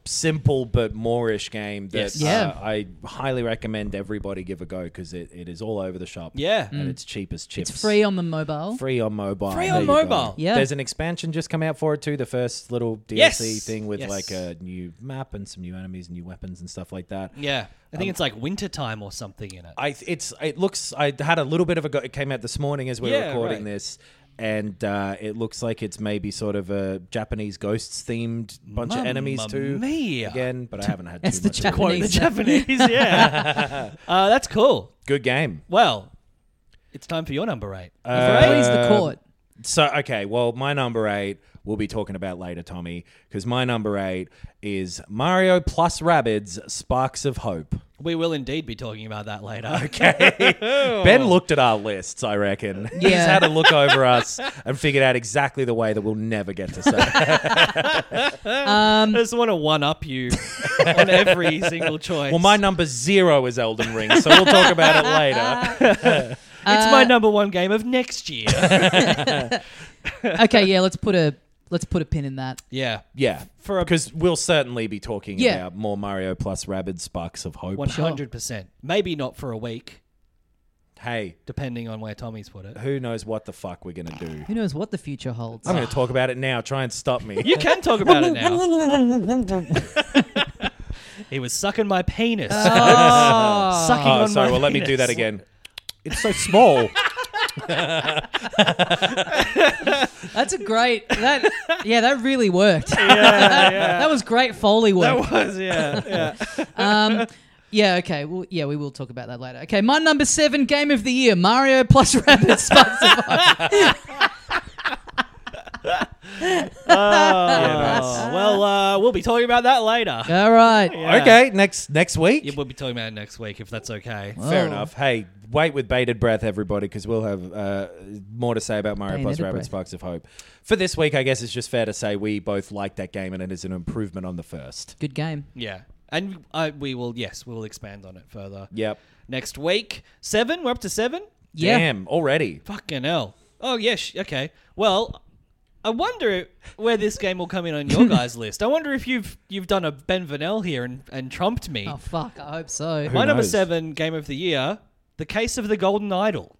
Speaker 3: simple but Moorish game that
Speaker 2: Yes.
Speaker 3: uh,
Speaker 1: Yeah.
Speaker 3: I highly recommend everybody give a go because it, it is all over the shop.
Speaker 2: Yeah. Mm.
Speaker 3: and it's cheap as chips.
Speaker 1: It's free on the mobile.
Speaker 3: Free on mobile.
Speaker 2: Free on
Speaker 3: There you go.
Speaker 2: mobile.
Speaker 1: Yeah.
Speaker 3: There's an expansion just come out for it too. The first little DLC
Speaker 2: Yes.
Speaker 3: thing with
Speaker 2: Yes.
Speaker 3: like a new map and some new enemies, new weapons and stuff like that.
Speaker 2: Yeah. I think it's like wintertime or something in it.
Speaker 3: I th- it's it looks I had a little bit of a go. It came out this morning as we
Speaker 2: Yeah,
Speaker 3: were recording
Speaker 2: right.
Speaker 3: this, and uh, it looks like it's maybe sort of a Japanese ghosts themed bunch of
Speaker 2: Mamma
Speaker 3: enemies too.
Speaker 2: mia.
Speaker 3: Again, but I haven't had
Speaker 1: That's
Speaker 3: too
Speaker 1: the
Speaker 3: much. of it.
Speaker 2: Quote the Japanese, yeah. uh, that's cool.
Speaker 3: Good game.
Speaker 2: Well, it's time for your number eight. Uh,
Speaker 1: Please the court.
Speaker 3: So okay, well, my number eight we'll be talking about later, Tommy, because my number eight is Mario plus Rabbids Sparks of Hope.
Speaker 2: We will indeed be talking about that later. Oh.
Speaker 3: Ben looked at our lists, I reckon. He's
Speaker 1: Yeah.
Speaker 3: had a look over us and figured out exactly the way that we'll never get to say. it.
Speaker 2: I just want to one up you on every single choice.
Speaker 3: well, my number zero is Elden Ring, so we'll talk about it later.
Speaker 2: it's my number one game of next year.
Speaker 1: okay, yeah, let's put a let's put a pin in that.
Speaker 2: yeah.
Speaker 3: Yeah,
Speaker 2: For a-
Speaker 3: because we'll certainly be talking
Speaker 1: Yeah.
Speaker 3: about more Mario plus Rabbids Sparks of Hope.
Speaker 2: 100%. Maybe not for a week,
Speaker 3: Hey,
Speaker 2: depending on where Tommy's put it.
Speaker 3: who knows what the fuck we're gonna do?
Speaker 1: Who knows what the future holds?
Speaker 3: I'm gonna talk about it now. Try and stop me.
Speaker 2: You can talk about it now. he was sucking my penis.
Speaker 1: Oh.
Speaker 2: Sucking
Speaker 3: Oh,
Speaker 2: on
Speaker 3: sorry.
Speaker 2: my
Speaker 3: Well, let me
Speaker 2: penis.
Speaker 3: do that again. It's so small.
Speaker 1: That's a great that yeah, that really worked. that, was great Foley work.
Speaker 2: That was, yeah. yeah.
Speaker 1: um, yeah, okay. Well, yeah, we will talk about that later. Okay, my number seven game of the year: Mario plus Rabbit Sparks of Hope.
Speaker 2: Oh, well, uh, we'll be talking about that later.
Speaker 1: All right.
Speaker 3: Okay, next next week.
Speaker 2: Yeah, we'll be talking about it next week if that's okay.
Speaker 3: Fair
Speaker 1: Oh.
Speaker 3: enough. Hey, wait with bated breath, everybody, because we'll have uh, more to say about Mario plus
Speaker 1: Bated
Speaker 3: Rabbit
Speaker 1: breath.
Speaker 3: Sparks of Hope. For this week, I guess it's just fair to say we both like that game, and it is an improvement on the first.
Speaker 1: Good game.
Speaker 2: Yeah. And I, we will, yes, we will expand on it further.
Speaker 3: Yep.
Speaker 2: Next week, seven? We're up to seven?
Speaker 1: Yeah.
Speaker 3: Damn, already.
Speaker 2: Fucking hell. Oh, yes. Okay. Well, I wonder where this game will come in on your guys' list. I wonder if you've you've done a Ben Vanel here and, and trumped me.
Speaker 1: Oh fuck! I hope so.
Speaker 3: Who
Speaker 2: My number
Speaker 3: knows?
Speaker 2: seven game of the year, The Case of the Golden Idol.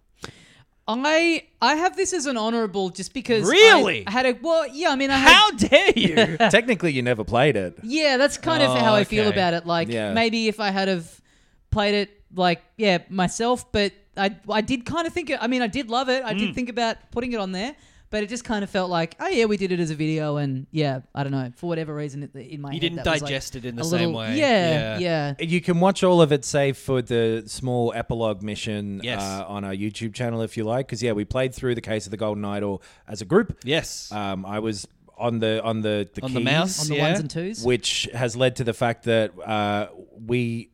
Speaker 1: I I have this as an honourable just because. I-
Speaker 2: Really?
Speaker 1: I, had a well. Yeah, I mean, I had.
Speaker 2: How dare you?
Speaker 3: Technically, you never played it.
Speaker 1: Yeah, that's kind of
Speaker 2: Oh,
Speaker 1: how I feel
Speaker 2: okay.
Speaker 1: about it. Like
Speaker 3: Yeah.
Speaker 1: maybe if I had have played it like yeah myself, but I I did kind of think it. I mean, I did love it. I
Speaker 2: Mm.
Speaker 1: did think about putting it on there. But it just kind of felt like, oh yeah, we did it as a video, and yeah, I don't know, for whatever reason, it, in my
Speaker 2: You
Speaker 1: head,
Speaker 2: didn't
Speaker 1: that was, like,
Speaker 2: digest it in the
Speaker 1: a
Speaker 2: same
Speaker 1: little-
Speaker 2: way.
Speaker 1: Yeah, yeah,
Speaker 3: You can watch all of it save for the small epilogue mission
Speaker 2: Yes.
Speaker 3: uh, on our YouTube channel if you like. Because, yeah, we played through the case of the Golden Idol as a group.
Speaker 2: Yes.
Speaker 3: Um, I was on the on the, the
Speaker 2: on the
Speaker 3: keys.
Speaker 2: mouse.
Speaker 1: on the
Speaker 2: yeah.
Speaker 1: ones and twos.
Speaker 3: which has led to the fact that uh, we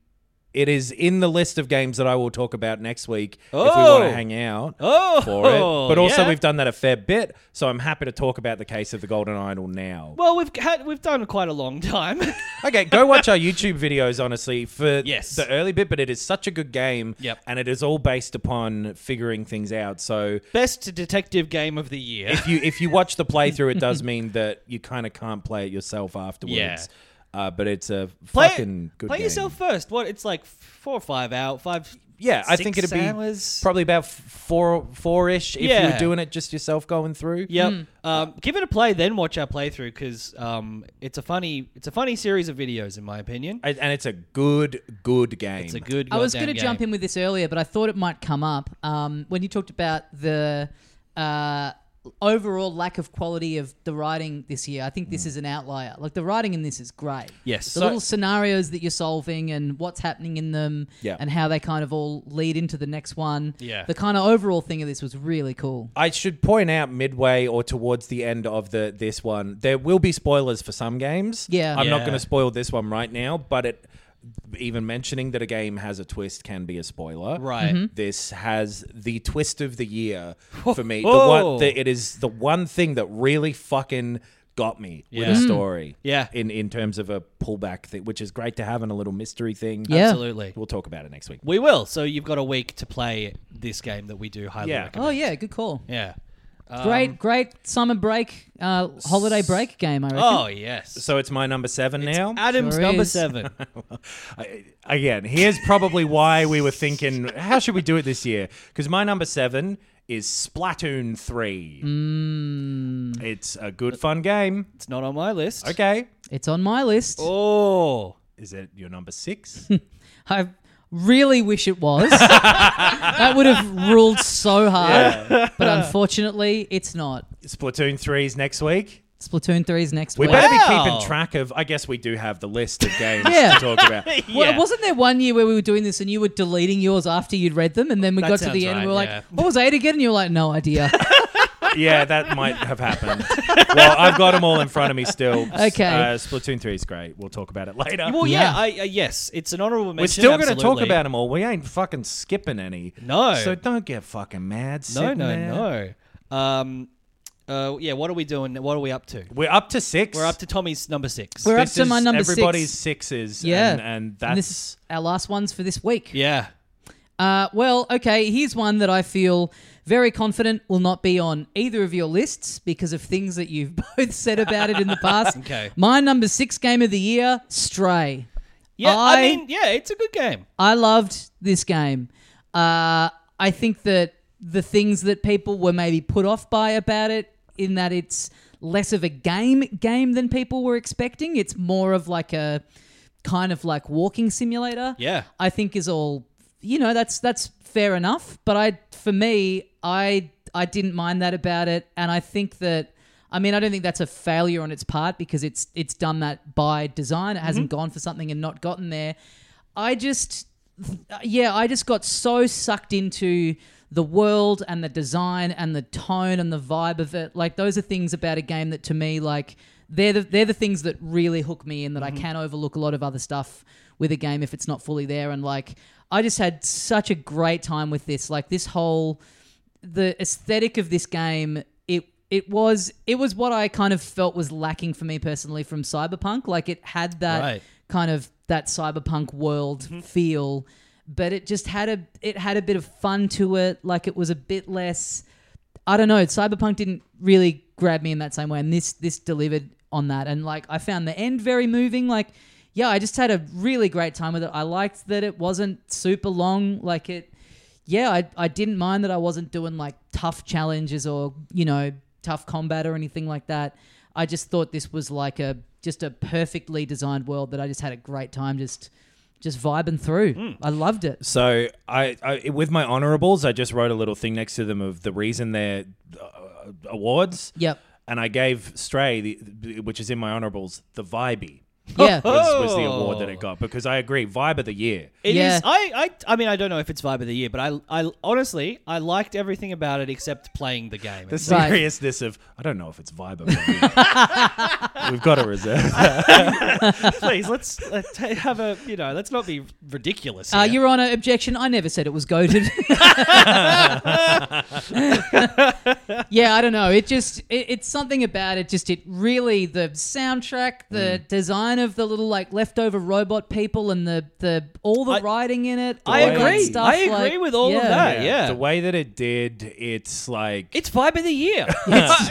Speaker 3: it is in the list of games that I will talk about next week if we want
Speaker 2: Oh.
Speaker 3: to hang out
Speaker 2: Oh,
Speaker 3: for it. But also
Speaker 2: yeah.
Speaker 3: we've done that a fair bit, so I'm happy to talk about the case of the Golden Idol now.
Speaker 2: Well, we've had we've done quite a long time.
Speaker 3: okay, go watch our YouTube videos honestly for
Speaker 2: Yes.
Speaker 3: the early bit, but it is such a good game
Speaker 2: Yep.
Speaker 3: and it is all based upon figuring things out. So
Speaker 2: Best detective game of the year.
Speaker 3: if you if you watch the playthrough it does mean that you kind of can't play it yourself afterwards.
Speaker 2: Yeah.
Speaker 3: Uh, but it's a
Speaker 2: Play,
Speaker 3: fucking good
Speaker 2: play
Speaker 3: game.
Speaker 2: yourself first. What? It's like four or five out. Five.
Speaker 3: Yeah, I
Speaker 2: six
Speaker 3: think it'd
Speaker 2: hours.
Speaker 3: be probably about f- four four ish if you
Speaker 2: Yeah.
Speaker 3: were doing it just yourself going through.
Speaker 2: Yep.
Speaker 1: Hmm.
Speaker 2: Um, give it a play, then watch our playthrough because um, it's a funny it's a funny series of videos, in my opinion.
Speaker 3: And and it's a good, good game.
Speaker 2: It's a good.
Speaker 1: I was
Speaker 2: going to
Speaker 1: jump in with this earlier, but I thought it might come up um, when you talked about the uh, overall lack of quality of the writing this year. I think this is an outlier. Like the writing in this is great.
Speaker 2: Mm. Yes.
Speaker 1: the
Speaker 2: So-
Speaker 1: little scenarios that you're solving and what's happening in them,
Speaker 3: Yeah.
Speaker 1: and how they kind of all lead into the next one.
Speaker 2: Yeah.
Speaker 1: the kind of overall thing of this was really cool.
Speaker 3: I should point out midway or towards the end of the this one, there will be spoilers for some games.
Speaker 1: Yeah.
Speaker 3: I'm not
Speaker 2: Yeah.
Speaker 3: going to spoil this one right now, but it even mentioning that a game has a twist can be a spoiler.
Speaker 2: Right.
Speaker 1: Mm-hmm.
Speaker 2: Mhm.
Speaker 3: This has the twist of the year for me. The
Speaker 2: Whoa.
Speaker 3: one, the, it is the one thing that really fucking got me
Speaker 2: Yeah.
Speaker 3: with a
Speaker 1: Mm-hmm.
Speaker 3: story.
Speaker 2: Yeah.
Speaker 3: In in terms of a pullback thing, which is great to have in a little mystery thing.
Speaker 1: Yeah.
Speaker 2: Absolutely.
Speaker 3: We'll talk about it next week.
Speaker 2: We will. So you've got a week to play this game that we do highly
Speaker 3: Yeah.
Speaker 2: recommend.
Speaker 1: Oh yeah, good call.
Speaker 2: Yeah.
Speaker 1: Great, great summer break, uh, holiday break game. I reckon.
Speaker 2: Oh yes.
Speaker 3: So it's my number seven now.
Speaker 2: Adam's
Speaker 1: Sure
Speaker 2: number
Speaker 1: is.
Speaker 2: seven.
Speaker 3: Again, here's probably why we were thinking, how should we do it this year? Because my number seven is Splatoon 3.
Speaker 1: Mm.
Speaker 3: It's a good, fun game.
Speaker 2: It's not on my list.
Speaker 3: Okay.
Speaker 1: It's on my list.
Speaker 2: Oh.
Speaker 3: Is it your number six?
Speaker 1: I really wish it was. that would have ruled so hard. But unfortunately, it's not.
Speaker 3: Splatoon 3 is next week.
Speaker 1: Splatoon 3 is next
Speaker 3: We
Speaker 1: week.
Speaker 3: better be
Speaker 2: Wow.
Speaker 3: keeping track of, I guess we do have the list of games
Speaker 1: Yeah.
Speaker 3: to talk about.
Speaker 1: Wa-
Speaker 2: Yeah.
Speaker 1: Wasn't there one year where we were doing this and you were deleting yours after you'd read them, and then we
Speaker 2: That
Speaker 1: got to
Speaker 2: sounds
Speaker 1: the end and we
Speaker 2: right,
Speaker 1: were
Speaker 2: yeah.
Speaker 1: like, "What was eight again?" And you were like, "No idea."
Speaker 3: Yeah, that might have happened. Well, I've got them all in front of me still.
Speaker 1: Okay.
Speaker 3: Uh, Splatoon 3 is great. We'll talk about it later.
Speaker 2: Well, yeah.
Speaker 1: Yeah.
Speaker 2: I, uh, yes, it's an honorable mention.
Speaker 3: We're still going to talk
Speaker 2: absolutely.
Speaker 3: about them all. We ain't fucking skipping any.
Speaker 2: No.
Speaker 3: So don't get fucking mad.
Speaker 2: No,
Speaker 3: sitting there.
Speaker 2: no, no. Um. Uh. Yeah. What are we doing? What are we up to?
Speaker 3: We're up to six.
Speaker 2: We're up to Tommy's number six.
Speaker 1: We're up
Speaker 3: This
Speaker 1: to my
Speaker 3: is
Speaker 1: number
Speaker 3: everybody's
Speaker 1: six.
Speaker 3: sixes.
Speaker 1: Yeah,
Speaker 3: And, and that's.
Speaker 1: And this is our last ones for this week.
Speaker 2: yeah.
Speaker 1: Uh, well, okay, here's one that I feel very confident will not be on either of your lists because of things that you've both said about it in the past.
Speaker 2: Okay.
Speaker 1: My number six game of the year, Stray.
Speaker 2: Yeah. I,
Speaker 1: I-
Speaker 2: mean, yeah. It's a good game.
Speaker 1: I loved this game. Uh, I think that the things that people were maybe put off by about it, in that it's less of a game game than people were expecting, it's more of like a kind of like walking simulator.
Speaker 2: Yeah.
Speaker 1: I think is all you know. That's that's fair enough. But I, for me, I I didn't mind that about it, and I think that. I mean, I don't think that's a failure on its part because it's it's done that by design. It hasn't gone for something and not gotten there. I just, yeah, I just got so sucked into the world and the design and the tone and the vibe of it. Like those are things about a game that to me, like they're the they're the things that really hook me in. That I can overlook a lot of other stuff with a game if it's not fully there. And like I just had such a great time with this. Like this whole the aesthetic of this game it it was it was what I kind of felt was lacking for me personally from Cyberpunk like it had that
Speaker 2: Right.
Speaker 1: kind of that cyberpunk world feel but it just had a it had a bit of fun to it like it was a bit less I don't know Cyberpunk didn't really grab me in that same way and this this delivered on that and like I found the end very moving like yeah I just had a really great time with it I liked that it wasn't super long like it yeah, I, I didn't mind that I wasn't doing like tough challenges or, you know, tough combat or anything like that. I just thought this was like a just a perfectly designed world that I just had a great time just just vibing through. I loved it.
Speaker 3: So I, I with my honorables, I just wrote a little thing next to them of the reason they're uh, awards.
Speaker 1: Yep.
Speaker 3: And I gave Stray, the, which is in my honorables, the vibey
Speaker 1: Yeah.
Speaker 3: was, was the award that
Speaker 2: Oh.
Speaker 3: it got because I agree, vibe of the year.
Speaker 2: It is.
Speaker 1: Yeah.
Speaker 2: I, I. I mean, I don't know if it's vibe of the year, but I. I honestly, I liked everything about it except playing the game.
Speaker 3: The
Speaker 1: Right.
Speaker 3: seriousness of I don't know if it's vibe of the year. We've got to reserve. that.
Speaker 2: Please, let's, let's have a. You know, let's not be ridiculous.
Speaker 1: Uh,
Speaker 2: here.
Speaker 1: Your Honor, objection. I never said it was goaded. yeah, I don't know. It just, it, it's something about it. Just, it really, the soundtrack, the
Speaker 2: Mm.
Speaker 1: design of the little, like, leftover robot people and the, the all the
Speaker 2: I-
Speaker 1: writing in it.
Speaker 2: I
Speaker 1: all that
Speaker 2: agree.
Speaker 1: Stuff,
Speaker 2: I agree
Speaker 1: like,
Speaker 2: with all of
Speaker 1: yeah.
Speaker 2: that. yeah.
Speaker 3: The way that it did, it's like
Speaker 2: It's vibe of the year.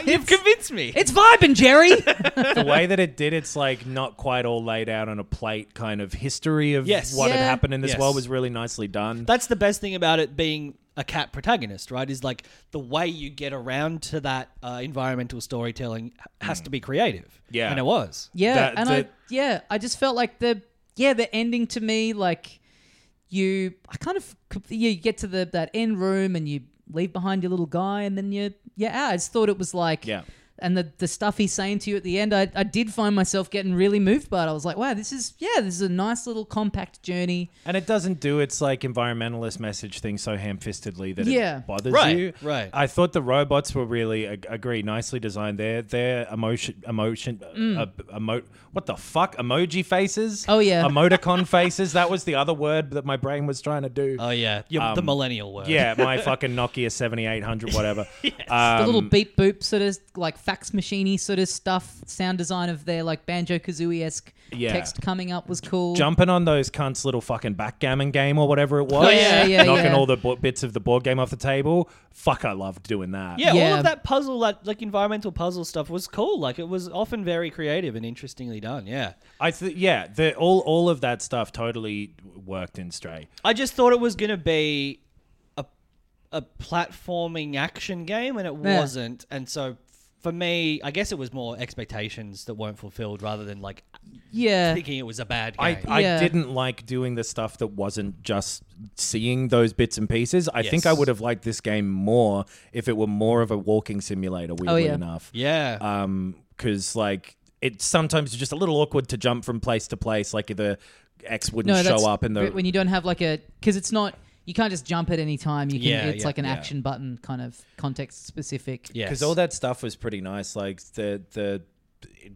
Speaker 2: You've convinced me.
Speaker 1: It's vibing, Jerry.
Speaker 3: the way that it did, it's like not quite all laid out on a plate kind of history of
Speaker 2: Yes.
Speaker 3: what
Speaker 1: Yeah.
Speaker 3: had happened in this
Speaker 2: Yes.
Speaker 3: world was really nicely done.
Speaker 2: That's the best thing about it being a cat protagonist, right? Is like the way you get around to that uh, environmental storytelling h- has to be creative.
Speaker 3: Mm. Yeah.
Speaker 2: and it was.
Speaker 1: yeah,
Speaker 3: That-
Speaker 1: and I,
Speaker 3: that-
Speaker 1: yeah, I just felt like the, yeah, the ending to me, like, you, I kind of, you get to the that end room and you leave behind your little guy and then you, yeah, I just thought it was like,
Speaker 3: Yeah.
Speaker 1: and the, the stuff he's saying to you at the end, I, I did find myself getting really moved by it. I was like, wow, this is, yeah, this is a nice little compact journey.
Speaker 3: And it doesn't do its like environmentalist message thing so ham-fistedly that
Speaker 1: Yeah.
Speaker 3: it bothers
Speaker 2: Right,
Speaker 3: you.
Speaker 2: right.
Speaker 3: I thought the robots were really ag- agree nicely designed. Their their emotion emotion uh, emo- what the fuck emoji faces?
Speaker 1: Mm. Oh, yeah.
Speaker 3: emoticon faces. That was the other word that my brain was trying to do.
Speaker 2: Oh yeah, the
Speaker 3: Um,
Speaker 2: millennial word.
Speaker 3: yeah, my fucking Nokia seventy eight hundred whatever. Uh,
Speaker 1: The little beep boop sort of like fax machiney sort of stuff. Sound design of their like banjo kazooie esque
Speaker 3: Yeah.
Speaker 1: text coming up was cool.
Speaker 3: Jumping on those cunts' little fucking backgammon game or whatever it was.
Speaker 1: Oh, yeah, yeah,
Speaker 3: Knocking
Speaker 1: yeah.
Speaker 3: all the bo- bits of the board game off the table. Fuck, I loved doing that.
Speaker 2: Yeah, all
Speaker 1: Yeah.
Speaker 2: of that puzzle, like, like environmental puzzle stuff, was cool. Like it was often very creative and interestingly done. Yeah,
Speaker 3: I th- yeah, the, all all of that stuff totally worked in Stray.
Speaker 2: I just thought it was gonna be a a platforming action game, and it
Speaker 1: Yeah.
Speaker 2: wasn't. And so for me, I guess it was more expectations that weren't fulfilled rather than like
Speaker 1: Yeah.
Speaker 2: thinking it was a bad game.
Speaker 3: I, I
Speaker 1: Yeah.
Speaker 3: didn't like doing the stuff that wasn't just seeing those bits and pieces. I
Speaker 2: Yes.
Speaker 3: think I would have liked this game more if it were more of a walking simulator, weirdly
Speaker 1: Oh, yeah.
Speaker 3: enough.
Speaker 2: yeah,
Speaker 3: Um, because like it's sometimes just a little awkward to jump from place to place. Like the X wouldn't show up in the
Speaker 1: when you don't have like a because it's not you can't just jump at any time. You can
Speaker 2: Yeah,
Speaker 1: it's
Speaker 2: yeah,
Speaker 1: like an
Speaker 2: yeah.
Speaker 1: action button kind of context specific.
Speaker 2: yes.
Speaker 3: because all that stuff was pretty nice. Like the the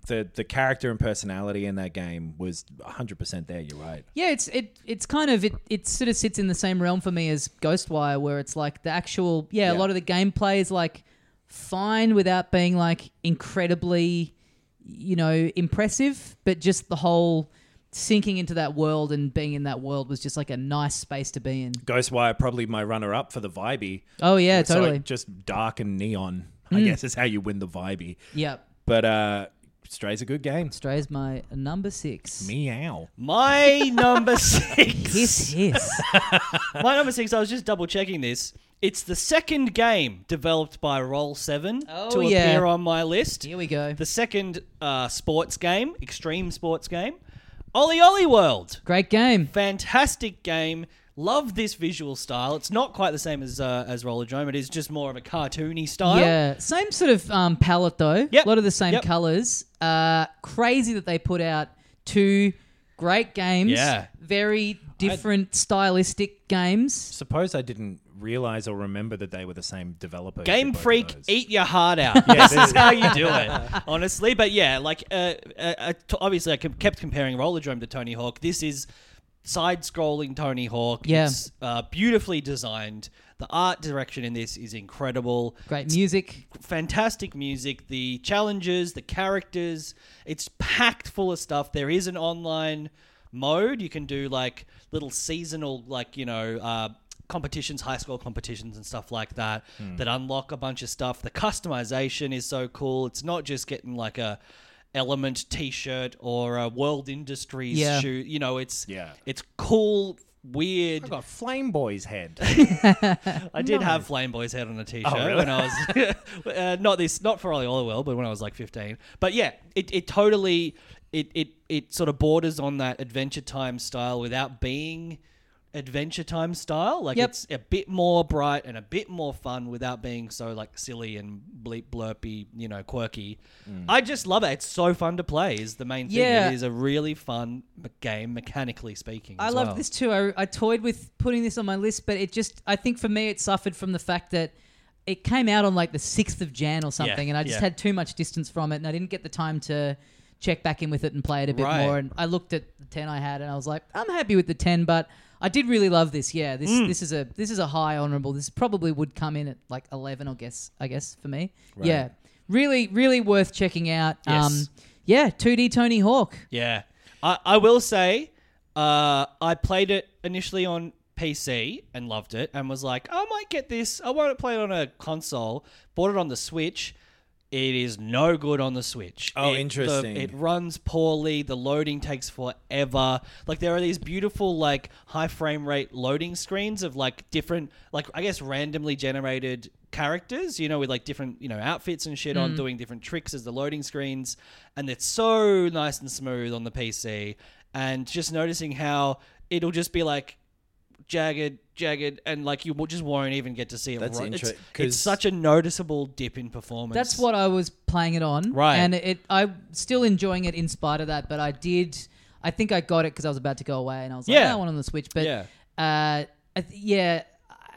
Speaker 3: the the character and personality in that game was 100 percent there. You're right.
Speaker 1: Yeah, it's it it's kind of it it sort of sits in the same realm for me as Ghostwire, where it's like the actual yeah, a
Speaker 3: Yeah.
Speaker 1: lot of the gameplay is like fine without being like incredibly you know impressive, but just the whole sinking into that world and being in that world was just like a nice space to be in.
Speaker 3: Ghostwire probably my runner up for the vibey.
Speaker 1: Oh yeah,
Speaker 3: So,
Speaker 1: totally. Mm.
Speaker 3: like, just dark and neon. I guess is how you win the vibey.
Speaker 1: yep.
Speaker 3: But uh Stray's a good game.
Speaker 1: Stray's my number six.
Speaker 3: Meow.
Speaker 2: my number six.
Speaker 1: Hiss hiss.
Speaker 2: My number six, I was just double checking this. It's the second game developed by Roll7
Speaker 1: Oh,
Speaker 2: to
Speaker 1: yeah.
Speaker 2: appear on my list.
Speaker 1: Here we go.
Speaker 2: The second uh, sports game, extreme sports game, Ollie Ollie World.
Speaker 1: Great game.
Speaker 2: Fantastic game. Love this visual style. It's not quite the same as uh, as Roller Drome. It is just more of a cartoony style.
Speaker 1: Yeah, same sort of um, palette though.
Speaker 2: Yep.
Speaker 1: A lot of the same
Speaker 2: Yep.
Speaker 1: colors. Uh, crazy that they put out two great games.
Speaker 2: Yeah.
Speaker 1: Very different stylistic games.
Speaker 3: Suppose I didn't realize or remember that they were the same developer. who
Speaker 2: Game
Speaker 3: did both of
Speaker 2: Freak,
Speaker 3: those.
Speaker 2: eat your heart out. this is how you do it, honestly. But yeah, like uh, uh, uh, t- obviously, I com- kept comparing Roller Drome to Tony Hawk. This is side-scrolling Tony Hawk.
Speaker 1: Yeah.
Speaker 2: It's uh, beautifully designed. The art direction in this is incredible.
Speaker 1: Great music.
Speaker 2: fantastic music, the challenges, the characters. It's packed full of stuff. There is an online mode. You can do like little seasonal, like, you know, uh, competitions, high school competitions, and stuff like that that unlock a bunch of stuff. The customization is so cool. It's not just getting like a element t-shirt or a world industries
Speaker 1: Yeah.
Speaker 2: shoe you know it's
Speaker 3: Yeah.
Speaker 2: it's cool weird
Speaker 3: I got Flame Boy's head.
Speaker 2: I did have Flame Boy's head
Speaker 1: Oh,
Speaker 2: on a t-shirt when I was uh, not this not for Ollie Olwell, but when I was like 15. But yeah, it, it totally it, it it sort of borders on that Adventure Time style without being Adventure Time style. Like
Speaker 1: Yep.
Speaker 2: it's a bit more bright and a bit more fun without being so like silly and bleep blurpy, you know, quirky. I just love it. It's so fun to play. Is the main thing.
Speaker 1: Mm. Yeah.
Speaker 2: It is a really fun me- game mechanically speaking.
Speaker 1: I
Speaker 2: as
Speaker 1: loved
Speaker 2: well.
Speaker 1: this too. I, I toyed with putting this on my list, but it just, I think for me, it suffered from the fact that it came out on like the 6th of Jan or something, and I just
Speaker 2: yeah.
Speaker 1: had too much distance from it, and I didn't get the time to check back in with it and play it a bit
Speaker 2: Right.
Speaker 1: more. And I looked at the 10 I had, and I was like, I'm happy with the 10, but I did really love this. Yeah, this
Speaker 2: Mm.
Speaker 1: this is a this is a high honorable. This probably would come in at like 11, I guess, I guess for me. Yeah. Really, really worth checking out.
Speaker 2: Yes.
Speaker 1: Um, yeah, 2D Tony Hawk.
Speaker 2: Yeah. I, I will say, uh, I played it initially on PC and loved it and was like, I might get this. I want to play it on a console. Bought it on the Switch. It is no good on the Switch.
Speaker 3: Oh,
Speaker 2: It- the-
Speaker 3: interesting.
Speaker 2: it runs poorly. The loading takes forever. Like there are these beautiful like high frame rate loading screens of like different like I guess randomly generated characters, you know, with like different, you know, outfits and shit
Speaker 1: Mm.
Speaker 2: on doing different tricks as the loading screens and it's so nice and smooth on the PC and just noticing how it'll just be like jagged jagged and like you w- just won't even get to see it
Speaker 3: That's
Speaker 2: run. It's-
Speaker 3: intre-
Speaker 2: it's,
Speaker 3: 'cause-
Speaker 2: such a noticeable dip in performance
Speaker 1: That's what I was playing it on,
Speaker 2: Right.
Speaker 1: And it, I'm still enjoying it in spite of that. But I did, I think I got it because I was about to go away, and I was like,
Speaker 2: Yeah.
Speaker 1: "Oh, I want it on the Switch. But
Speaker 2: Yeah.
Speaker 1: uh, I th- yeah,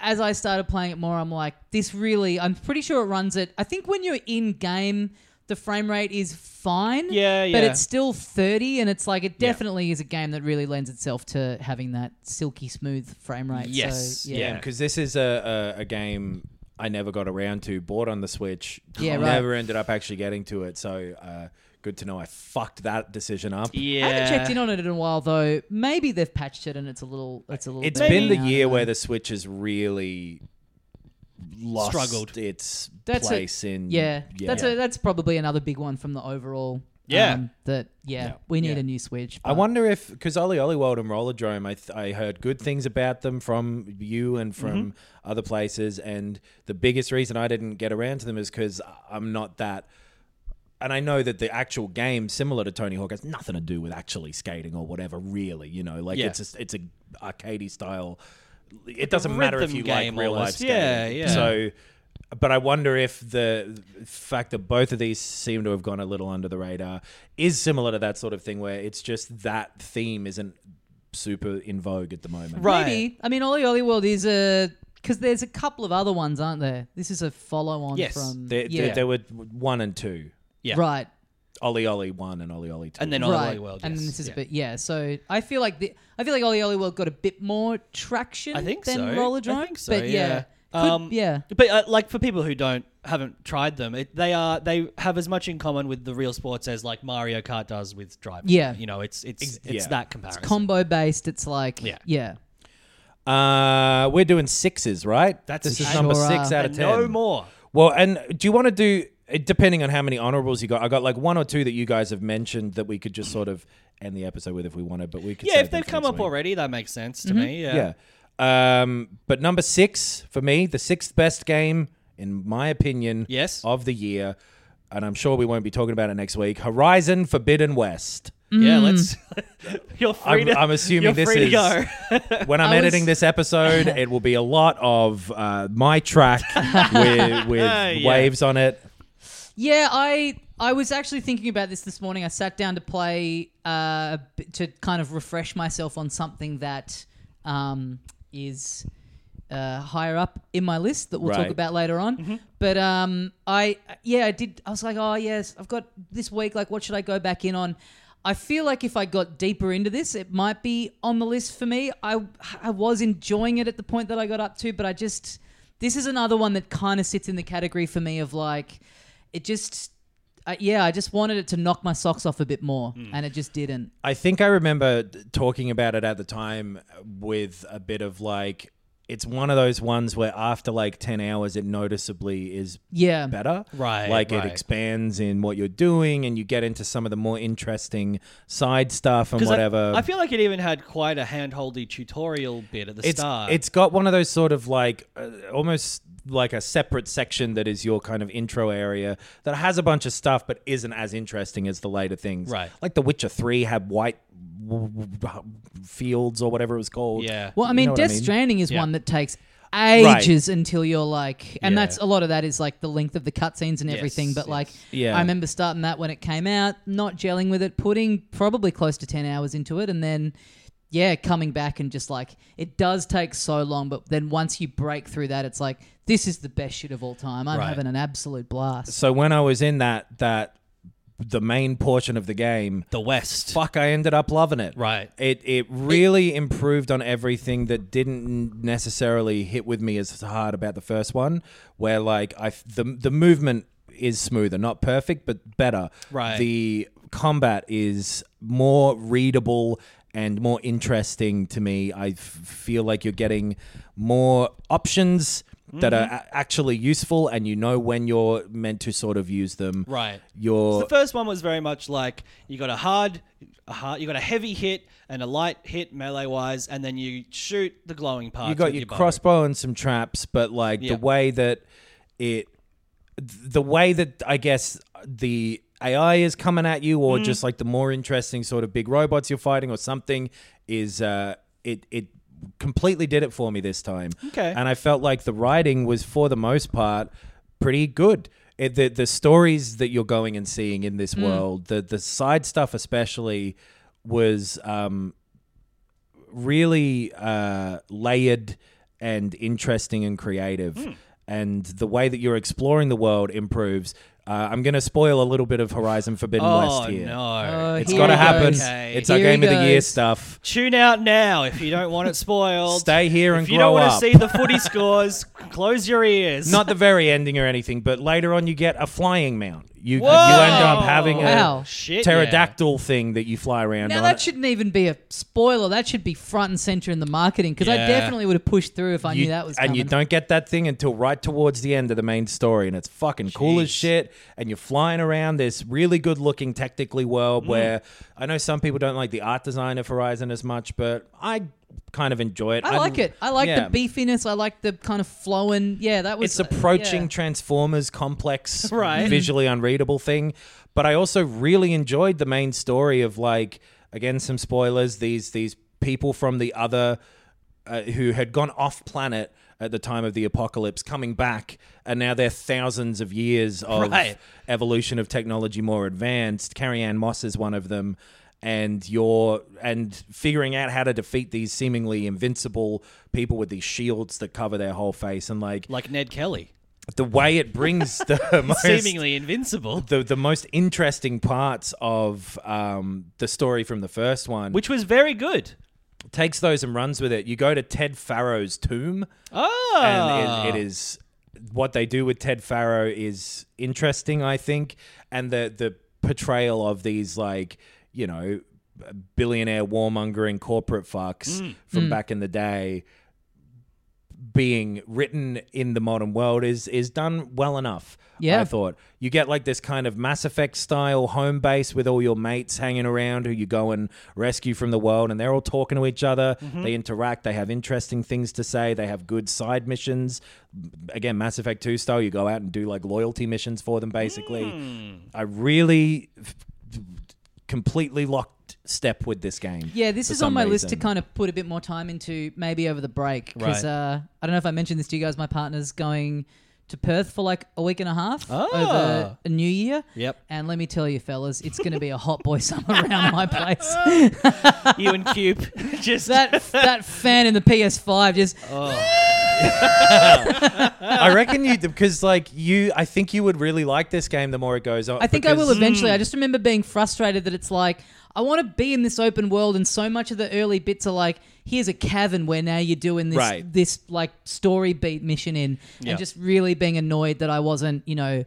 Speaker 1: as I started playing it more, I'm like, this really. I'm pretty sure it runs it. I think when you're in game, the frame rate is fine.
Speaker 2: Yeah,
Speaker 1: But
Speaker 2: yeah.
Speaker 1: it's still 30, and it's like it definitely is a game that really lends itself to having that silky smooth frame rate.
Speaker 2: Yes.
Speaker 1: So, yeah.
Speaker 3: Yeah, because this is a, a, a game. I never got around to. Bought on the Switch.
Speaker 1: Yeah, right.
Speaker 3: Never ended up actually getting to it. So uh, good to know I fucked that decision up.
Speaker 2: Yeah.
Speaker 1: I haven't checked in on it in a while though. Maybe they've patched it and it's a little. It's a little.
Speaker 3: It's
Speaker 1: better
Speaker 3: been the
Speaker 1: now,
Speaker 3: year
Speaker 1: but-
Speaker 3: where the Switch has really lost
Speaker 2: Struggled.
Speaker 3: its
Speaker 1: That's a-
Speaker 3: place in
Speaker 1: Yeah, that's a, that's probably another big one from the overall. um,
Speaker 2: Yeah.
Speaker 1: that yeah, we need
Speaker 3: Yeah.
Speaker 1: a new Switch.
Speaker 3: I
Speaker 1: but-
Speaker 3: wonder if because Ollie Ollie World and Rollerdrome, I th- I heard good things about them from you and from other places, and the biggest reason I didn't get around to them is because I'm not that. And I know that the actual game, similar to Tony Hawk, has nothing to do with actually skating or whatever. Really, you know, like
Speaker 2: Yeah.
Speaker 3: it's just, it's a arcadey style. It doesn't matter if
Speaker 2: rhythm
Speaker 3: you
Speaker 2: game
Speaker 3: like real life
Speaker 2: almost.
Speaker 3: skating.
Speaker 2: Yeah, yeah.
Speaker 3: So, but I wonder if the fact that both of these seem to have gone a little under the radar is similar to that sort of thing where it's just that theme isn't super in vogue at the moment.
Speaker 2: Right.
Speaker 1: Maybe I mean Ollie Ollie World is a because there's a couple of other ones, aren't there? This is a follow on
Speaker 2: Yes.
Speaker 1: from
Speaker 3: There,
Speaker 1: yeah,
Speaker 3: there, there were one and two.
Speaker 2: yeah.
Speaker 1: right,
Speaker 3: Ollie Ollie one and Ollie Ollie two.
Speaker 2: And then
Speaker 1: right.
Speaker 2: right. World. Yes.
Speaker 1: And this is
Speaker 2: yeah.
Speaker 1: a bit yeah. So I feel like the I feel like Ollie Ollie World got a bit more traction.
Speaker 2: I think
Speaker 1: than
Speaker 2: so.
Speaker 1: Roller Drome,
Speaker 2: I think so.
Speaker 1: but yeah,
Speaker 2: yeah.
Speaker 1: Could- yeah.
Speaker 2: But uh, like for people who don't haven't tried them, it, they are they have as much in common with the real sports as like Mario Kart does with driving.
Speaker 1: Yeah.
Speaker 2: you know, it's it's it's
Speaker 3: yeah.
Speaker 2: that comparison.
Speaker 1: Combo based, it's like yeah,
Speaker 2: Yeah.
Speaker 1: yeah.
Speaker 3: Uh, we're doing sixes, right?
Speaker 2: That's
Speaker 3: this is
Speaker 2: sure
Speaker 3: number six
Speaker 1: are.
Speaker 3: out of
Speaker 2: and
Speaker 3: ten.
Speaker 2: no more.
Speaker 3: Well, and do you want to do it depending on how many honorables you got? I got like one or two that you guys have mentioned that we could just sort of end the episode with if we wanted, but we could.
Speaker 2: Yeah,
Speaker 3: save
Speaker 2: if
Speaker 3: them
Speaker 2: they've
Speaker 3: for
Speaker 2: come
Speaker 3: next
Speaker 2: up
Speaker 3: week.
Speaker 2: already, that makes sense
Speaker 1: Mm-hmm.
Speaker 2: to me. Yeah.
Speaker 3: Yeah. Um, but number six for me, the sixth best game in my opinion,
Speaker 2: Yes.
Speaker 3: of the year, and I'm sure we won't be talking about it next week. Horizon Forbidden West.
Speaker 1: Mm-hmm.
Speaker 2: Yeah, let's. you're free
Speaker 3: I'm-
Speaker 2: to.
Speaker 3: I'm assuming
Speaker 2: you're
Speaker 3: this
Speaker 2: free
Speaker 3: is-
Speaker 2: to go.
Speaker 3: When I'm
Speaker 1: I was-
Speaker 3: editing this episode, it will be a lot of uh, my track with, with
Speaker 2: yeah.
Speaker 3: waves on it.
Speaker 1: Yeah, I I was actually thinking about this this morning. I sat down to play uh, a bit- to kind of refresh myself on something that um, is uh, higher up in my list that we'll talk
Speaker 3: Right.
Speaker 1: about later on. But um, I yeah, I did. I was like, oh yes, I've got this week. Like, what should I go back in on? I feel like if I got deeper into this, it might be on the list for me. I I was enjoying it at the point that I got up to, but I just this is another one that kind of sits in the category for me of like it just I yeah i just wanted it to knock my socks off a bit more and it just didn't
Speaker 3: I think I remember t- talking about it at the time with a bit of like, it's one of those ones where after like 10 hours, it noticeably is
Speaker 1: yeah
Speaker 3: better.
Speaker 2: Right,
Speaker 3: Like
Speaker 2: right.
Speaker 3: it expands in what you're doing and you get into some of the more interesting side stuff and
Speaker 2: 'Cause I-
Speaker 3: whatever.
Speaker 2: I, feel like it even had quite a handholdy tutorial bit at the
Speaker 3: it's,
Speaker 2: start.
Speaker 3: it's got one of those sort of like uh, almost like a separate section that is your kind of intro area that has a bunch of stuff but isn't as interesting as the later things
Speaker 2: Right.
Speaker 3: like the witcher 3 had white w- w- fields or whatever it was called
Speaker 2: yeah.
Speaker 1: well i
Speaker 3: You
Speaker 1: mean
Speaker 3: know what I
Speaker 1: death
Speaker 3: mean?
Speaker 1: stranding is
Speaker 2: Yeah.
Speaker 1: one that takes ages until you're like and
Speaker 2: Yeah.
Speaker 1: that's a lot of that is like the length of the cutscenes and everything
Speaker 2: Yes,
Speaker 1: but like
Speaker 3: Yeah.
Speaker 1: i remember starting that when it came out not gelling with it putting probably close to 10 hours into it and then yeah coming back and just like it does take so long but then once you break through that it's like this is the best shit of all time i'm
Speaker 2: Right.
Speaker 1: having an absolute blast
Speaker 3: so when i was in that that the main portion of the game
Speaker 2: the West.
Speaker 3: fuck i ended up loving it
Speaker 2: Right.
Speaker 3: it it really improved on everything that didn't necessarily hit with me as hard about the first one where like i f- the the movement is smoother not perfect but better
Speaker 2: Right.
Speaker 3: the combat is more readable and more interesting to me I f- feel like you're getting more options that
Speaker 2: Mm-hmm.
Speaker 3: are a- actually useful and you know when you're meant to sort of use them
Speaker 2: Right.
Speaker 3: you're
Speaker 2: The first one was very much like you got a hard, a hard, you got a heavy hit and a light hit melee wise, and then you shoot the glowing parts.
Speaker 3: you got
Speaker 2: with
Speaker 3: your
Speaker 2: bow.
Speaker 3: crossbow and some traps, but like
Speaker 2: Yeah.
Speaker 3: the way that it, the way that I guess the AI is coming at you,
Speaker 2: Mm.
Speaker 3: or just like the more interesting sort of big robots you're fighting, or something, is uh, it it completely did it for me this time.
Speaker 2: Okay.
Speaker 3: and I felt like the writing was for the most part pretty good. It, the the stories that you're going and seeing in
Speaker 2: Mm.
Speaker 3: this world, the the side stuff especially was um, really uh, layered
Speaker 1: Hmm.
Speaker 3: and interesting and creative. And the way that you're exploring the world improves. Uh, I'm going to spoil a little bit of Horizon Forbidden
Speaker 2: Oh,
Speaker 3: West here.
Speaker 2: no.
Speaker 1: Oh,
Speaker 3: It's
Speaker 1: Here
Speaker 3: got to
Speaker 1: it
Speaker 3: happen.
Speaker 1: goes.
Speaker 2: Okay.
Speaker 3: It's our
Speaker 1: Here it
Speaker 3: game of the year
Speaker 1: goes.
Speaker 3: stuff.
Speaker 2: Tune out now if you don't want it spoiled.
Speaker 3: Stay here and
Speaker 2: If you
Speaker 3: grow
Speaker 2: don't want to
Speaker 3: up.
Speaker 2: see the footy scores, close your ears.
Speaker 3: Not the very ending or anything, but later on you get a flying mount. You, you end
Speaker 2: Whoa!
Speaker 3: up having a
Speaker 1: Wow.
Speaker 2: Shit,
Speaker 3: pterodactyl thing that you fly around
Speaker 1: Now
Speaker 3: on.
Speaker 1: that shouldn't even be a spoiler. That should be front and center in the marketing because I
Speaker 2: Yeah.
Speaker 1: definitely would have pushed through if I
Speaker 3: You-
Speaker 1: knew that was
Speaker 3: and
Speaker 1: coming.
Speaker 3: you don't get that thing until right towards the end of the main story, and it's fucking cool as shit. And you're flying around this really good looking, technically
Speaker 1: Mm.
Speaker 3: world where I know some people don't like the art design of Horizon as much, but I kind of enjoy it.
Speaker 1: I like it. I like
Speaker 3: yeah.
Speaker 1: the beefiness. I like the kind of flowing. Yeah, that was.
Speaker 3: It's approaching
Speaker 1: yeah.
Speaker 3: Transformers complex,
Speaker 2: Right.
Speaker 3: visually unreadable thing. But I also really enjoyed the main story of like again some spoilers. These these people from the other uh, who had gone off planet at the time of the apocalypse coming back, and now they're thousands of years of
Speaker 2: Right.
Speaker 3: evolution of technology more advanced. Carrie Ann Moss is one of them. And you're and figuring out how to defeat these seemingly invincible people with these shields that cover their whole face and like
Speaker 2: Like Ned Kelly.
Speaker 3: the way it brings the most,
Speaker 2: Seemingly invincible.
Speaker 3: the, the most interesting parts of um, the story from the first one,
Speaker 2: Which was very good.
Speaker 3: takes those and runs with it. You go to Ted Farrow's tomb,
Speaker 2: Oh.
Speaker 3: and it, it is what they do with Ted Farrow is interesting, I think, and the the portrayal of these like you know billionaire warmongering corporate fucks
Speaker 2: Mm.
Speaker 3: from back in the day being written in the modern world is is done well enough.
Speaker 1: Yeah.
Speaker 3: I thought you get like this kind of Mass Effect style home base with all your mates hanging around who you go and rescue from the world, and they're all talking to each other.
Speaker 1: Mm-hmm.
Speaker 3: They interact. They have interesting things to say. They have good side missions. Again, Mass Effect Two style. You go out and do like loyalty missions for them. Basically,
Speaker 1: Hmm.
Speaker 3: I really f- completely locked step with this game.
Speaker 1: Yeah, this
Speaker 3: for
Speaker 1: is on
Speaker 3: some
Speaker 1: my list to
Speaker 3: reason.
Speaker 1: kind of put a bit more time into maybe over the break because
Speaker 2: Right.
Speaker 1: uh, I don't know if I mentioned this to you guys. My partner's going to Perth for like a week and a half over
Speaker 2: Ah.
Speaker 1: a New Year.
Speaker 2: Yep.
Speaker 1: And let me tell you, fellas, it's going to be a hot boy summer around my place.
Speaker 2: you and Cube. Just
Speaker 1: that that fan in the PS5 just
Speaker 3: I reckon you because like you, I think you would really like this game the more it goes on.
Speaker 1: I think I will
Speaker 3: because-
Speaker 1: eventually. I just remember being frustrated that it's like I want to be in this open world, and so much of the early bits are like, here's a cavern where now you're doing this
Speaker 3: Right.
Speaker 1: this like story beat mission in,
Speaker 2: Yeah.
Speaker 1: and just really being annoyed that I wasn't, you know,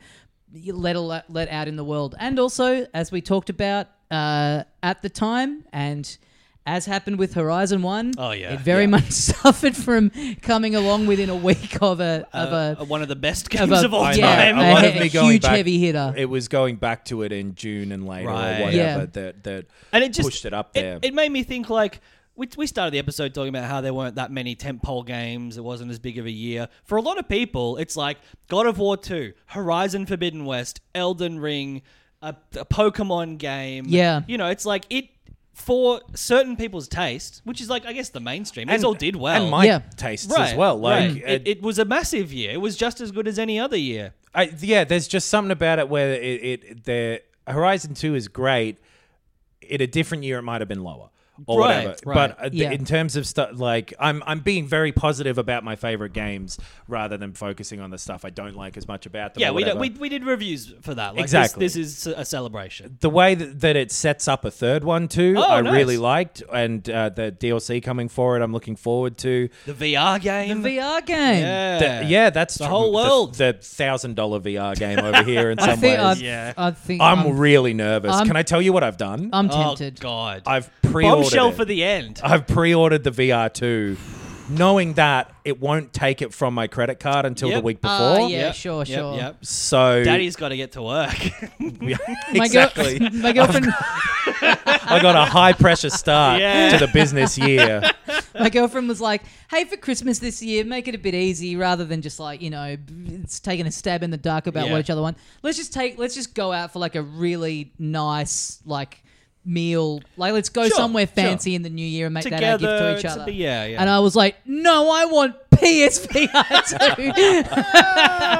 Speaker 1: let al- let out in the world. And also, as we talked about uh, at the time, and as happened with Horizon One,
Speaker 2: Oh, yeah.
Speaker 1: it very
Speaker 2: Yeah.
Speaker 1: much suffered from coming along within a week of a of a
Speaker 2: one of the best
Speaker 1: of
Speaker 2: games
Speaker 1: a,
Speaker 2: of all
Speaker 3: I
Speaker 2: time.
Speaker 3: know.
Speaker 1: yeah,
Speaker 3: A lot
Speaker 1: a,
Speaker 3: of
Speaker 1: a
Speaker 3: me going
Speaker 1: huge
Speaker 3: back-
Speaker 1: heavy hitter.
Speaker 3: It was going back to it in June and later
Speaker 2: Right.
Speaker 3: or whatever
Speaker 1: Yeah.
Speaker 3: that that
Speaker 2: and it just
Speaker 3: pushed it up there.
Speaker 2: It, made me think like we, we started the episode talking about how there weren't that many tentpole games. It wasn't as big of a year for a lot of people. It's like God of War Two, Horizon Forbidden West, Elden Ring, a, a Pokemon game.
Speaker 1: Yeah.
Speaker 2: you know, it's like it for certain people's taste, which is like I guess the mainstream. These
Speaker 3: And-
Speaker 2: all did well.
Speaker 3: and my
Speaker 1: Yeah.
Speaker 3: tastes
Speaker 2: Right,
Speaker 3: as well. Like uh,
Speaker 2: right. it, it was a massive year. It was just as good as any other year.
Speaker 3: I, yeah, there's just something about it where it, it the Horizon Two is great. In a different year, it might have been lower or
Speaker 2: Right,
Speaker 3: whatever.
Speaker 2: right.
Speaker 3: But uh, th-
Speaker 1: Yeah.
Speaker 3: in terms of stuff, like I'm I'm being very positive about my favorite games rather than focusing on the stuff I don't like as much about them.
Speaker 2: Yeah,
Speaker 3: or
Speaker 2: we, don't,
Speaker 3: whatever.
Speaker 2: we we did reviews for that. Like, this-
Speaker 3: Exactly.
Speaker 2: This, is a celebration.
Speaker 3: the way that, that it sets up a third one too,
Speaker 2: Oh,
Speaker 3: I
Speaker 2: nice.
Speaker 3: really liked, and uh, the DLC coming for it, I'm looking forward to.
Speaker 2: The
Speaker 1: The
Speaker 2: VR game.
Speaker 1: VR game.
Speaker 2: yeah.
Speaker 3: The- yeah, that's
Speaker 2: The whole world.
Speaker 3: The thousand dollar VR game over here in some
Speaker 1: I think,
Speaker 3: ways.
Speaker 1: I'd,
Speaker 2: Yeah.
Speaker 1: I think
Speaker 3: I'm,
Speaker 1: I'm,
Speaker 3: really nervous.
Speaker 1: I'm-
Speaker 3: Can I tell you what I've done?
Speaker 1: I'm
Speaker 2: Oh
Speaker 1: tempted.
Speaker 2: God.
Speaker 3: I've pre-ordered
Speaker 2: Bombshell
Speaker 3: it.
Speaker 2: for the end.
Speaker 3: I've pre-ordered the VR two, knowing that it won't take it from my credit card until the
Speaker 2: Yep.
Speaker 3: week before.
Speaker 1: Ah, yeah, sure,
Speaker 2: yep,
Speaker 1: sure.
Speaker 2: Yep.
Speaker 3: So
Speaker 2: Daddy's got to get to work.
Speaker 3: Yeah,
Speaker 1: My,
Speaker 3: exactly.
Speaker 1: girl, my girlfriend,
Speaker 2: Oh,
Speaker 3: I got a high pressure start
Speaker 2: Yeah.
Speaker 3: to the business year.
Speaker 1: my girlfriend was like, "Hey, for Christmas this year, make it a bit easy rather than just like you know, b- it's taking a stab in the dark about
Speaker 2: Yeah.
Speaker 1: what each other want. Let's just take, let's just go out for like a really nice like meal. Like, let's go
Speaker 2: Sure,
Speaker 1: somewhere
Speaker 2: sure.
Speaker 1: fancy in the new year and make that
Speaker 2: Together,
Speaker 1: our gift to
Speaker 2: to
Speaker 1: each other."
Speaker 2: be- yeah, yeah.
Speaker 1: And I was like, "No, I want PSVR 2.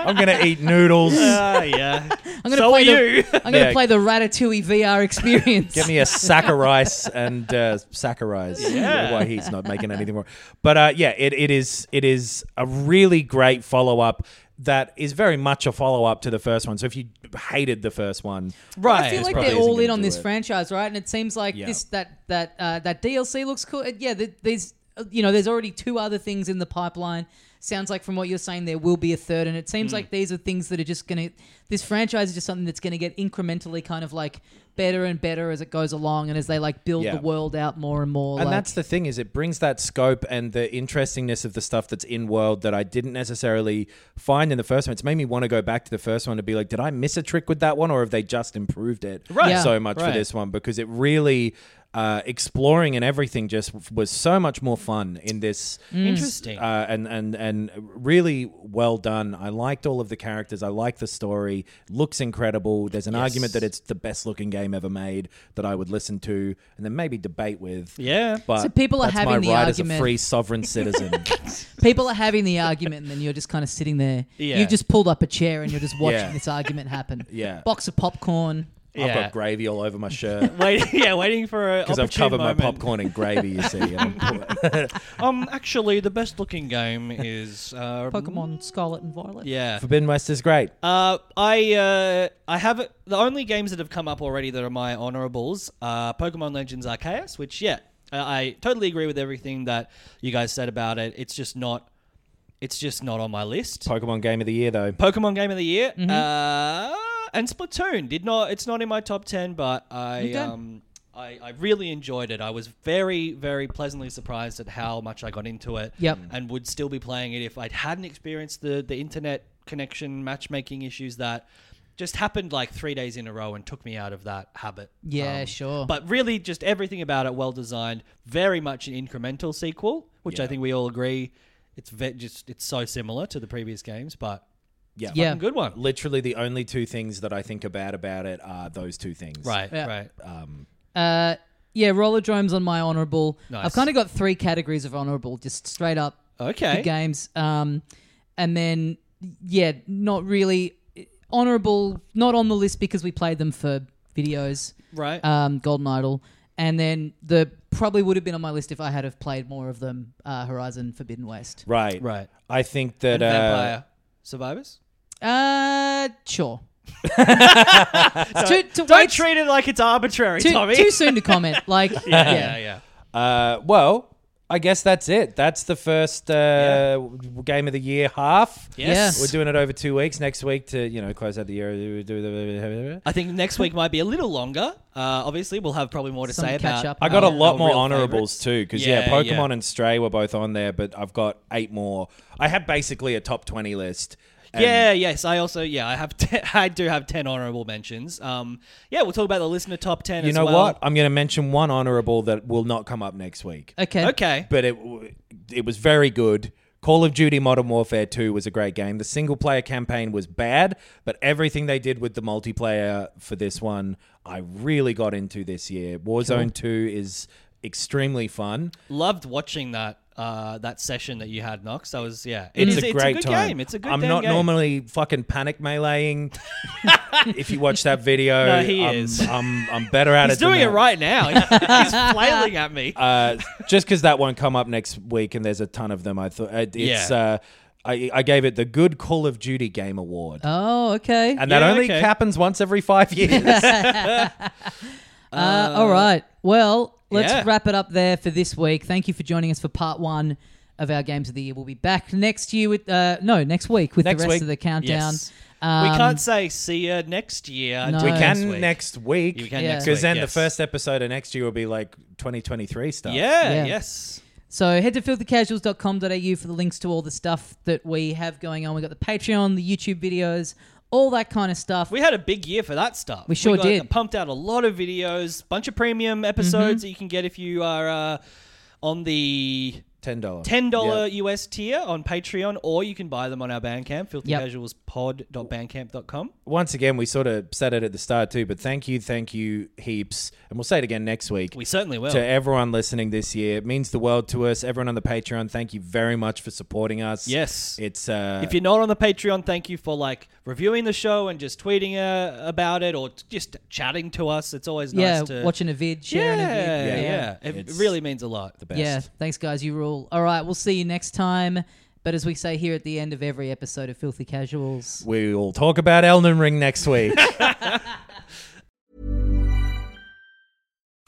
Speaker 3: I'm gonna eat noodles.
Speaker 2: Ah, yeah.
Speaker 1: I'm gonna
Speaker 2: So
Speaker 1: play
Speaker 2: are
Speaker 1: the,
Speaker 2: you.
Speaker 1: I'm gonna
Speaker 3: Yeah.
Speaker 1: play the Ratatouille VR experience.
Speaker 3: Get me a sack of rice and uh, sack of rice.
Speaker 2: Yeah.
Speaker 3: Why he's not making anything more. But uh, yeah, it, it is it is a really great follow up. that is very much a follow up to the first one. So if you hated the first one,
Speaker 2: Right.
Speaker 1: I feel
Speaker 3: It's
Speaker 1: like
Speaker 3: probably
Speaker 1: they're
Speaker 3: isn't
Speaker 1: all in
Speaker 3: gonna
Speaker 1: on
Speaker 3: do
Speaker 1: this
Speaker 3: it.
Speaker 1: franchise, right? And it seems like
Speaker 3: Yeah.
Speaker 1: this that that uh, that DLC looks cool. Uh, Yeah, th- there's uh, you know there's already two other things in the pipeline. Sounds like from what you're saying there will be a third, and it seems
Speaker 3: Hmm.
Speaker 1: like these are things that are just gonna. This franchise is just something that's gonna get incrementally kind of like better and better as it goes along, and as they like build
Speaker 3: Yeah.
Speaker 1: the world out more and more.
Speaker 3: and
Speaker 1: like,
Speaker 3: that's the thing is it brings that scope and the interestingness of the stuff that's in world that I didn't necessarily find in the first one. It's made me want to go back to the first one to be like, did I miss a trick with that one, or have they just improved it
Speaker 2: Right.
Speaker 1: Yeah.
Speaker 3: so much
Speaker 2: Right.
Speaker 3: for this one? Because it really. Uh, exploring and everything just was so much more fun in this
Speaker 2: Interesting.
Speaker 3: uh, and and and really well done. I liked all of the characters. I like the story. Looks incredible. There's an argument that it's the best looking game ever made that I would listen to and then maybe debate with.
Speaker 2: Yeah.
Speaker 3: but
Speaker 1: So people are
Speaker 3: that's
Speaker 1: having
Speaker 3: my
Speaker 1: the
Speaker 3: right as
Speaker 1: argument-
Speaker 3: a free sovereign citizen.
Speaker 1: people are having the argument, and then you're just kind of sitting there.
Speaker 2: Yeah.
Speaker 1: You've just pulled up a chair, and you're just watching
Speaker 3: Yeah.
Speaker 1: this argument happen.
Speaker 3: Yeah.
Speaker 1: box of popcorn.
Speaker 3: I've
Speaker 2: Yeah.
Speaker 3: got gravy all over my shirt.
Speaker 2: Wait, yeah, waiting for a
Speaker 3: Because I've
Speaker 2: opportune
Speaker 3: covered
Speaker 2: moment.
Speaker 3: my popcorn in gravy, you see. and I'm pulling-
Speaker 2: Um, actually, the best looking game is uh,
Speaker 1: Pokemon Scarlet and Violet.
Speaker 2: Yeah,
Speaker 3: Forbidden West is great.
Speaker 2: uh, I uh, I have the only games that have come up already that are my honorables are Pokemon Legends Arceus, which yeah, I, I totally agree with everything that you guys said about it. It's just not, it's just not on my list.
Speaker 3: Pokemon game of the year, though.
Speaker 2: Pokemon game of the year,
Speaker 1: Mm-hmm.
Speaker 2: uh, and Splatoon did not. It's not in my top ten, but I
Speaker 1: Okay.
Speaker 2: um, I, I really enjoyed it. I was very very pleasantly surprised at how much I got into it.
Speaker 1: Yep.
Speaker 2: and would still be playing it if I hadn't experienced the the internet connection matchmaking issues that just happened like three days in a row and took me out of that habit. Um,
Speaker 1: Yeah, sure.
Speaker 2: But really, just everything about it well designed. Very much an incremental sequel, which I think we all agree. It's ve- just it's so similar to the previous games, but
Speaker 1: Yeah.
Speaker 2: fucking good one.
Speaker 3: Literally, the only two things that I think about about it are those two things.
Speaker 2: Right,
Speaker 1: Yeah.
Speaker 2: right.
Speaker 1: Uh, yeah, Rollerdrome's on my honorable.
Speaker 2: Nice.
Speaker 1: I've kind of got three categories of honorable, just straight up
Speaker 2: Okay.
Speaker 1: good games. Um, and then yeah, not really honorable, not on the list because we played them for videos.
Speaker 2: Right.
Speaker 1: Um, Golden Idol, and then the probably would have been on my list if I had have played more of them. Uh, Horizon Forbidden West.
Speaker 3: Right.
Speaker 2: Right.
Speaker 3: I think that. uh,
Speaker 2: Vampire Survivors.
Speaker 1: Uh, sure. It's too- too-
Speaker 2: Don't
Speaker 1: it's
Speaker 2: treat it like it's arbitrary,
Speaker 1: too,
Speaker 2: Tommy.
Speaker 1: too soon to comment. Like
Speaker 2: yeah, yeah, yeah.
Speaker 3: Uh, well, I guess that's it. That's the first uh, w- game of the year half.
Speaker 2: Yes.
Speaker 3: We're doing it over two weeks. Next week to you know close out the year. we do the-
Speaker 2: I think next week might be a little longer. Uh, obviously, we'll have probably more to
Speaker 1: Some
Speaker 2: say
Speaker 1: catch
Speaker 2: about.
Speaker 1: up.
Speaker 3: I got a
Speaker 1: Our-
Speaker 3: lot
Speaker 2: our
Speaker 3: more
Speaker 2: Uh, real
Speaker 3: honorables too, because yeah,
Speaker 2: Yeah,
Speaker 3: Pokemon
Speaker 2: yeah.
Speaker 3: and Stray were both on there, but I've got eight more. I have basically a top twenty list. and-
Speaker 2: yeah, yes. I also, yeah, I have, te- I do have ten honorable mentions. Um, yeah, we'll talk about the listener top ten.
Speaker 3: You
Speaker 2: as
Speaker 3: know
Speaker 2: well.
Speaker 3: what? I'm going to mention one honorable that will not come up next week.
Speaker 1: okay.
Speaker 2: Okay.
Speaker 3: but it w- it was very good. Call of Duty Modern Warfare 2 was a great game. The single player campaign was bad, but everything they did with the multiplayer for this one, I really got into this year. Warzone 2 is extremely fun.
Speaker 2: Loved watching that uh, that session that you had, Knox. That was yeah. It
Speaker 3: It's
Speaker 2: is-
Speaker 3: a great
Speaker 2: good
Speaker 3: time.
Speaker 2: game. It's a good.
Speaker 3: I'm
Speaker 2: damn
Speaker 3: not
Speaker 2: game.
Speaker 3: normally fucking panic meleeing. if you watch that video,
Speaker 2: No, he
Speaker 3: I'm,
Speaker 2: is.
Speaker 3: I'm I'm better at
Speaker 2: He's
Speaker 3: it. than
Speaker 2: doing it
Speaker 3: that.
Speaker 2: right now. He's flailing at me.
Speaker 1: Um,
Speaker 3: Uh, just because that won't come up next week, and there's a ton of them. I thought it- it's.
Speaker 2: Yeah.
Speaker 3: Uh, I, I gave it the Good Call of Duty Game Award.
Speaker 1: Oh, okay.
Speaker 3: And that
Speaker 2: Yeah,
Speaker 3: only
Speaker 2: okay.
Speaker 3: happens once every five years.
Speaker 1: Uh, all right. Well, let's
Speaker 2: yeah.
Speaker 1: wrap it up there for this week. Thank you for joining us for part one of our games of the year. We'll be back next year with uh, no next week with
Speaker 3: Next
Speaker 1: the rest
Speaker 3: week.
Speaker 1: of the countdown.
Speaker 2: Yes.
Speaker 1: Um,
Speaker 2: we can't say see ya Oh, next year.
Speaker 1: No.
Speaker 3: we
Speaker 1: Uh,
Speaker 3: can next week.
Speaker 2: You can
Speaker 1: Yeah.
Speaker 2: next
Speaker 3: Because then
Speaker 2: week,
Speaker 3: the
Speaker 2: yes.
Speaker 3: first episode of next year will be like 2023 stuff.
Speaker 2: Yeah,
Speaker 1: Yeah.
Speaker 2: yes.
Speaker 1: So head to filthycasuals.com.au for the links to all the stuff that we have going on. We got the Patreon, the YouTube videos, all that kind of stuff.
Speaker 2: We had a big year for that stuff.
Speaker 1: We sure
Speaker 2: got-
Speaker 1: did. Mm-hmm.
Speaker 2: Pumped out a lot of videos, bunch of premium episodes that you can get if you are uh, on the
Speaker 3: $10.
Speaker 2: ten dollar
Speaker 3: Yeah.
Speaker 2: US tier on Patreon, or you can buy them on our Bandcamp,
Speaker 1: Yep.
Speaker 2: filthycasualspod.bandcamp.com.
Speaker 3: Once again, we sort of said it at the start too, but thank you, thank you heaps. And we'll say it again next week.
Speaker 2: We certainly will.
Speaker 3: to everyone listening this year. It means the world to us. Everyone on the Patreon, thank you very much for supporting us.
Speaker 2: Yes.
Speaker 3: It's uh
Speaker 2: if you're not on the Patreon, thank you for like reviewing the show and just tweeting uh, about it or t- just chatting to us. It's always
Speaker 1: yeah,
Speaker 2: nice to
Speaker 1: watching a vid,
Speaker 2: Yeah,
Speaker 1: sharing a vid.
Speaker 2: yeah, It
Speaker 3: It's
Speaker 2: really means a lot.
Speaker 3: the best.
Speaker 1: Yeah, thanks guys, you rule. All right, we'll see you next time. But as we say here at the end of every episode of Filthy Casuals,
Speaker 3: We'll talk about Elden Ring next week.